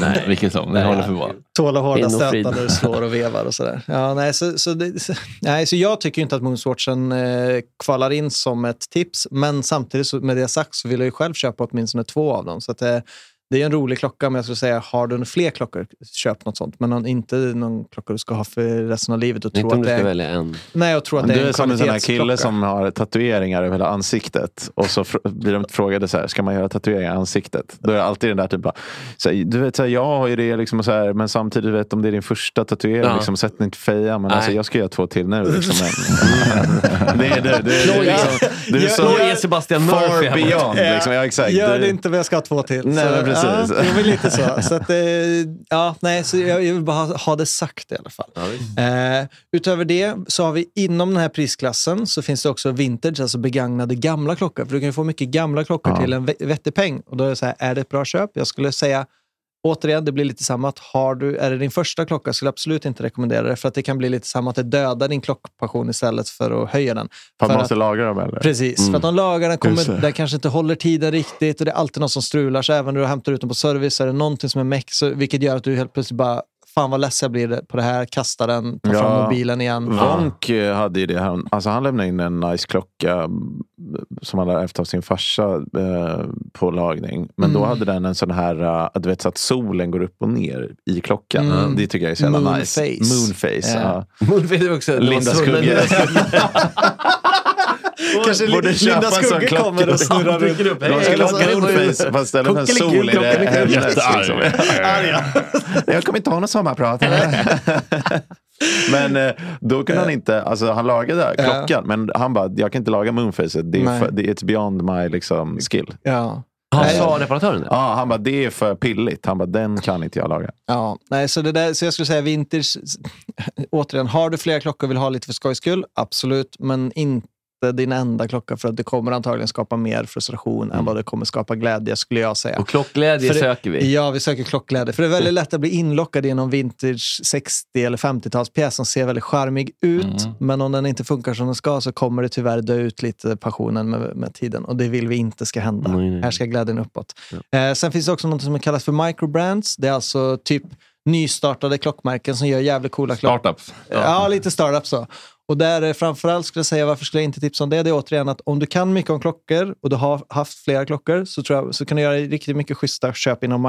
Speaker 4: Nej, vilket som. Den håller för bra.
Speaker 1: tåla hårda
Speaker 2: In och frid.
Speaker 1: stötar när du slår och vevar och sådär. Ja, nej, så, så, det, så, nej, så jag tycker ju inte att Moonswatchen eh, kvalar in som ett tips, men samtidigt så, med det sagt så vill jag ju själv köpa åtminstone två av dem. Så att, eh, det är en rolig klocka, men jag skulle säga har du fler klockor, köp något sånt. Men någon, inte någon klocka du ska ha för resten av livet. Och tro
Speaker 2: Inte om
Speaker 1: att
Speaker 2: du
Speaker 1: det
Speaker 2: ska
Speaker 1: är,
Speaker 2: välja en.
Speaker 1: nej, jag tror att
Speaker 3: Du
Speaker 1: det är
Speaker 3: är
Speaker 1: en
Speaker 3: som en sån här
Speaker 1: kvalitetsklocka.
Speaker 3: kille som har tatueringar över hela ansiktet. Och så fr- blir de frågade så här, ska man göra tatueringar i ansiktet? Då är det alltid den där typen av, så här, du vet, så här, jag har ju det liksom, och så här, men samtidigt vet om det är din första tatuering,
Speaker 2: Ja.
Speaker 3: liksom, sätt inte feja, men
Speaker 2: Nej.
Speaker 3: alltså, jag ska göra två till nu. Liksom, men, <laughs> det är du. Du, är
Speaker 2: Kloje.
Speaker 3: liksom, du är
Speaker 1: Jag-
Speaker 3: så
Speaker 1: jag-
Speaker 2: Då är Sebastian Murphy
Speaker 3: far <laughs>
Speaker 2: hemma.
Speaker 3: beyond. Liksom, ja, exakt.
Speaker 1: Gör
Speaker 3: Du-
Speaker 1: det inte, men jag ska ha två till.
Speaker 3: Nej,
Speaker 1: Så,
Speaker 3: men precis.
Speaker 1: Ja, det var lite så. så att, eh, ja, nej, så jag, jag vill bara ha, ha det sagt i alla fall. eh, utöver det så har vi inom den här prisklassen så finns det också vintage, alltså begagnade gamla klockor. För du kan ju få mycket gamla klockor
Speaker 3: Ja.
Speaker 1: till en ve- vettig peng. Och då är det så här, är det ett bra köp? Jag skulle säga Återigen, det blir lite samma. att har du, Är det din första klocka skulle jag absolut inte rekommendera det. För att det kan bli lite samma att det dödar din klockpassion istället för att höja den.
Speaker 3: För man
Speaker 1: att-
Speaker 3: måste lagra dem eller?
Speaker 1: Precis, för att de lagarna
Speaker 3: Mm. Just
Speaker 1: kommer,
Speaker 3: det.
Speaker 1: där kanske inte håller tiden riktigt och det är alltid någon som strular. Så även när du hämtar ut dem på service så är det någonting som är meck, så, vilket gör att du helt plötsligt bara, fan vad less jag blir på det här, kastar den, tar
Speaker 3: Ja.
Speaker 1: fram mobilen igen.
Speaker 3: Vonk eh, hade ju det. Han, alltså han lämnade in en nice klocka mm, som han hade ärvt av sin farsa eh, på lagning. Men
Speaker 1: Mm.
Speaker 3: då hade den en sån här, eh, du vet så att solen går upp och ner i klockan.
Speaker 1: Mm.
Speaker 3: Det tycker jag är så jävla nice.
Speaker 1: Moonface.
Speaker 3: Moonface.
Speaker 1: Ja.
Speaker 3: Ja.
Speaker 2: Moonface är också...
Speaker 3: Linda Skugge. <laughs>
Speaker 1: Kanske
Speaker 3: Borde köpa en sån klocka.
Speaker 2: dyker upp.
Speaker 3: De
Speaker 2: Hej,
Speaker 3: skulle
Speaker 1: alltså,
Speaker 3: ha moonface fast det är en
Speaker 1: Kuckeliku,
Speaker 3: sol i det
Speaker 1: kuckeliku.
Speaker 3: ämnet.
Speaker 4: Jättearg.
Speaker 3: Liksom. Jag kommer inte ha någon sommarprat. men eh, då kunde han inte, alltså han lagade klockan, men han bara, jag kan inte laga moonfacet. Det är
Speaker 1: Nej.
Speaker 3: för, det, it's beyond my liksom, skill.
Speaker 1: Ja.
Speaker 2: Han
Speaker 1: Nej.
Speaker 2: sa reparatören det?
Speaker 3: Ja, han bara, det är för pilligt. Han bara, den kan inte jag laga.
Speaker 1: Ja, nej, så, det där, så jag skulle säga vintage. <laughs> Återigen, har du flera klockor och vill ha lite för skojs skull, absolut. Men inte din enda klocka för att det kommer antagligen skapa mer frustration
Speaker 3: Mm.
Speaker 1: än vad det kommer skapa glädje, skulle jag säga.
Speaker 2: Och klockglädje
Speaker 1: För det-
Speaker 2: söker vi. Mm.
Speaker 1: Ja, vi söker klockglädje. För det är väldigt lätt att bli inlockad i någon vintage 60 eller 50-talspjäs som ser väldigt charmig ut.
Speaker 2: Mm.
Speaker 1: Men om den inte funkar som den ska så kommer det tyvärr dö ut lite passionen med, med tiden. Och det vill vi inte ska hända.
Speaker 2: Nej, nej.
Speaker 1: Här ska glädjen uppåt. Eh, sen finns det också något som kallas för microbrands. Det är alltså typ nystartade klockmärken som gör jävligt coola klockor.
Speaker 4: Startups.
Speaker 1: Ja, lite startup så. Och där är framförallt skulle jag säga, varför skulle jag inte tipsa om det? Det är återigen att om du kan mycket om klockor och du har haft flera klockor så, tror jag, så kan du göra riktigt mycket schyssta köp inom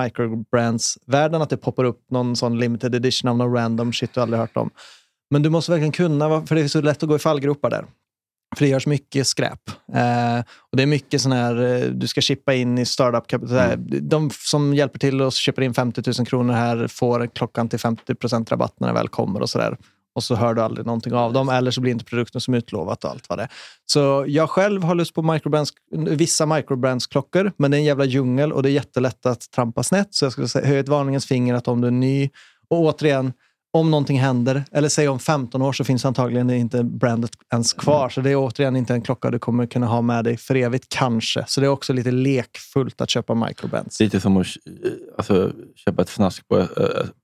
Speaker 1: microbrands-världen. Att det poppar upp någon sån limited edition av någon random shit du aldrig hört om. Men du måste verkligen kunna, va- för det är så lätt att gå i fallgropar där. För det görs mycket skräp. Eh, och det är mycket sån här, eh, du ska chippa in i startup De som hjälper till och köper in 50 000 kronor här får klockan till 50 procent rabatt när den väl kommer och sådär. Och så hör du aldrig någonting av dem, eller så blir inte produkten som utlovat och allt vad det är. Så jag själv har lust på microbrands, vissa microbrands-klockor, men det är en jävla djungel och det är jättelätt att trampa snett. Så jag skulle säga, höj ett varningens finger att om du är ny, och återigen, om någonting händer, eller säg om 15 år så finns antagligen inte brandet ens kvar. Så det är återigen inte en klocka du kommer kunna ha med dig för evigt, kanske. Så det är också lite lekfullt att köpa microbrands.
Speaker 4: Lite som att eh, alltså, köpa ett fnask på, eh,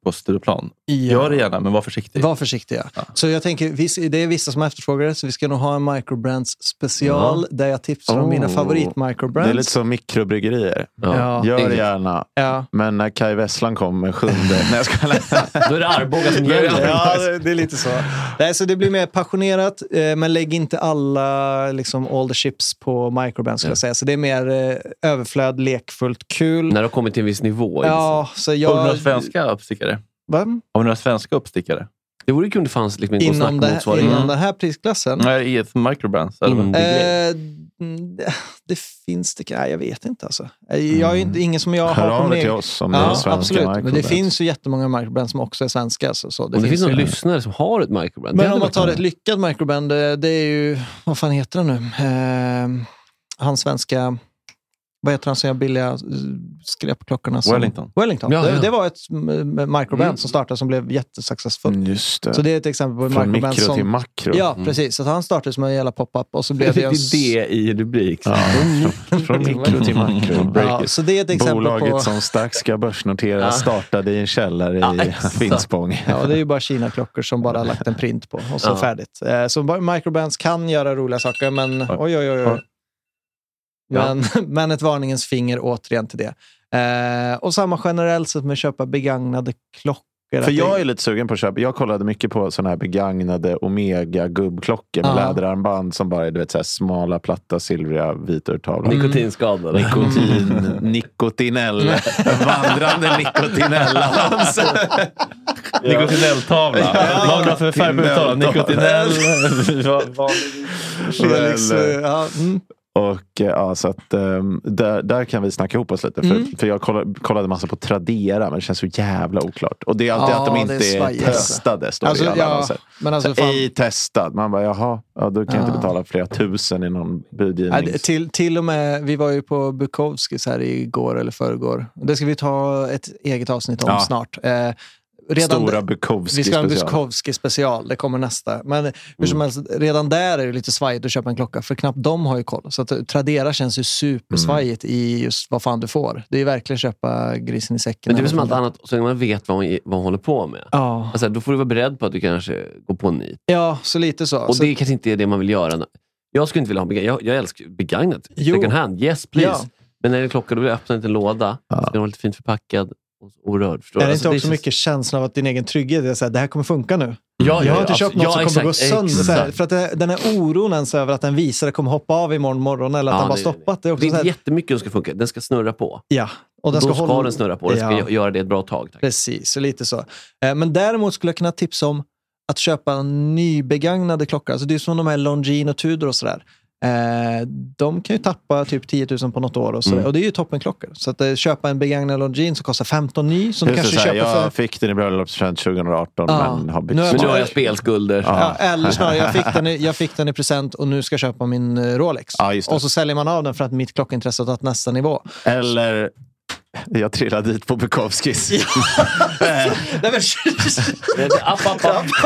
Speaker 4: på Stureplan. Gör det gärna, men var försiktig.
Speaker 1: Var försiktiga. Så jag tänker, viss- det är vissa som efterfrågar det, så vi ska nog ha en microbrands special där jag tipsar om mina
Speaker 3: Oh.
Speaker 1: favorit
Speaker 3: Det är lite
Speaker 1: microbrands.
Speaker 3: som mikrobryggerier.
Speaker 1: Ja.
Speaker 3: Gör det gärna.
Speaker 1: Ja.
Speaker 3: Men när Kai Vesslan kom med sjunde... <laughs> Nej, jag skojar.
Speaker 2: Då är det Arboga som gäller.
Speaker 1: Ja, det- det är lite så. Nej, så det blir mer passionerat, eh, men lägg inte alla liksom, all the chips på microbrands. Skulle jag säga. Så det är mer eh, överflöd, lekfullt, kul.
Speaker 2: När det har kommit till en viss nivå.
Speaker 1: Ja, så
Speaker 4: Har vi
Speaker 1: jag...
Speaker 4: några svenska uppstickare?
Speaker 1: Va?
Speaker 4: Har vi några svenska uppstickare?
Speaker 2: Det vore kul om det fanns liksom inte någon
Speaker 1: Inom, det, här-
Speaker 2: snackmotsvarighet.
Speaker 1: inom den här prisklassen?
Speaker 4: Nej, i ett microbrands? Eller?
Speaker 2: Mm.
Speaker 1: Eh, mm, det finns det Nej, jag vet inte. Alltså. Eh, Jag är ju inte, ingen som jag
Speaker 3: Hör
Speaker 1: har på
Speaker 3: av
Speaker 1: min
Speaker 3: er till
Speaker 1: egen-
Speaker 3: oss om ni är
Speaker 1: Ja,
Speaker 3: svenska
Speaker 1: absolut. Men det
Speaker 3: microbrands.
Speaker 1: finns ju jättemånga microbrands som också är svenska. Så, så det
Speaker 2: Om det finns
Speaker 1: finns
Speaker 2: någon
Speaker 1: ju.
Speaker 2: lyssnare som har ett
Speaker 1: Men
Speaker 2: microbrand. det hade
Speaker 1: om man
Speaker 2: varit
Speaker 1: tar
Speaker 2: kul.
Speaker 1: ett lyckat microbrand, eh, det, det är ju... Vad fan heter han nu? Eh, han svenska... Vad heter han som gör billiga eh, skräpklockorna? Som,
Speaker 4: Wellington.
Speaker 1: Wellington.
Speaker 2: Ja,
Speaker 1: det,
Speaker 2: ja.
Speaker 1: det var ett mm, microbrand
Speaker 2: Mm.
Speaker 1: som startade som blev jättesuccessfullt.
Speaker 3: Mm, Just det.
Speaker 1: Så det är ett exempel på en
Speaker 3: Från
Speaker 1: microbrand
Speaker 3: mikro
Speaker 1: som...
Speaker 3: till makro.
Speaker 1: Ja, precis. Så att han startade som en jävla pop-up och så
Speaker 2: Det
Speaker 1: blev det en...
Speaker 2: är det i rubrik.
Speaker 1: <laughs>
Speaker 3: Ja. Från mikro till makro. Break
Speaker 1: Ja,
Speaker 3: it.
Speaker 1: så det är ett exempel
Speaker 3: Bolaget
Speaker 1: på...
Speaker 3: som strax ska börsnoteras
Speaker 1: <laughs>
Speaker 2: Ja.
Speaker 3: startade i en källare
Speaker 2: Ja,
Speaker 3: i
Speaker 2: exakt.
Speaker 3: Finspång.
Speaker 1: Ja, det är ju bara Kina-klockor som bara har lagt en print på och så
Speaker 2: Ja.
Speaker 1: färdigt. Eh, Så bara- microbrands kan göra roliga saker, men oj, oj, oj. oj.
Speaker 2: Ja.
Speaker 1: Men, <laughs> men ett varningens finger återigen till det. Eh, och samma generellt sett med att köpa begagnade klockor. att
Speaker 3: För
Speaker 1: det-
Speaker 3: jag är lite sugen på att köpa. Jag kollade mycket på sådana här begagnade Omega-gubbklockor med
Speaker 1: Ja.
Speaker 3: läderarmband som bara är du vet, så här smala, platta, silvriga, viturtavlor.
Speaker 1: Mm. <laughs>
Speaker 2: Nikotinskadad.
Speaker 3: Nikotin, nikotinell, vandrande nikotinellans.
Speaker 4: Nikotinelltavla.
Speaker 3: Ja.
Speaker 4: Vad har för färg på uttalet? Nikotinell.
Speaker 3: Nikotinell.
Speaker 4: Vad- vad-
Speaker 1: Felix, eh, ja, mm.
Speaker 3: Och eh, ja, så att, ehm, där, där kan vi snacka ihop oss lite. För,
Speaker 1: Mm.
Speaker 3: för jag kollade, kollade massa på Tradera, men det känns så jävla oklart. Och det är alltid
Speaker 1: Ja,
Speaker 3: att de
Speaker 1: det är
Speaker 3: inte är
Speaker 1: svajigt.
Speaker 3: testade, står
Speaker 1: Alltså,
Speaker 3: det i alla
Speaker 1: ja,
Speaker 3: annonser.
Speaker 1: men alltså,
Speaker 3: Så,
Speaker 1: fan-
Speaker 3: Ej testad. Man bara, jaha, ja, då kan jag
Speaker 1: Ja.
Speaker 3: inte betala flera tusen i någon
Speaker 1: Ja,
Speaker 3: budgivning.
Speaker 1: det- till, till och med, vi var ju på Bukowskis här igår eller förrgår. Det ska vi ta ett eget avsnitt om
Speaker 3: Ja.
Speaker 1: snart. Eh, redan
Speaker 3: Stora
Speaker 1: d-
Speaker 3: Bukowski
Speaker 1: vi ska ha en
Speaker 3: special.
Speaker 1: Bukowski special, det kommer nästa. Men hur
Speaker 2: Mm.
Speaker 1: som helst, redan där är det lite svajigt att köpa en klocka, för knappt de har ju koll. Så att Tradera känns ju supersvajigt
Speaker 2: Mm.
Speaker 1: i just vad fan du får. Det är ju verkligen köpa grisen i säcken.
Speaker 2: Men det är väl som allt
Speaker 1: Eller-
Speaker 2: annat, så länge man vet vad hon, vad hon håller på med.
Speaker 1: Ja.
Speaker 2: Alltså, då får du vara beredd på att du kanske går på en nit.
Speaker 1: ja, så lite så.
Speaker 2: Och
Speaker 1: så
Speaker 2: det kanske inte är det man vill göra. Jag skulle inte vilja ha begagnat. Jag, jag älskar ju begagnat.
Speaker 1: Jo.
Speaker 2: Second hand, yes please.
Speaker 1: Ja.
Speaker 2: Men när det är en klocka, då vill jag öppna en liten låda. Ska den vara lite fint förpackad och orörd. Förstår
Speaker 1: är
Speaker 2: du?
Speaker 1: det
Speaker 2: Alltså,
Speaker 1: inte också
Speaker 2: känns-
Speaker 1: mycket känslan av att din egen trygghet är så här, det här kommer funka nu?
Speaker 2: Ja, ja,
Speaker 1: Jag har
Speaker 2: ja,
Speaker 1: inte köpt
Speaker 2: absolut.
Speaker 1: något som
Speaker 2: Ja,
Speaker 1: kommer gå
Speaker 2: exakt,
Speaker 1: sönder. Så här,
Speaker 2: exakt.
Speaker 1: för att det, den här oron ens över att en visare kommer hoppa av imorgon morgon eller att
Speaker 2: Ja,
Speaker 1: den bara
Speaker 2: det-
Speaker 1: stoppat. Det är också
Speaker 2: Det är
Speaker 1: så
Speaker 2: inte
Speaker 1: här,
Speaker 2: jättemycket som ska funka. Den ska snurra på.
Speaker 1: ja. Och den
Speaker 2: Då
Speaker 1: ska,
Speaker 2: ska,
Speaker 1: hålla,
Speaker 2: den snurra på. Den ska
Speaker 1: Ja.
Speaker 2: gö- göra det ett bra tag. Tack.
Speaker 1: Precis, så lite så. Eh, Men däremot skulle jag kunna tipsa om att köpa en nybegagnade klocka. Alltså det är som de här Longines och Tudor och sådär. Eh, De kan ju tappa typ 10 000 på något år och,
Speaker 3: Mm.
Speaker 1: sådär. och det är ju toppenklockor. Så att eh, köpa en begagnad Longines som kostar 15 ny som du
Speaker 3: Just
Speaker 1: kanske
Speaker 3: det, så här,
Speaker 1: köper
Speaker 3: jag
Speaker 1: för...
Speaker 3: fick den i bröllopspresent 2018
Speaker 1: Ja.
Speaker 3: men har bytt.
Speaker 1: Nu har jag
Speaker 2: Men nu
Speaker 1: bara-
Speaker 2: har jag spelskulder.
Speaker 1: Ja, eller snarare, jag fick,
Speaker 3: <laughs>
Speaker 1: den i, jag fick den i present och nu ska jag köpa min eh, Rolex.
Speaker 3: Ja, just det.
Speaker 1: och så säljer man av den för att mitt klockintresse har tagit nästa nivå.
Speaker 3: Eller jag trillade dit
Speaker 1: <laughs>
Speaker 3: på Bukowskis.
Speaker 1: Nej, men,
Speaker 2: Det är App, app,
Speaker 1: <laughs>
Speaker 2: app.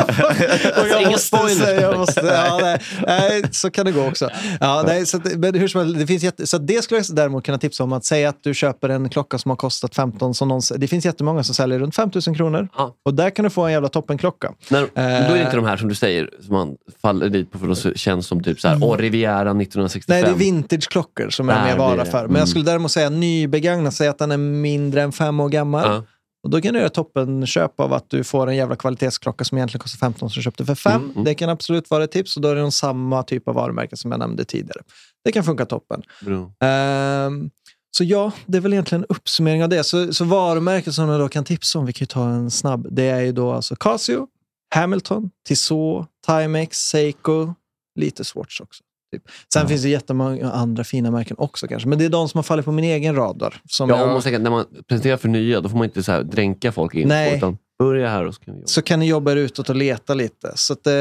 Speaker 1: och jag
Speaker 2: Inga
Speaker 1: måste,
Speaker 2: spoilers.
Speaker 1: säga- jag måste, ja, Alltså, nej, nej, så kan det gå också. Ja, nej, så, att- men hur som helst, det, finns jätte, så att det skulle jag däremot kunna tipsa om. Att säga att du köper en klocka som har kostat 15 som någon, Det finns jättemånga som säljer runt 5 000 kronor.
Speaker 2: Ja.
Speaker 1: Och där kan du få en jävla toppenklocka.
Speaker 2: När, Då är det inte
Speaker 1: Eh.
Speaker 2: de här som du säger, som man faller dit på för de känns som typ så här, åh Riviera 1965.
Speaker 1: Nej, det är vintageklockor som
Speaker 2: Där
Speaker 1: är mer
Speaker 2: blir
Speaker 1: vara
Speaker 2: det. Mm.
Speaker 1: för. Men jag skulle däremot säga nybegagnad, säga att den är mindre än fem år gammal.
Speaker 2: Ja.
Speaker 1: Och då kan du göra toppenköp av att du får en jävla kvalitetsklocka som egentligen kostar 15 som du köpte för 5.
Speaker 2: Mm,
Speaker 1: Det kan absolut vara ett tips och då är det de samma typ av varumärke som jag nämnde tidigare. Det kan funka toppen.
Speaker 2: Bra.
Speaker 1: Ehm, så ja, det är väl egentligen en uppsummering av det. Så, så varumärken som jag då kan tipsa om, vi kan ju ta en snabb, det är ju då alltså Casio, Hamilton, Tissot, Timex, Seiko, lite Swatch också. Typ. Sen finns det jättemånga andra fina märken också kanske, men det är de som har fallit på min egen radar. Som
Speaker 2: Ja,
Speaker 1: jag-
Speaker 2: och man tänker, när man presenterar för nya, då får man inte så här dränka folk in.
Speaker 1: Nej.
Speaker 2: på, Utan börja här och så kan vi jobba.
Speaker 1: så kan ni jobba er utåt och leta lite. Så att, eh,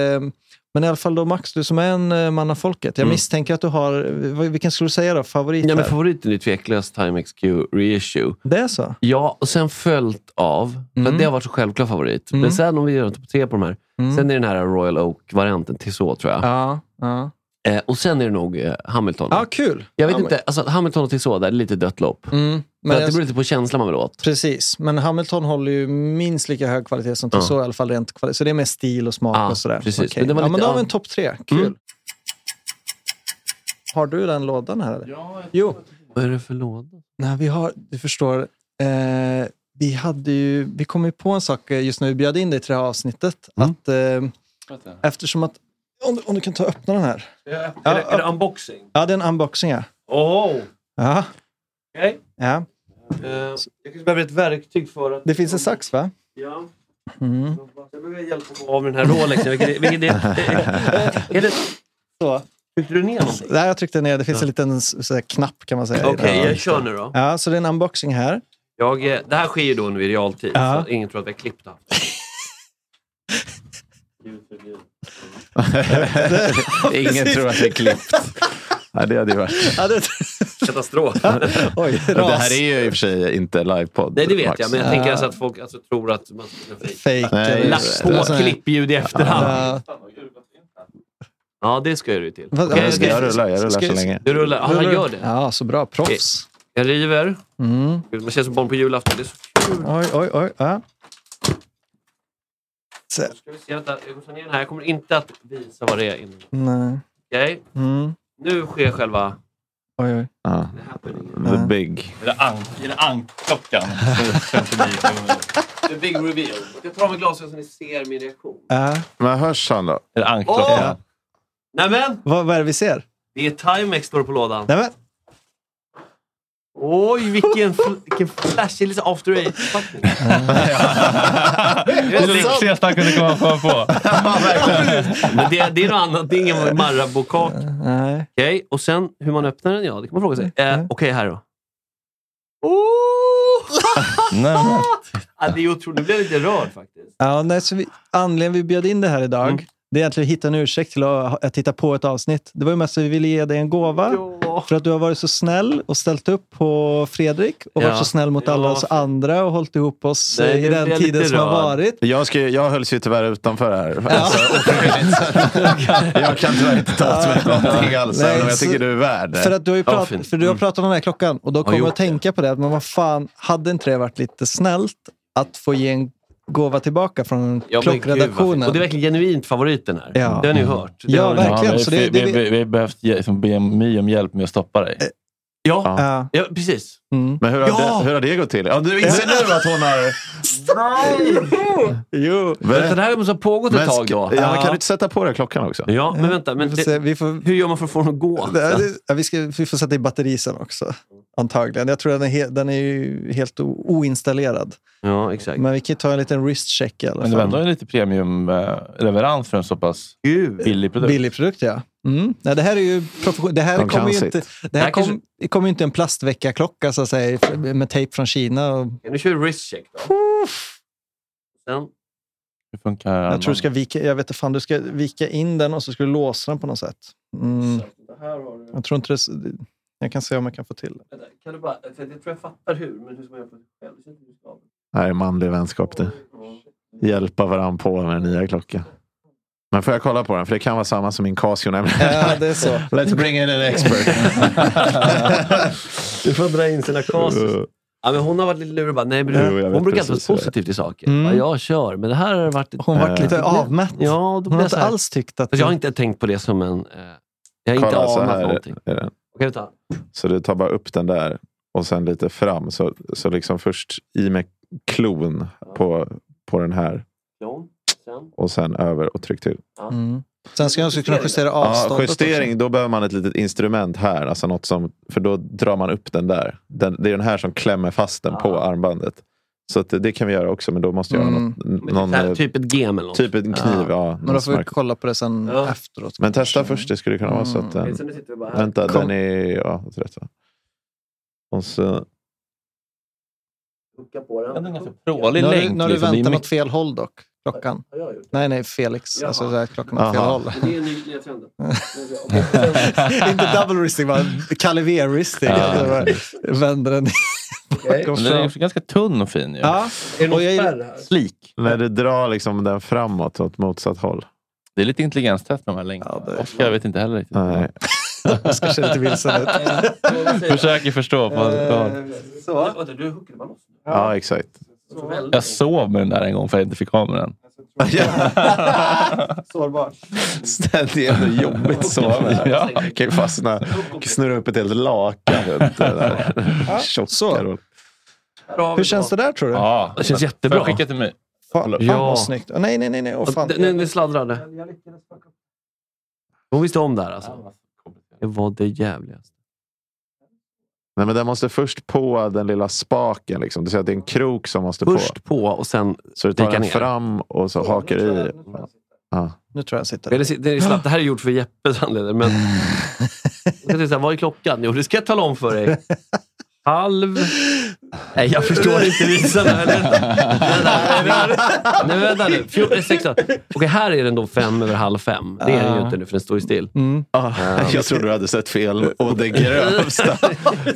Speaker 1: men i alla fall då Max, du som är en eh, man av folket. Jag
Speaker 2: Mm.
Speaker 1: misstänker att du har, eh, vad- vilken skulle du säga då, favorit?
Speaker 2: Ja, men
Speaker 1: här?
Speaker 2: favoriten är tveklöst Timex Q Reissue.
Speaker 1: Det är så?
Speaker 2: Ja, och sen följt av, för
Speaker 1: Mm.
Speaker 2: att det har varit så självklar favorit.
Speaker 1: Mm.
Speaker 2: Men sen om vi gör en topp tre på de här.
Speaker 1: Mm.
Speaker 2: Sen är den här Royal Oak-varianten, Tissot tror jag.
Speaker 1: Ja. Ja,
Speaker 2: Eh, och sen är det nog eh, Hamilton.
Speaker 1: ja kul.
Speaker 2: Jag vet
Speaker 1: Ja, men-
Speaker 2: inte, alltså, Hamilton och Tissot, där är lite dött lopp.
Speaker 1: Mm.
Speaker 2: Men
Speaker 1: Men jag,
Speaker 2: det beror lite på känslan man vill åt.
Speaker 1: precis, men Hamilton håller ju minst lika hög kvalitet som Tissot i alla fall rent kvalitet. Så det är mer stil och smak
Speaker 2: Ja,
Speaker 1: och sådär.
Speaker 2: precis.
Speaker 1: Okej.
Speaker 2: Men det var
Speaker 1: ja,
Speaker 2: lite- Mm.
Speaker 1: men då har vi
Speaker 2: ja.
Speaker 1: en topp tre. Kul. Har du den lådan här? Eller? Jo.
Speaker 2: Vad är det för <laughs> låda?
Speaker 1: Nej, vi har, du förstår, eh, vi, hade ju, vi kom ju på en sak eh, just när vi bjöd in dig till det här avsnittet.
Speaker 2: Mm.
Speaker 1: Att, eh, eftersom att, om, du- om du kan ta och öppna den här. Ja, är det- är det
Speaker 2: unboxing?
Speaker 1: Ja, det är en unboxing. Ja.
Speaker 2: Åh! Oh,
Speaker 1: Ja,
Speaker 2: okay.
Speaker 1: ja.
Speaker 2: jag kanske behöver ett verktyg för att...
Speaker 1: Det finns en sax va?
Speaker 2: Ja. Jag behöver hjälp att få av den här Rolexen. Vilket, vilket är, är det,
Speaker 1: Så.
Speaker 2: tryckte du ner någonting?
Speaker 1: Där jag tryckte ner, det finns en liten s- så här, knapp kan man säga. i
Speaker 2: Okej,
Speaker 1: den.
Speaker 2: jag kör nu då.
Speaker 1: Ja, så det är en unboxing här.
Speaker 2: Jag, eh, det här sker ju då nu i realtid,
Speaker 1: Ja.
Speaker 2: så ingen tror att vi har klippt det.
Speaker 3: Ingen tror att det är <laughs> klippt. Nej, det hade ju varit.
Speaker 1: Ja, det,
Speaker 2: <laughs> Katastrof.
Speaker 1: <laughs> oj, ras.
Speaker 3: Det här är ju i och för sig inte livepodd.
Speaker 2: Nej, det vet
Speaker 3: Max.
Speaker 2: jag, men jag tänker alltså att folk alltså, tror att man ska fejka.
Speaker 1: Fake.
Speaker 3: Nej,
Speaker 1: eller-
Speaker 3: lack
Speaker 2: Lagt
Speaker 1: eller så
Speaker 2: på
Speaker 1: här.
Speaker 2: klippljud i efterhand.
Speaker 1: Alltså, Ja.
Speaker 2: Ja, det ska jag ju till.
Speaker 1: Vad-
Speaker 2: Okej,
Speaker 3: Jag,
Speaker 1: ska-
Speaker 3: jag rullar, jag rullar
Speaker 1: ska-
Speaker 3: så länge.
Speaker 2: Du rullar. Ja, Mm. han gör det.
Speaker 1: Ja, så bra. Proffs.
Speaker 2: Jag river. Gud, Man känns som barn på julafton. Det är så kul.
Speaker 1: Oj, oj, oj. Ja. Så,
Speaker 2: Ska vi se, vänta. Jag går så ner den här. Jag kommer inte att visa vad det är innan.
Speaker 1: nej.
Speaker 2: Okej,
Speaker 1: Mm.
Speaker 2: nu sker själva...
Speaker 1: Oj, oj.
Speaker 3: Ja. The big.
Speaker 4: Är det ank- är det ankklockan? För 59 kronor.
Speaker 2: The big reveal. Jag tar av mig glasögonen så ni ser min reaktion.
Speaker 1: Ja.
Speaker 3: Men hörs han då?
Speaker 4: Är det ankklockan?
Speaker 2: Nämen!
Speaker 1: Vad, vad är det vi ser?
Speaker 2: Det är Timex står det på lådan.
Speaker 1: Nej, men,
Speaker 2: Oj, vilken, fl- vilken flashig lite after eight-förpackning.
Speaker 4: Det är det lyxigaste han kunde komma på.
Speaker 2: Men det, det är något annat. Det är ingen Marabou-kaka.
Speaker 1: Nej.
Speaker 2: Okej, och sen hur man öppnar den? Ja, det kan man fråga sig. Eh, Okej,
Speaker 1: Mm.
Speaker 2: här då. Oh!
Speaker 4: Nej, men,
Speaker 2: ja, det är otroligt. Nu blev jag lite rörd faktiskt.
Speaker 1: Ja, nej, så vi, anledningen vi bjöd in det här idag,
Speaker 2: Mm.
Speaker 1: det är egentligen att hitta en ursäkt till att, att titta på ett avsnitt. Det var ju mest att vi ville ge dig en gåva.
Speaker 2: Ja.
Speaker 1: För att du har varit så snäll och ställt upp på Fredrik och
Speaker 2: Ja.
Speaker 1: varit så snäll mot alla
Speaker 2: Ja,
Speaker 1: oss
Speaker 2: för-
Speaker 1: andra och hållit ihop oss
Speaker 2: Nej,
Speaker 1: eh, i
Speaker 2: det blir
Speaker 1: den
Speaker 2: jag
Speaker 1: tiden
Speaker 2: lite
Speaker 1: som har
Speaker 2: rörd.
Speaker 1: varit.
Speaker 3: Jag, ska, jag hölls ju tyvärr utanför här. <laughs> Alltså, ofrivilligt. jag kan tyvärr inte ta åt mig någonting alls,
Speaker 1: Nej,
Speaker 3: även om jag
Speaker 1: så-
Speaker 3: tycker du är värd det.
Speaker 1: För att du har, ju
Speaker 2: Ja,
Speaker 1: prat,
Speaker 2: fint.
Speaker 1: för du har
Speaker 2: Mm.
Speaker 1: pratat om den här klockan och då kommer jag
Speaker 2: gjort
Speaker 1: att tänka på det. att, Men vad fan, hade inte det varit lite snällt att få ge en gåva tillbaka från
Speaker 2: Ja, men gud, vad fint.
Speaker 1: klockredaktionen?
Speaker 2: Och det är verkligen genuint favoriten här.
Speaker 1: Ja.
Speaker 2: Det har ni ju hört. Det
Speaker 1: Ja,
Speaker 2: har ni-
Speaker 1: verkligen.
Speaker 4: ja,
Speaker 1: så
Speaker 4: vi,
Speaker 1: det- det-
Speaker 4: vi, vi, vi har behövt ge- liksom, be My om hjälp med att stoppa dig.
Speaker 2: Ja,
Speaker 1: ja.
Speaker 2: ja, precis.
Speaker 1: mm.
Speaker 3: Men hur har,
Speaker 2: Ja!
Speaker 3: det, hur har det gått till? Ja, du inser nu att hon har...
Speaker 1: Jo.
Speaker 2: Så det här måste ha pågått ett
Speaker 3: Men
Speaker 2: tag
Speaker 3: sk-
Speaker 2: då.
Speaker 3: ja, kan du inte sätta på dig klockan också?
Speaker 2: Ja, men vänta. Men
Speaker 1: Eh, vi får se,
Speaker 2: det,
Speaker 1: vi får,
Speaker 2: hur gör man för att få den att gå?
Speaker 1: Det är- det- ja, vi, ska, vi får sätta i batteri sen också. Antagligen. Jag tror den är, he, den är ju helt o, oinstallerad.
Speaker 2: Ja, exakt.
Speaker 1: Men vi kan ju ta en liten wrist check i alla
Speaker 4: Men det var
Speaker 1: fall.
Speaker 4: ändå en lite premiumleverans för en så pass
Speaker 2: Gud.
Speaker 4: billig produkt.
Speaker 1: Billig produkt, ja. Mm. Nej, det här är ju profession- det här
Speaker 3: De
Speaker 1: kommer
Speaker 3: kan
Speaker 1: ju
Speaker 3: sitt.
Speaker 1: inte, det
Speaker 2: Det
Speaker 1: här
Speaker 2: här
Speaker 1: kom,
Speaker 2: kanske-
Speaker 1: det kommer ju inte en plastveckarklocka så att säga, med tejp från Kina. Och,
Speaker 2: Nu kör vi wrist check då. Sen,
Speaker 4: Hur funkar
Speaker 1: jag tror
Speaker 4: armarna?
Speaker 1: du ska vika, jag vet inte fan, du ska vika in den och så ska du låsa den på något sätt. Mm. Jag tror inte det, s- jag kan se om jag kan få till det.
Speaker 2: Vänta, Kan du bara, jag tror jag fattar hur, men hur ska man göra för det själv?
Speaker 3: Det här är manlig vänskap det. Hjälpa varandra på med den nya klockan. Men får jag kolla på den? För det kan vara samma som min Casio nämligen.
Speaker 1: Ja, det är
Speaker 3: <laughs>
Speaker 1: så.
Speaker 3: Let's bring in an expert.
Speaker 2: <laughs> Du får dra in sina
Speaker 3: Eh,
Speaker 2: kasus. Ja, men hon har varit lite lurig och bara, nej, men
Speaker 3: Jo,
Speaker 2: du-
Speaker 3: jag vet
Speaker 2: hon brukar alltid
Speaker 3: precis
Speaker 2: vara
Speaker 3: hur det är.
Speaker 2: positiv till saker.
Speaker 1: Mm.
Speaker 2: Ja, jag kör, men det här har varit...
Speaker 1: Hon
Speaker 3: Eh,
Speaker 1: vart lite avmätt.
Speaker 2: Ja, då
Speaker 1: Hon
Speaker 2: blir
Speaker 1: har
Speaker 2: jag så
Speaker 1: inte
Speaker 2: här.
Speaker 1: alls tyckt att...
Speaker 2: Fast jag har inte tänkt på det som en... Eh, jag har inte
Speaker 3: Kolla, så
Speaker 2: anat
Speaker 3: här
Speaker 2: någonting.
Speaker 3: är den.
Speaker 2: Okej, vänta.
Speaker 3: Så du tar bara upp den där och sen lite fram. Så, så liksom först i med klon på, på den här
Speaker 2: Klon. Sen.
Speaker 3: och sen över och tryck till.
Speaker 1: Mm. Sen ska jag också kunna justera
Speaker 3: Ja,
Speaker 1: avståndet.
Speaker 3: justering,
Speaker 1: också.
Speaker 3: då behöver man ett litet instrument här. Alltså något som, för då drar man upp den där. Den, det är den här som klämmer fast den på
Speaker 2: Ah.
Speaker 3: armbandet. Så att, det- det kan vi göra också, men då måste jag ha
Speaker 1: Mm.
Speaker 3: något, n- någon,
Speaker 2: Här,
Speaker 3: eh,
Speaker 2: typ ett gem eller något.
Speaker 3: typ en kniv.
Speaker 2: Ja.
Speaker 3: Ja,
Speaker 1: Men då
Speaker 3: någon
Speaker 1: får vi
Speaker 3: smart.
Speaker 1: kolla på det sen
Speaker 2: Ja.
Speaker 1: efteråt.
Speaker 3: Men testa
Speaker 1: kanske.
Speaker 3: först, det skulle kunna vara så att
Speaker 2: Okej,
Speaker 1: Mm.
Speaker 3: den...
Speaker 2: så nu sitter vi bara här.
Speaker 3: Vänta,
Speaker 1: Kom.
Speaker 3: den är... Ja, åt rätt va? Och så...
Speaker 2: Hucka på den.
Speaker 4: Ja, den är ganska prålig
Speaker 1: Nu har du,
Speaker 4: länk,
Speaker 1: nu har du
Speaker 4: liksom. Det är
Speaker 1: väntat
Speaker 4: mycket-
Speaker 1: åt fel håll dock. Klockan.
Speaker 2: Ja, jag har gjort det.
Speaker 1: Nej, nej, Felix.
Speaker 2: Jaha.
Speaker 1: Alltså, så här, klockan åt fel
Speaker 3: Aha.
Speaker 2: <laughs>
Speaker 1: håll.
Speaker 2: Men Det är en ny, nya trenden.
Speaker 1: <laughs>
Speaker 2: Okej, och sen-
Speaker 1: inte double wristing, bara Kalle V-wristing.
Speaker 4: Ja.
Speaker 1: Vänder den
Speaker 2: Okej.
Speaker 1: bak och
Speaker 4: Men den är
Speaker 1: fram.
Speaker 4: också ganska tunn och fin. Ju.
Speaker 1: Ja.
Speaker 2: Är det
Speaker 1: Och jag
Speaker 2: någon
Speaker 1: gillar-
Speaker 2: spärr här?
Speaker 4: Slik.
Speaker 3: När du drar liksom den framåt åt motsatt håll.
Speaker 4: Det är lite intelligenstest med de här länkarna.
Speaker 1: Ja, det-
Speaker 4: Oskar, jag vet inte heller riktigt.
Speaker 3: Nej.
Speaker 1: Oskar ser lite vilsen
Speaker 2: <laughs>
Speaker 1: ut.
Speaker 4: Försöker förstå. På,
Speaker 1: Eh.
Speaker 4: på.
Speaker 2: Så. Vänta, du huckar bara loss.
Speaker 3: Ja, exakt.
Speaker 2: Så väldigt.
Speaker 4: Jag sov med den där en gång för att jag inte fick av med den.
Speaker 1: Sårbar.
Speaker 3: Ständigt ändå jobbigt så.
Speaker 4: Ja.
Speaker 3: Jag kan ju fastna. Kan snurra upp ett helt lakan runt det där.
Speaker 1: så.
Speaker 3: Tjocka roll.
Speaker 2: Bra,
Speaker 1: Hur känns det där tror du?
Speaker 4: Ja,
Speaker 2: Det känns
Speaker 4: Får
Speaker 2: jättebra.
Speaker 4: jag skicka till mig?
Speaker 1: Fan, fan
Speaker 2: Ja.
Speaker 1: vad snyggt. Åh, nej, nej, nej. nej. Åh, fan.
Speaker 2: Den, den, den sladdrade. Hon visste om det här alltså. Det var det jävligaste.
Speaker 3: Nej, men den måste först på den lilla spaken. Liksom. Du ser att det är en krok som måste på.
Speaker 2: Först på och sen...
Speaker 3: Så du tar
Speaker 2: dyka
Speaker 3: den
Speaker 2: ner.
Speaker 3: fram och så hakar du i. Ja.
Speaker 1: Nu tror jag den sitter.
Speaker 2: Det, är- det, är slapp, det här är gjort för Jeppes anledning, men... Jag tänkte så här, vad är klockan? Jo, det ska jag tala om för dig. Halv... Nej, jag förstår inte visarna. Eller? Nej, men vänta nu. 14, 16. Okej, här är den då fem över halv fem. Det är den ju inte nu, för den står ju still.
Speaker 1: Mm.
Speaker 3: Ah, jag trodde du hade sett fel och det grövsta.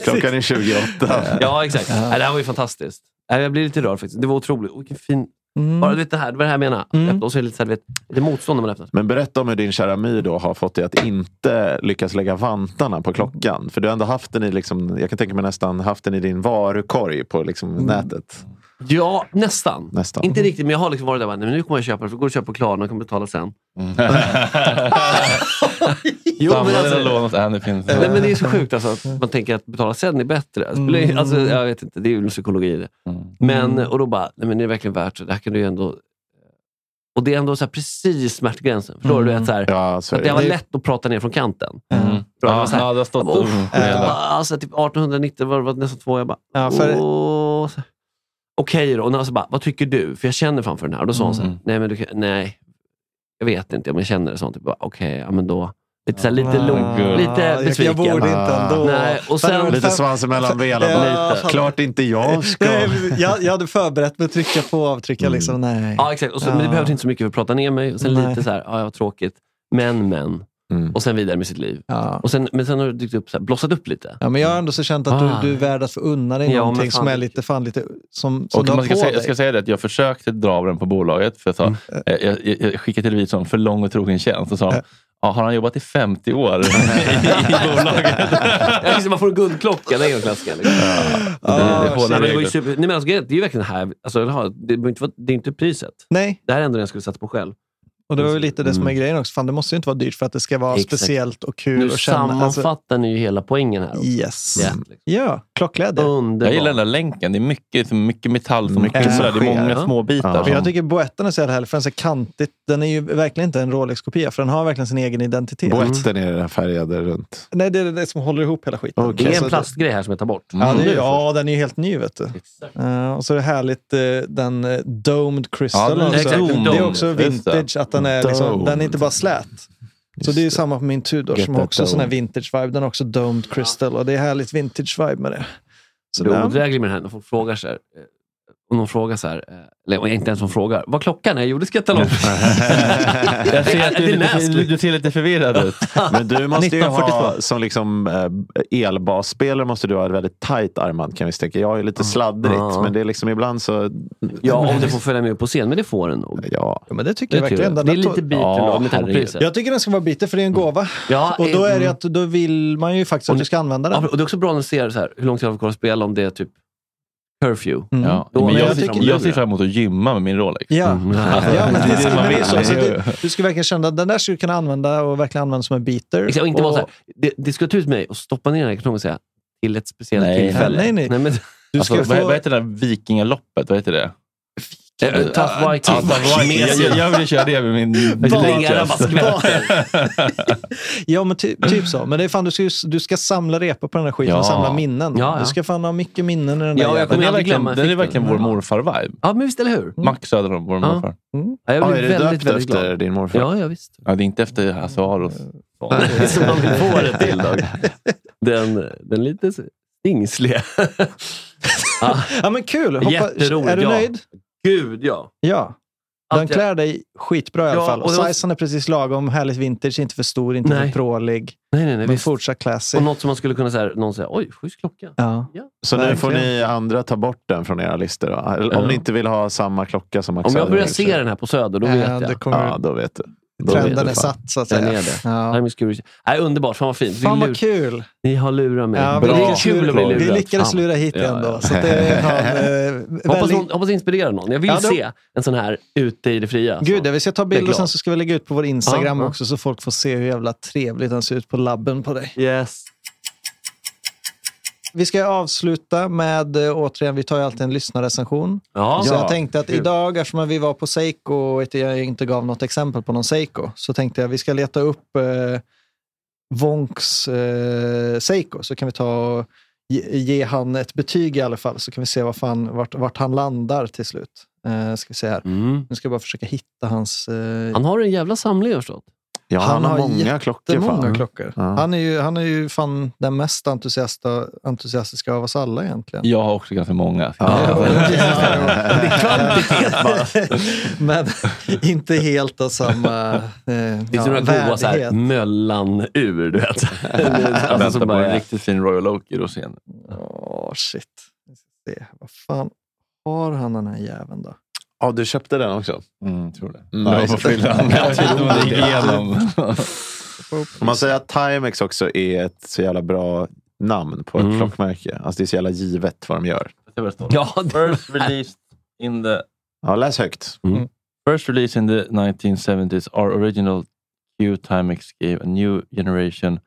Speaker 3: Klockan är 28.
Speaker 2: Ja, exakt. Nej, det här var ju fantastiskt. Nej, Jag blir lite rörd faktiskt. Det var otroligt. Och vilken fin...
Speaker 1: Mm.
Speaker 2: Bara du vet det här, det var det här jag menade. Att
Speaker 1: Mm.
Speaker 2: öppna Och så är det lite, så här, du vet, lite motstånd när man öppnar.
Speaker 3: Men berätta om hur din kära My då har fått dig att inte lyckas lägga vantarna på klockan. För du har ändå haft den i, liksom, jag kan tänka mig nästan, haft den i din varukorg på liksom nätet.
Speaker 2: Ja, nästan.
Speaker 3: Nästan.
Speaker 2: Mm. Inte riktigt, men jag har liksom varit där och bara, "Nej, men nu kommer jag köpa det, för det går att köpa på Klarna och kommer betala sen.
Speaker 4: <laughs>
Speaker 2: jo,
Speaker 4: Samla
Speaker 2: men
Speaker 4: dina
Speaker 2: alltså,
Speaker 4: lån hos Anderfins.
Speaker 2: nej, men det är så sjukt alltså, att man tänker att betala sen är bättre. Det spelar ju- Alltså, jag vet inte, det är ju en psykologi i det.
Speaker 4: Mm.
Speaker 2: Men, och då bara, nej, men det är verkligen värt det. Det här kan du ju ändå... Och det är ändå så här precis smärtgränsen. Förstår du? du? vet, Så här,
Speaker 3: Ja, så
Speaker 2: så
Speaker 3: är
Speaker 2: att det var
Speaker 3: det.
Speaker 2: lätt att prata ner från kanten.
Speaker 4: Mm. Ja,
Speaker 2: så här-
Speaker 4: ja, det har stått...
Speaker 2: Uff.
Speaker 4: Mm.
Speaker 2: Jag
Speaker 4: hela-
Speaker 2: bara, alltså, typ 1890 var det var nästan två. Jag bara,
Speaker 1: Ja, för-
Speaker 2: åh, så- okej då. Och när jag bara, vad tycker du? För jag känner framför
Speaker 1: Mm.
Speaker 2: den här. Och då sa hon så här, nej, men du, kan- nej, jag vet inte om jag känner det. sånt. Typ, Okej, ja, men då Lite, så här, lite,
Speaker 1: Ah,
Speaker 2: lugn, lite
Speaker 1: jag-
Speaker 2: besviken.
Speaker 1: Jag borde inte
Speaker 3: Ah.
Speaker 1: ändå.
Speaker 2: Nej, och
Speaker 1: Fan, det var
Speaker 2: sen...
Speaker 1: väl
Speaker 3: Lite svans
Speaker 2: Alltså,
Speaker 3: mellan benen.
Speaker 1: Ja.
Speaker 3: bara, Klart inte jag ska.
Speaker 1: Nej, jag, jag hade förberett mig, trycka på, avtrycka liksom. Nej.
Speaker 2: Ah, Ja, exakt. Och så, Men det
Speaker 1: Ja.
Speaker 2: behövs inte så mycket för att prata ner mig. Och sen
Speaker 1: Nej.
Speaker 2: lite så här, ja, jag har tråkigt. Men, men.
Speaker 3: Mm.
Speaker 2: Och sen vidare med sitt liv.
Speaker 1: Ja.
Speaker 2: Och sen, men sen har det dykt upp, så här, blossat upp lite.
Speaker 1: Ja, men jag har ändå så känt att
Speaker 2: Ah.
Speaker 1: du, du är värd att få unna dig
Speaker 2: Ja, men
Speaker 1: någonting som
Speaker 2: fan.
Speaker 1: är lite, fan lite, som, som
Speaker 4: Och
Speaker 1: du har
Speaker 4: man
Speaker 1: på
Speaker 4: ska säga,
Speaker 1: dig.
Speaker 4: jag ska säga det att jag försökte dra den på bolaget. För jag,
Speaker 3: Mm.
Speaker 4: sa, eh, jag, jag, jag skickade till Levit som för lång och trogen tjänst. Och sa, de, ja, har han jobbat i 50 år i,
Speaker 3: <laughs>
Speaker 4: i bolaget?
Speaker 2: Ja, just det, liksom, man får en guldklocka, den är klassiken. Liksom.
Speaker 1: Ah,
Speaker 4: det- det-
Speaker 1: shit.
Speaker 2: Nej, men det, var ju
Speaker 4: regler.
Speaker 2: super, nej, men alltså, grejen är att det är ju verkligen här. Alltså, det har- det, behöver inte vara- det är inte priset.
Speaker 1: Nej,
Speaker 2: Det här är ändå det jag skulle satsa på själv.
Speaker 1: och det var väl lite det som är grejen också. Fan, det måste ju inte vara dyrt för att det ska vara
Speaker 2: Exakt.
Speaker 1: speciellt och kul.
Speaker 2: Nu
Speaker 1: och känna, alltså,
Speaker 2: sammanfattar ni ju hela poängen här. också.
Speaker 1: Yes.
Speaker 2: Yeah, liksom.
Speaker 1: Ja, klockläder.
Speaker 2: Underbart.
Speaker 4: Jag gillar den där länken. Det är mycket, mycket metall. För mycket
Speaker 3: Mycket
Speaker 4: sådär. Det
Speaker 3: som
Speaker 4: är många
Speaker 3: sker.
Speaker 4: små bitar.
Speaker 3: Ja.
Speaker 1: Men
Speaker 4: Som,
Speaker 1: jag tycker boetten är så jävla härlig, för den är så kantigt. Den är ju verkligen inte en Rolex-kopia, för den har verkligen sin egen identitet.
Speaker 3: Boetten är den här färgade runt.
Speaker 1: Nej, det är det som håller ihop hela skiten.
Speaker 3: Okej.
Speaker 2: Det är
Speaker 1: Så
Speaker 2: en plastgrej här som jag tar bort.
Speaker 1: Alltså- Ja, det är,
Speaker 2: Mm.
Speaker 1: ja, den är ju helt ny vet du.
Speaker 2: Exakt.
Speaker 1: Eh, och så är det härligt, eh, den eh, domed crystal.
Speaker 4: Ja, den är
Speaker 1: också.
Speaker 2: exakt,
Speaker 1: det
Speaker 2: domed.
Speaker 1: är också
Speaker 4: Just det.
Speaker 1: vintage, att den är, liksom,
Speaker 3: Domed.
Speaker 1: den är inte bara slät. Så det är ju
Speaker 3: Just
Speaker 1: samma på min Tudor
Speaker 3: Get
Speaker 1: som
Speaker 3: that
Speaker 1: också har sån här
Speaker 3: domed.
Speaker 1: vintage-vibe. Den har också domed crystal och det är härligt vintage-vibe med det. Så
Speaker 2: Du är
Speaker 1: den,
Speaker 2: odräglig med den här. När folk frågar så här. eh, Om någon frågar så här, eh, eller inte ens någon frågar, vad klockan är? Jag
Speaker 1: <laughs>
Speaker 2: gjorde skatalogen.
Speaker 4: jag ser att
Speaker 2: Det är
Speaker 4: du, är
Speaker 2: nasty.
Speaker 4: lite, du ser lite förvirrad ut.
Speaker 3: Men du måste ju ha,
Speaker 4: 1942.
Speaker 3: som liksom, eh, elbasspelare måste du ha ett väldigt tajt armband kan vi tänka. Jag är lite sladdrigt,
Speaker 2: Ja.
Speaker 3: men det är liksom ibland så...
Speaker 2: ja, om du får följa med upp på scen, men det får den nog.
Speaker 3: Ja.
Speaker 1: ja, men det tycker jag
Speaker 2: Det, tror
Speaker 1: verkligen. Den
Speaker 2: jag. det är
Speaker 1: där to-
Speaker 2: lite biten
Speaker 4: Ja,
Speaker 2: då, med tanke på
Speaker 4: herregud.
Speaker 2: priset.
Speaker 1: jag tycker den ska vara biten för det är en gåva.
Speaker 2: Ja,
Speaker 1: Och då,
Speaker 2: eh,
Speaker 1: är det att, då vill man ju faktiskt att du ska använda
Speaker 2: Ja,
Speaker 1: den.
Speaker 2: och det är också bra när du ser så här, hur lång tid har vi kvar att spela om det är typ curfew.
Speaker 1: Mm.
Speaker 4: Ja.
Speaker 2: Då-
Speaker 4: Men
Speaker 2: men
Speaker 4: jag,
Speaker 2: jag
Speaker 4: ser-
Speaker 2: tycker-
Speaker 4: jag ser fram emot att gymma med min Rolex.
Speaker 1: Ja.
Speaker 2: Mm.
Speaker 1: Ja, men
Speaker 4: Det är
Speaker 1: det, men
Speaker 4: det man
Speaker 1: det är
Speaker 4: vill.
Speaker 1: så, så
Speaker 4: Jo,
Speaker 1: du, du ska verkligen känna att den där skulle du kunna använda och verkligen använda som en beater.
Speaker 2: Exakt, och inte vara så här, det, det skulle ta ut mig och stoppa ner den här kartongen och säga till ett speciellt
Speaker 4: Nej.
Speaker 2: tillfälle.
Speaker 1: Nej, nej.
Speaker 2: men,
Speaker 1: Du
Speaker 4: Alltså,
Speaker 1: ska
Speaker 4: vad,
Speaker 1: få...
Speaker 4: vad heter det där vikingaloppet? Vad heter det?
Speaker 2: Eh, tough viking.
Speaker 4: Alltså, jag, jag, jag vill köra det med min
Speaker 2: Bara-
Speaker 4: Rolex. <laughs>
Speaker 1: ja, men ty, typ så. Men det är fan, du ska, ju- du ska samla repor på den här skiten
Speaker 4: Ja.
Speaker 1: och samla minnen.
Speaker 2: Ja, ja.
Speaker 1: Du ska fan ha mycket minnen i den där
Speaker 2: Ja, jag
Speaker 1: jäveln.
Speaker 2: kommer
Speaker 4: Den är
Speaker 2: aldrig
Speaker 4: verkligen,
Speaker 2: glömma
Speaker 4: den är
Speaker 2: effekten.
Speaker 4: verkligen vår morfar-vibe.
Speaker 2: Ja, men visst, eller hur?
Speaker 4: Max Söder om vår
Speaker 2: Ja.
Speaker 4: morfar.
Speaker 2: Ja, jag
Speaker 3: Ja,
Speaker 2: blir
Speaker 3: är det
Speaker 2: väldigt,
Speaker 3: döpt
Speaker 2: väldigt
Speaker 3: efter
Speaker 2: glad.
Speaker 3: din morfar?
Speaker 2: Ja, ja, visst.
Speaker 4: Ja, det är inte efter Hasse Aros.
Speaker 2: Det är som man vill få det till. Dock. <laughs> Den, den lite stingsliga.
Speaker 1: Ja, men kul. Hoppa,
Speaker 2: Jätteroligt,
Speaker 1: är du
Speaker 2: ja.
Speaker 1: nöjd?
Speaker 2: Gud, ja.
Speaker 1: Ja. Den
Speaker 2: Att jag-
Speaker 1: klär dig skitbra i alla
Speaker 2: Ja,
Speaker 1: fall. Och,
Speaker 2: och det var-
Speaker 1: sizen är precis lagom. Härligt vintage, inte för stor, inte
Speaker 2: Nej.
Speaker 1: för prålig.
Speaker 2: Nej, nej, nej.
Speaker 1: Men
Speaker 2: Visst.
Speaker 1: fortsatt classy.
Speaker 2: Och något som man skulle kunna säga, någon säger, oj, schysst klocka.
Speaker 1: Ja.
Speaker 3: Så nu får
Speaker 1: Verkligen.
Speaker 3: ni andra ta bort den från era listor. Då. Eller Om
Speaker 4: Ja.
Speaker 3: ni inte vill ha samma klocka som Max
Speaker 2: Om jag
Speaker 3: Söder
Speaker 2: börjar
Speaker 3: kanske.
Speaker 2: se den här på Söder, då vet
Speaker 1: Ja, det
Speaker 2: jag.
Speaker 1: kommer...
Speaker 3: Ja, då vet du. Då vet
Speaker 1: Trenden
Speaker 3: du
Speaker 1: är
Speaker 3: fan.
Speaker 1: satt, så att
Speaker 2: Den
Speaker 1: säga.
Speaker 2: är det.
Speaker 1: Ja.
Speaker 2: I'm Scrooge. Nej, underbart. Fan vad fint. Vi
Speaker 1: Fan
Speaker 2: lur-
Speaker 1: vad kul!
Speaker 2: Ni har lurat mig.
Speaker 1: Ja, vi,
Speaker 4: Bra.
Speaker 2: Det är
Speaker 1: lyckades
Speaker 2: kul att bli
Speaker 4: Bra.
Speaker 1: lura,
Speaker 2: lurad.
Speaker 1: vi lyckades
Speaker 2: Fan.
Speaker 1: lura hit
Speaker 4: Ja,
Speaker 1: dig ändå.
Speaker 4: ja.
Speaker 1: Så att det är
Speaker 2: <laughs>
Speaker 1: han, eh,
Speaker 2: Hoppas,
Speaker 1: väldigt...
Speaker 2: någon, hoppas det inspirerar någon. Jag vill
Speaker 1: Ja, då-
Speaker 2: se en sån här ute i det fria. alltså.
Speaker 1: Gud, ja, vi ska ta
Speaker 2: Jag är
Speaker 1: bilder
Speaker 2: glad.
Speaker 1: och sen så ska vi lägga ut på vår Instagram
Speaker 2: Ja, ja.
Speaker 1: också så folk får se hur jävla trevligt den ser ut på labben på dig.
Speaker 2: Yes.
Speaker 1: Vi ska avsluta med, eh, återigen, vi tar ju alltid en lyssnarrecension.
Speaker 2: Ja.
Speaker 1: Så jag tänkte att
Speaker 3: kul.
Speaker 1: idag, eftersom vi var på Seiko och inte- jag inte gav något exempel på någon Seiko, så tänkte jag vi ska leta upp eh, Wonks eh, Seiko, så kan vi ta och ge, ge han ett betyg i alla fall, så kan vi se vad fan, vart, vart han landar till slut. Eh, ska vi se här.
Speaker 2: Mm.
Speaker 1: Nu ska jag bara försöka hitta hans... Eh,
Speaker 2: Han har en jävla samling har jag förstått.
Speaker 3: Ja, han,
Speaker 1: Han
Speaker 3: har
Speaker 1: har
Speaker 3: många klockor.
Speaker 1: jättemånga Mm.
Speaker 3: Fan.
Speaker 1: klockor.
Speaker 3: Ja.
Speaker 1: Han, är ju, han är ju fan den mest entusiasta, entusiastiska av oss alla egentligen.
Speaker 4: Jag har också ganska många.
Speaker 2: <laughs>
Speaker 1: Det är kvantitet bara. Men inte helt av samma eh,
Speaker 2: Det
Speaker 1: ja,
Speaker 2: finns några goa så här,
Speaker 1: värdighet.
Speaker 2: <laughs> möllanur, du vet.
Speaker 4: Jag
Speaker 2: alltså,
Speaker 4: väntar
Speaker 2: som
Speaker 4: på
Speaker 2: bara
Speaker 4: en
Speaker 2: är
Speaker 4: riktigt fin Royal Oak i rosen.
Speaker 1: Åh, shit. Vi ska se. Vad fan har han den här jäveln då?
Speaker 3: Ja, du köpte den också.
Speaker 4: Mm, tror det.
Speaker 3: Mm.
Speaker 4: Det var
Speaker 3: Nice.
Speaker 4: på fyllan. Det gick igenom.
Speaker 3: Om man säger att Timex också är ett så jävla bra namn på ett
Speaker 2: Mm.
Speaker 3: klockmärke. Alltså det är så jävla givet vad de gör.
Speaker 2: Ja, det...
Speaker 4: First released in the
Speaker 3: Ja, läs högt.
Speaker 4: First released in the 1970s, our original Q Timex gave a new generation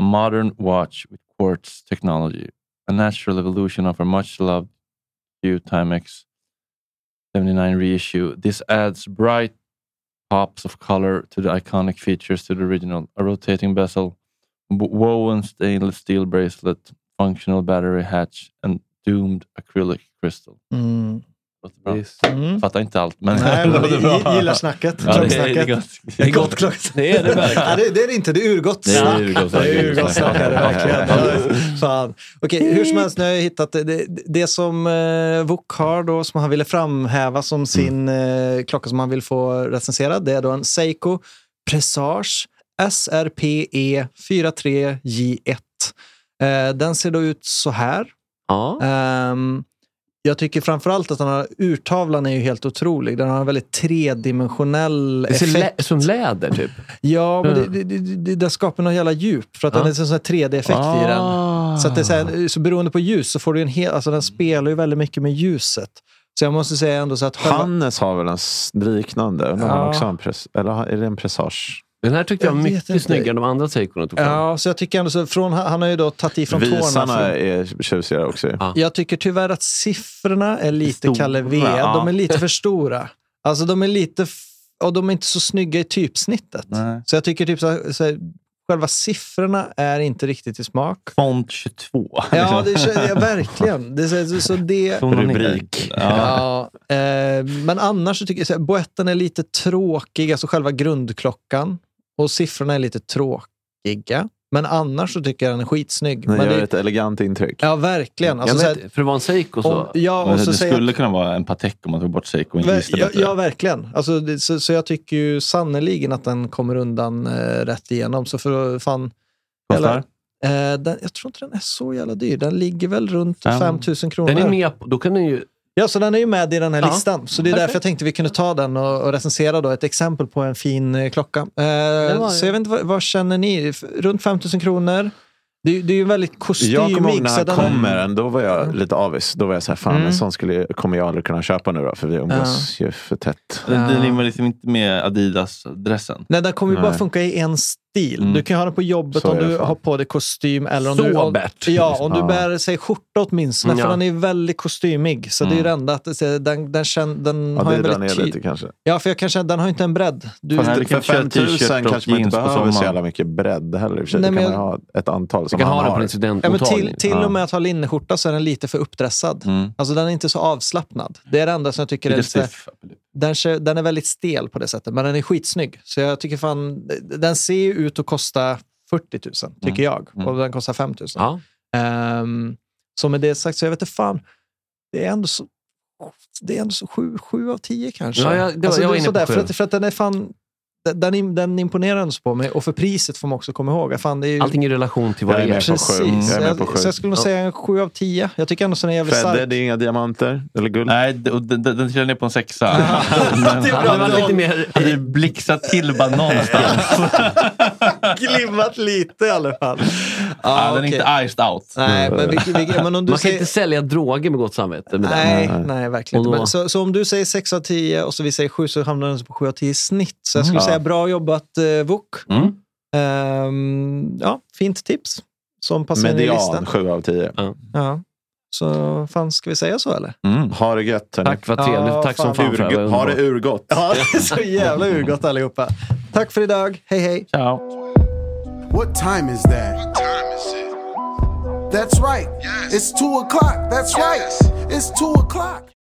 Speaker 4: a modern watch with quartz technology, a natural evolution of our much loved Q Timex 79 reissue. This adds bright pops of color to the iconic features to the original a rotating bezel, w- woven stainless steel bracelet, functional battery hatch, and doomed acrylic crystal.
Speaker 1: Mm.
Speaker 4: Låter bra.
Speaker 2: Visst.
Speaker 1: Mm.
Speaker 4: Fattar inte allt, men...
Speaker 1: Nej,
Speaker 4: <laughs>
Speaker 1: men
Speaker 4: låter bra.
Speaker 1: vi gillar snacket.
Speaker 4: Ja, det, är, det, är
Speaker 1: Klocksnacket.
Speaker 4: gott.
Speaker 1: Det är gott klock.
Speaker 2: Det är det verkligen.
Speaker 1: <laughs> Ja, det, det är det inte, det är urgott
Speaker 4: Det är
Speaker 1: snack.
Speaker 4: urgott snack.
Speaker 1: det är urgott snack, det är det verkligen. Fan. Okej, hur som helst, nu har jag hittat det, det, det som eh, Vuk har då, som han ville framhäva
Speaker 4: Mm.
Speaker 1: som sin eh, klocka som han vill få recenserad. Det är då en Seiko Presage SRPE 43J1. Eh, den ser då ut så här.
Speaker 2: Ja.
Speaker 1: Ehm, jag tycker framförallt att den här urtavlan är ju helt otrolig. Den har en väldigt tredimensionell
Speaker 2: Det ser
Speaker 1: effekt.
Speaker 2: lä- som läder typ.
Speaker 1: Ja, men
Speaker 3: Eh.
Speaker 2: Mm.
Speaker 1: det, det, det, det, det skapar något jävla djup. För att
Speaker 2: Ja.
Speaker 1: den är en sån här 3D-effekt i den.
Speaker 3: Ah.
Speaker 1: Så, att det är så, här, så beroende på ljus så får du en hel... Alltså den spelar ju väldigt mycket med ljuset. Så jag måste säga ändå så att själva...
Speaker 3: Hannes har väl en s- liknande? Eller, har han
Speaker 1: Ja.
Speaker 3: också en press, eller har- är det en pressage?
Speaker 2: Den här tyckte jag var
Speaker 1: Jag vet
Speaker 2: mycket
Speaker 1: inte.
Speaker 2: snyggare än de andra Seikorna tog fram.
Speaker 1: Ja, så jag tycker ändå så från, han har ju då tagit ifrån tårna.
Speaker 3: Visarna
Speaker 1: Från,
Speaker 3: är tjusigare också. ju.
Speaker 2: Ja.
Speaker 1: jag tycker tyvärr att siffrorna är lite
Speaker 3: Stora,
Speaker 1: Kalle V.
Speaker 3: ja.
Speaker 1: De är lite för stora. Alltså de är lite... f- Och de är inte så snygga i typsnittet.
Speaker 4: Nej.
Speaker 1: Så jag tycker typ så här, så här, själva siffrorna är inte riktigt i smak.
Speaker 4: Font 22.
Speaker 3: Liksom.
Speaker 1: Ja, det känner
Speaker 3: <laughs>
Speaker 1: jag verkligen. Det, så, så- så det,
Speaker 4: Som någon
Speaker 3: Rubrik.
Speaker 4: hittar. Ja.
Speaker 1: <laughs> ja, eh, men annars så tycker jag så här, boetten är lite tråkig, alltså själva grundklockan. Och siffrorna är lite tråkiga. Men annars så tycker jag den är skitsnygg.
Speaker 3: Den
Speaker 1: Men
Speaker 3: gör
Speaker 1: det,
Speaker 3: ett elegant intryck.
Speaker 1: ja, verkligen. Alltså,
Speaker 2: jag
Speaker 1: så
Speaker 2: vet,
Speaker 1: här,
Speaker 2: för det var en Seiko så.
Speaker 1: om, ja,
Speaker 4: Men
Speaker 1: och
Speaker 4: det
Speaker 1: så säger
Speaker 4: skulle
Speaker 1: jag,
Speaker 4: kunna vara en Patek om man tog bort Seiko och inte
Speaker 1: Ver-
Speaker 4: visste
Speaker 1: ja,
Speaker 4: bättre.
Speaker 1: ja, verkligen. Alltså, det, så, så jag tycker ju sannerligen att den kommer undan eh, rätt igenom. Så för att fan...
Speaker 4: Kostar?
Speaker 1: eh, den, jag tror inte den är så jävla dyr. Den ligger väl runt
Speaker 4: Fem.
Speaker 1: 5 000 kronor.
Speaker 2: den är med, på- då kan den ju...
Speaker 1: Ja, så den är ju med i den här
Speaker 2: Ja,
Speaker 1: listan. Så det är därför jag tänkte vi kunde ta den och, och recensera då ett exempel på en fin eh, klocka. Eh,
Speaker 2: var-
Speaker 1: så jag vet inte, vad, vad känner ni? F- Runt 5 000 kronor. Det, är- det är ju väldigt kostymig.
Speaker 3: Jag kommer ihåg när
Speaker 1: så
Speaker 3: han
Speaker 1: den-
Speaker 3: kom med den, då var jag lite avis. Då var jag så här, fan
Speaker 1: Mm.
Speaker 3: en sån skulle, kommer jag aldrig kunna köpa nu då, för vi umgås ju för tätt.
Speaker 4: Den,
Speaker 1: Ja.
Speaker 4: den rimmar liksom inte med Adidas-dressen.
Speaker 1: Nej, den kommer ju bara
Speaker 3: Nej.
Speaker 1: funka i en stil.
Speaker 4: Mm.
Speaker 1: Du kan ju ha den på jobbet
Speaker 3: Så
Speaker 1: om
Speaker 3: är det
Speaker 1: du
Speaker 3: fan.
Speaker 1: har på dig kostym. Eller om
Speaker 2: Så
Speaker 1: du, om,
Speaker 2: Bert.
Speaker 1: Ja, om du
Speaker 3: Ja.
Speaker 1: bär sig skjorta åtminstone.
Speaker 2: Mm,
Speaker 1: För
Speaker 2: ja.
Speaker 1: den är ju väldigt kostymig. Så det är ju det enda. Att, det- den den, känn, den
Speaker 3: Mm. Ja,
Speaker 1: har
Speaker 3: det
Speaker 1: en
Speaker 3: drar ner
Speaker 1: väldigt tyd-
Speaker 3: lite kanske.
Speaker 1: Ja, för jag kan känna, den har ju inte en bredd. Du,
Speaker 4: Fast
Speaker 3: Fast
Speaker 4: du kan
Speaker 3: för
Speaker 4: köra
Speaker 3: 5 000
Speaker 4: t-shirt och
Speaker 3: kanske man
Speaker 4: jeans
Speaker 3: inte
Speaker 4: på
Speaker 3: behöver så
Speaker 4: sommaren.
Speaker 3: jävla mycket bredd heller. i och för sig.
Speaker 1: Nej,
Speaker 3: Då kan
Speaker 1: men-
Speaker 3: man ha ett antal
Speaker 2: Du
Speaker 3: som
Speaker 2: kan
Speaker 3: man
Speaker 2: ha den på
Speaker 1: ja,
Speaker 3: har.
Speaker 2: din
Speaker 1: men
Speaker 2: studentmottagning.
Speaker 1: till, till och med att ha linneskjorta så är den lite för uppdressad.
Speaker 4: Mm.
Speaker 1: Alltså den är inte så avslappnad. Det är det enda som jag tycker är
Speaker 4: Lite
Speaker 1: lite,
Speaker 4: stiff.
Speaker 1: den, ser- den är väldigt stel på det sättet, men den är skitsnygg. Så jag tycker fan, den ser ju ut att kosta 40 000, tycker
Speaker 4: Mm.
Speaker 1: jag.
Speaker 4: Mm.
Speaker 1: Och den kostar 5 000.
Speaker 2: Ja.
Speaker 1: Ehm, så med det sagt, så jag vet inte fan. Det är ändå så, det är ändå så sju, sju av tio kanske. Alltså,
Speaker 2: Ja, ja, det var- jag var
Speaker 1: är
Speaker 2: inne
Speaker 1: sådär,
Speaker 2: på
Speaker 1: för,
Speaker 2: sju.
Speaker 1: att, för att den är fan, den- den, im- den imponerar ändå så på mig. Och för priset får man också komma ihåg. Fan, det är ju,
Speaker 2: Allting i relation till vad
Speaker 3: Jag
Speaker 2: det
Speaker 3: är med
Speaker 2: är.
Speaker 3: på sju.
Speaker 1: Precis.
Speaker 3: Jag är med på
Speaker 1: Jag, så
Speaker 3: sju.
Speaker 1: jag skulle nog säga en sju av tio. Jag tycker ändå så den är jävligt
Speaker 3: Fredde,
Speaker 1: stark.
Speaker 3: det är inga diamanter eller guld.
Speaker 4: Nej, d- och den, den den trillar ner på
Speaker 1: <laughs>
Speaker 4: en sexa. Men
Speaker 2: Det hade varit lite mer...
Speaker 4: hade blixtrat till bara någonstans.
Speaker 1: glimmat lite i alla fall.
Speaker 4: ja,
Speaker 1: Ja,
Speaker 4: Den är
Speaker 1: okej.
Speaker 4: inte iced out.
Speaker 1: Nej, men, vilket- vilket- men om du
Speaker 2: Man kan
Speaker 1: säger...
Speaker 2: inte sälja droger med gott samvete med den.
Speaker 1: Nej,
Speaker 3: Nej.
Speaker 1: nej, verkligen
Speaker 2: Och
Speaker 1: inte.
Speaker 2: då-
Speaker 1: Men, så, så om du säger 6 av 10 och så vi säger 7 så hamnar den på 7 av 10 i snitt. Så jag skulle
Speaker 3: Ja.
Speaker 1: säga bra jobbat eh, Vuk.
Speaker 4: Mm.
Speaker 1: Ehm, ja, fint tips som passar in i
Speaker 3: Median
Speaker 1: listan.
Speaker 3: 7 av 10.
Speaker 1: Ja. Så fan, ska vi säga så eller?
Speaker 4: Mm.
Speaker 3: Ha det gött hörni.
Speaker 2: Tack, vad trevligt.
Speaker 1: Ja,
Speaker 2: Tack
Speaker 1: fan.
Speaker 2: som fan. för det här.
Speaker 3: Urgo- ha det urgott.
Speaker 1: Ja, det är <laughs> så jävla urgott allihopa. Tack för idag. Hej, hej.
Speaker 4: Ciao.
Speaker 5: What time is that? What time is it? That's right. It's two o'clock. That's right. It's two o'clock.